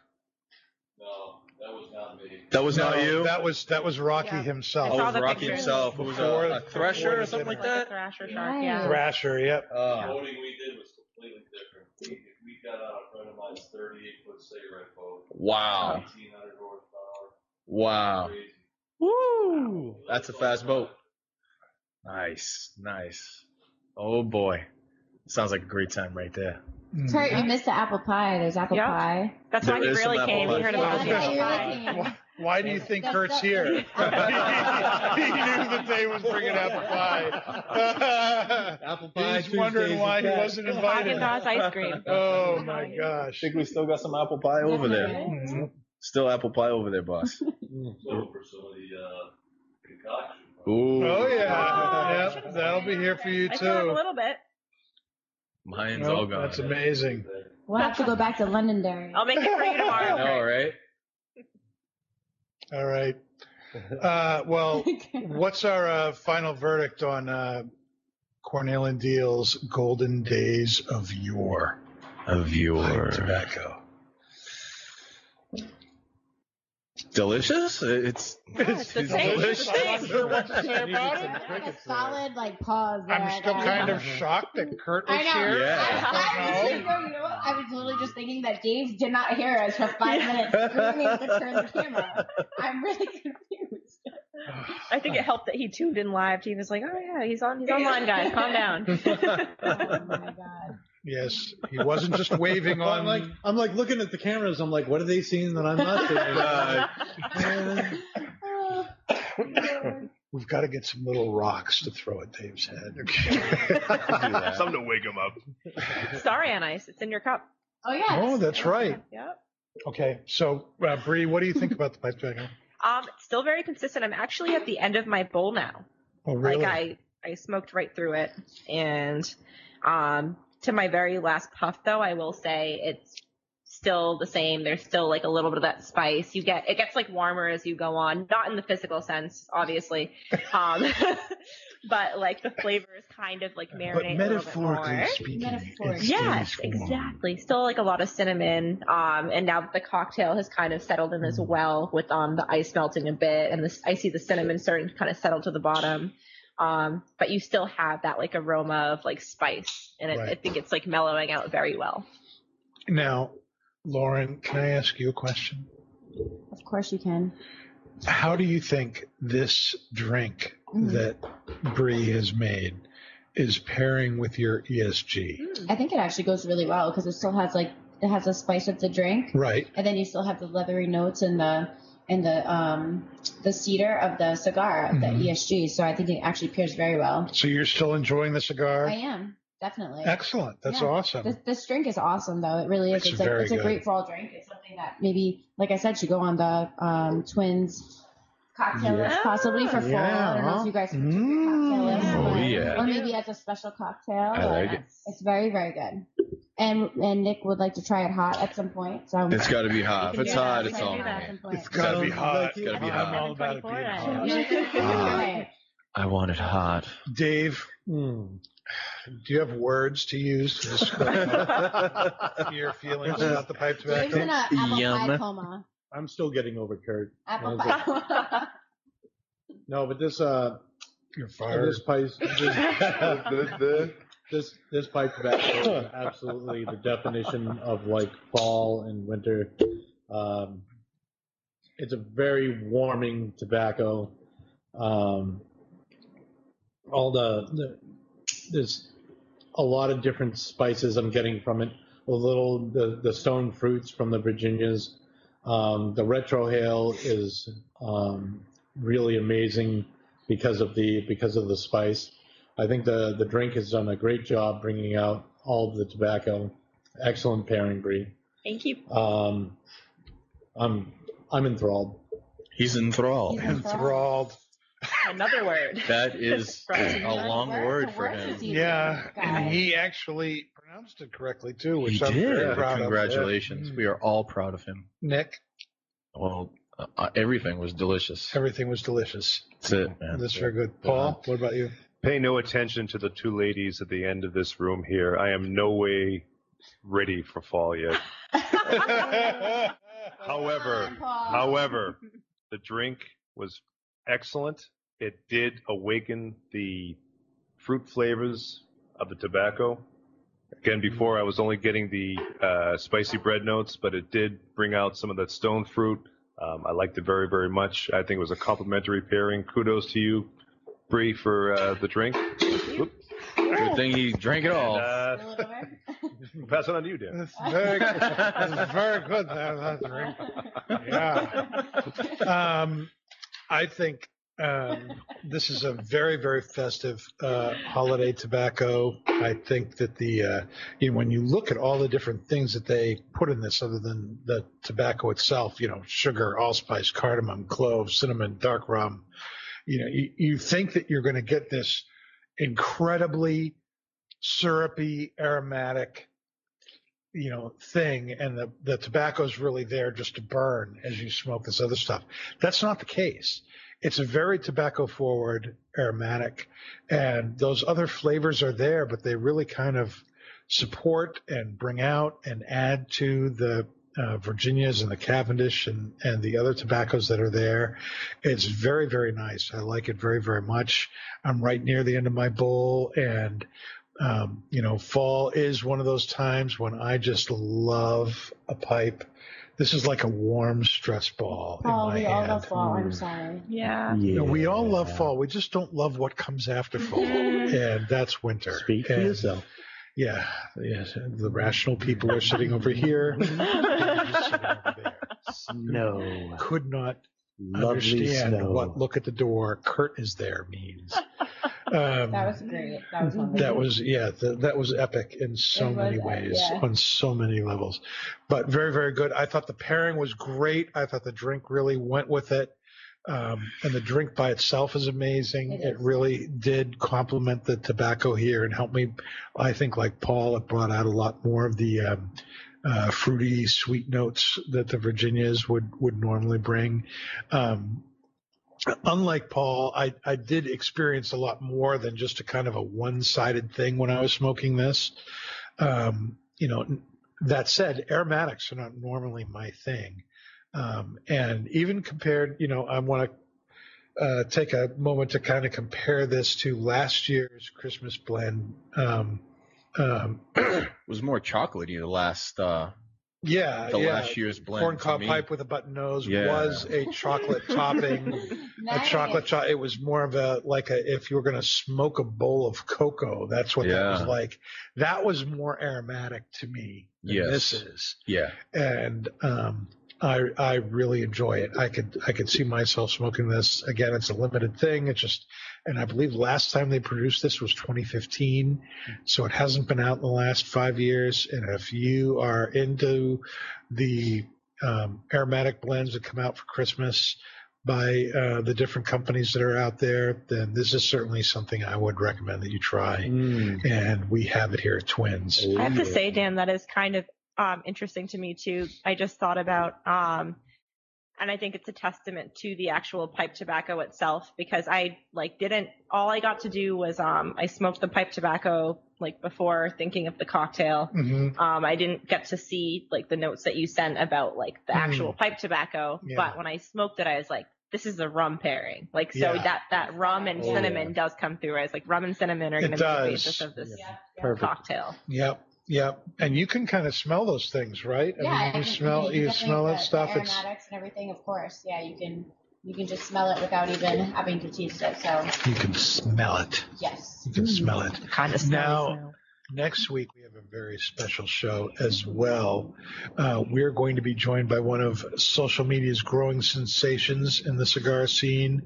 No, that was not me. That was No, not you? That was that was Rocky Yeah. himself. Oh, I it saw was the Rocky pictures. himself. It was Before- a, a before thresher the or something like Like a that. thrasher shark. Nice. Yeah. Thrasher, yep. The Oh, voting we did was completely different. We, we got out a friend of mine's 38 foot cigarette boat, wow. 1800 horsepower. Wow. Crazy. Woo! That's a fast boat. Nice. Nice. Oh boy. Sounds like a great time right there. Mm-hmm. Kurt, you missed the apple pie. There's apple Yeah. pie. That's why he There is some really apple came. pie. He heard about the Yeah, apple you're pie. looking. Why, why do you think That's Kurt's so- here? he knew that they was bringing apple pie. Apple He's wondering why he wasn't invited. Haagen-Dazs ice cream. Oh my gosh. think we still got some apple pie over there. Mhm. Still apple pie over there, boss. So for some of the uh, concoction. Ooh. Oh Oh, I yeah. Yep, should've said that'll that. be here for you I still have a too. little bit. Mine's Nope, all gone. that's amazing. We'll have to go back to Londonderry. I'll make it for I you tomorrow. know, right? All right. Uh, well, what's our uh, final verdict on uh, Cornell and Deal's Golden Days of Yore? A viewer. Tobacco. Delicious? It's, it's the same. It's the same. That's a solid like pause. I'm there still that- kind of shocked that Kurt was I know. here. Yeah. I, Oh. I, was, you know, I was literally just thinking that Dave did not hear us for five minutes screaming to turn the camera. I'm really confused. I think it helped that he tuned in live. He was like, "Oh yeah, he's on. He's online, guys. Calm down." Oh my god. Yes, he wasn't just waving Well, I'm on. like, I'm like looking at the cameras. I'm like, what are they seeing that I'm not Uh, seeing? Oh, Lord. We've got to get some little rocks to throw at Dave's head. Something to wake him up. Sorry, on ice. It's in your cup. oh yes. oh, that's right. Yep. Okay, so uh, Bree, what do you think about the pipe dragon? Um, it's still very consistent. I'm actually at the end of my bowl now. Oh, really? Like I, I smoked right through it, and um, to my very last puff though, I will say it's still the same. There's still like a little bit of that spice. You get it gets like warmer as you go on, not in the physical sense, obviously, um, but like the flavors kind of like but marinate a little bit metaphorically more. speaking, Metaphorically. it's Yes, Dave's form. exactly. Still like a lot of cinnamon. Um, and now that the cocktail has kind of settled in Mm. as well with um the ice melting a bit, and this I see the cinnamon starting to kind of settle to the bottom. Um, but you still have that like aroma of like spice, and it, I Right. think it's like mellowing out very well. Now, Lauren, can I ask you a question? Of course you can. How do you think this drink Mm. that Bree has made is pairing with your E ESG? I think it actually goes really well because it still has like it has a spice of the drink, Mm. Right. and then you still have the leathery notes and the and the um the cedar of the cigar, of the Mhm. ESG. So I think it actually pairs very well. So you're still enjoying the cigar? I am definitely Excellent. That's Yeah. awesome. This, this drink is awesome though. It really is. It's It's, a very it's a good. great fall drink. It's something that maybe, like I said, should go on the um, twins cocktail list Yeah. possibly for fall. I don't know if you guys can cocktail list, Oh, but- yeah. or maybe as a special cocktail. I like it. It's very very good. And and Nick would like to try it hot at some point. So It's got to be hot. If it's hot, it's all. It's gotta be hot. It's gotta be hot. I want it hot. Dave, do you have words to use to describe Mm. your feelings about the pipe tobacco? Dave's in a apple pie coma. I'm still getting over Kurt. Apple Mine's like- pie. No, but this uh, You're this pipe, this, this this pipe tobacco is absolutely the definition of like fall and winter. Um, it's a very warming tobacco. Um, all the, the there's a lot of different spices I'm getting from it. A little the the stone fruits from the Virginias. Um, the retrohale is um, really amazing because of the because of the spice. I think the the drink has done a great job bringing out all of the tobacco. Excellent pairing, Bree. Thank you. Um, I'm I'm enthralled. He's enthralled. He's enthralled. Another word. That is a long word for him. Yeah, and he actually pronounced it correctly too, which He I'm very did. proud Mm. Congratulations. We are all proud of him. of. Yeah. Nick, Well, uh, everything was delicious. everything was delicious. That's it, man. That's very good. Paul, what about you? Pay no attention to the two ladies at the end of this room here. I am no way ready for fall yet. however, however, the drink was excellent. It did awaken the fruit flavors of the tobacco. Again, before I was only getting the uh, spicy bread notes, but it did bring out some of that stone fruit. Um, I liked it very, very much. I think it was a complimentary pairing. Kudos to you, Bree, for uh, the drink. Whoop. Good thing he drank it all. And, uh, we'll pass it on to you, Dan. That's very, that's very good. That, that's very- yeah. Um, I think um, this is a very, very festive uh, holiday tobacco. I think that the uh, you know, when you look at all the different things that they put in this, other than the tobacco itself, you know, sugar, allspice, cardamom, clove, cinnamon, dark rum. You know, you, you think that you're going to get this incredibly syrupy, aromatic you know thing and the, the tobacco's really there just to burn as you smoke this other stuff that's not the case it's a very tobacco forward aromatic and those other flavors are there but they really kind of support and bring out and add to the uh, virginias and the cavendish and, and the other tobaccos that are there it's very very nice i like it very very much i'm right near the end of my bowl and um, you know, fall is one of those times when I just love a pipe. This is like a warm stress ball in Oh, my we all hand. love fall. I'm sorry. Yeah. You know, we all love fall. We just don't love what comes after fall, Mm-hmm. and that's winter. Speak for yourself. Yeah, yes. The rational people are sitting over here. Snow. Could not Lovely understand snow. what "look at the door, Kurt is there" means. Um, That was great. That was wonderful. Mm-hmm. that was yeah, th- that was epic in so It was, many uh, ways, yeah. on so many levels. But very, very good. I thought the pairing was great. I thought the drink really went with it. Um, and the drink by itself is amazing. It It, is. really did complement the tobacco here and help me. I think, like Paul, it brought out a lot more of the um, uh, fruity, sweet notes that the Virginias would would normally bring. Um, unlike Paul, I, I did experience a lot more than just a kind of a one sided thing when I was smoking this. Um, you know, n- that said, aromatics are not normally my thing. Um, and even compared, you know, I want to uh, take a moment to kind of compare this to last year's Christmas blend. Um, um, It was more chocolatey the last uh, Yeah, the yeah. last year's blend. corn to cob me. pipe with a button nose Yeah. was a chocolate topping. A chocolate cho- It was more of a like a if you were going to smoke a bowl of cocoa. That's what that was Yeah. like. That was more aromatic to me. than Yes. This is, Yeah. and um, I I really enjoy it. I could I could see myself smoking this again. It's a limited thing. It's just, and I believe last time they produced this was 2015, so it hasn't been out in the last five years. And if you are into the um, aromatic blends that come out for Christmas by uh, the different companies that are out there, then this is certainly something I would recommend that you try. And we have it here at Twins. I have to say, Dan, that is kind of um, interesting to me too. I just thought about, um, and I think it's a testament to the actual pipe tobacco itself because I like didn't. All I got to do was um, I smoked the pipe tobacco like before thinking of the cocktail. Mhm. Um, I didn't get to see like the notes that you sent about like the Mm. actual pipe tobacco, Yeah. but when I smoked it, I was like. This is a rum pairing, like so Yeah. that that rum and Oh, yeah. cinnamon does come through. I was like, rum and cinnamon are It going to be the does. basis of this Perfect. cocktail. Yep, yep. And you can kind of smell those things, right? Yeah, I mean, and you it's- smell can you definitely smell the- that stuff. The It's aromatics and everything, of course. Yeah, you can you can just smell it without even having to taste it. So you can smell it. yes. You can smell it. Kind of now, next week we have a very special show as well. Uh, we're going to be joined by one of social media's growing sensations in the cigar scene,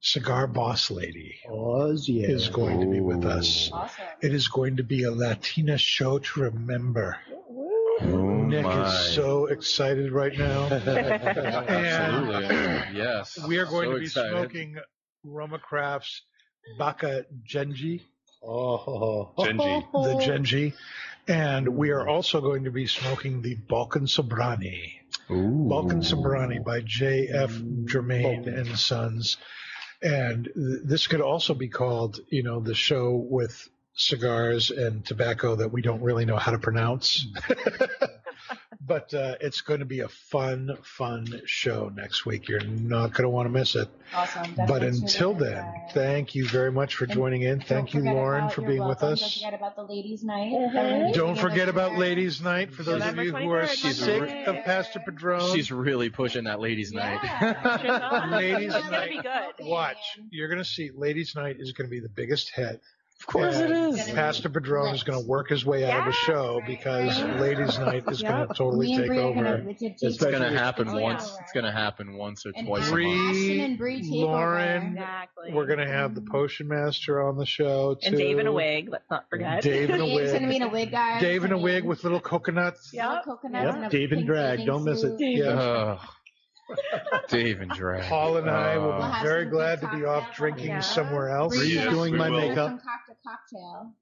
Cigar Boss Lady. Oz, yeah. Is going to be with us. Mm-hmm. Awesome. It is going to be a Latina show to remember. Nick Oh my. is so excited right now. And- Absolutely. yes. we are going So to be excited. smoking Roma Crafts Baka Genji. Oh, Genji. The Genji. And we are also going to be smoking the Balkan Sobrani. Balkan Sobrani by J.F. Germain and Sons. And th- this could also be called, you know, the show with cigars and tobacco that we don't really know how to pronounce. Hmm. but uh, it's going to be a fun, fun show next week. You're not going to want to miss it. Awesome. But Definitely tune until in. uh, then, thank you very much for joining in. Thank you, Forget Lauren, about- for you're being with welcome. Don't us. forget about the ladies' night. Don't forget about Ladies' Night for those of November you who are 23rd, sick Monday. of Pastor Padron. She's really pushing that ladies' night. Ladies' It's gonna Night. be good. Watch. You're going to see Ladies' Night is going to be the biggest hit. Of course it is. Pastor Padron is going to work his way out of a show because Ladies' Night is going to totally Me and take Bree are over. gonna- it's a It's deep- gonna happen Oh, yeah. once. It's gonna happen once or And twice a Bree, month. Ashton and Bree take over. Lauren, Exactly. we're going to have the Mm-hmm. Potion Master on the show. Too. And Dave in a wig. Let's not forget. Dave in a Dave's gonna be wig. in a wig, guys. Dave in a wig with little coconuts. Little coconuts Yep. and a Dave in pink drag. bathing Don't miss it. suit. Ugh. Dave and Drag. Paul and I will Uh, be very glad to be off drinking somewhere else. Bree's Bree's doing my makeup. From cocktail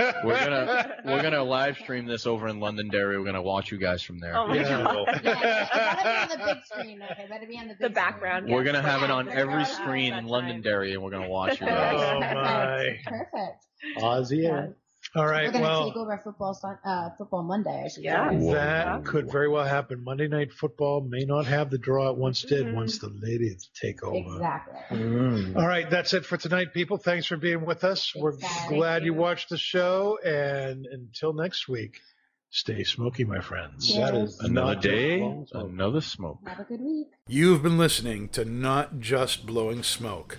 cocktail. We're gonna we're gonna live stream this over in Londonderry. We're gonna watch you guys from there. Oh my Yeah. god. Yeah, it better be on the big screen. Okay, better be on the big The background. We're yes. gonna have it on Yes, every yes. screen in Londonderry, and we're gonna watch you Screen. guys. Oh, my. Perfect. Oz, yeah. All We're right. gonna Well, take over football Sun- uh, football Monday. I should Yeah. say. That could very well happen. Monday Night Football may not have the draw it once did once the ladies take over. Mm-hmm. Exactly. All right, that's it for tonight, people. Thanks for being with us. We're guys. glad you watched the show. And until next week, stay smoky, my friends. That is Another day, another smoke. Have a good week. You've been listening to Not Just Blowing Smoke,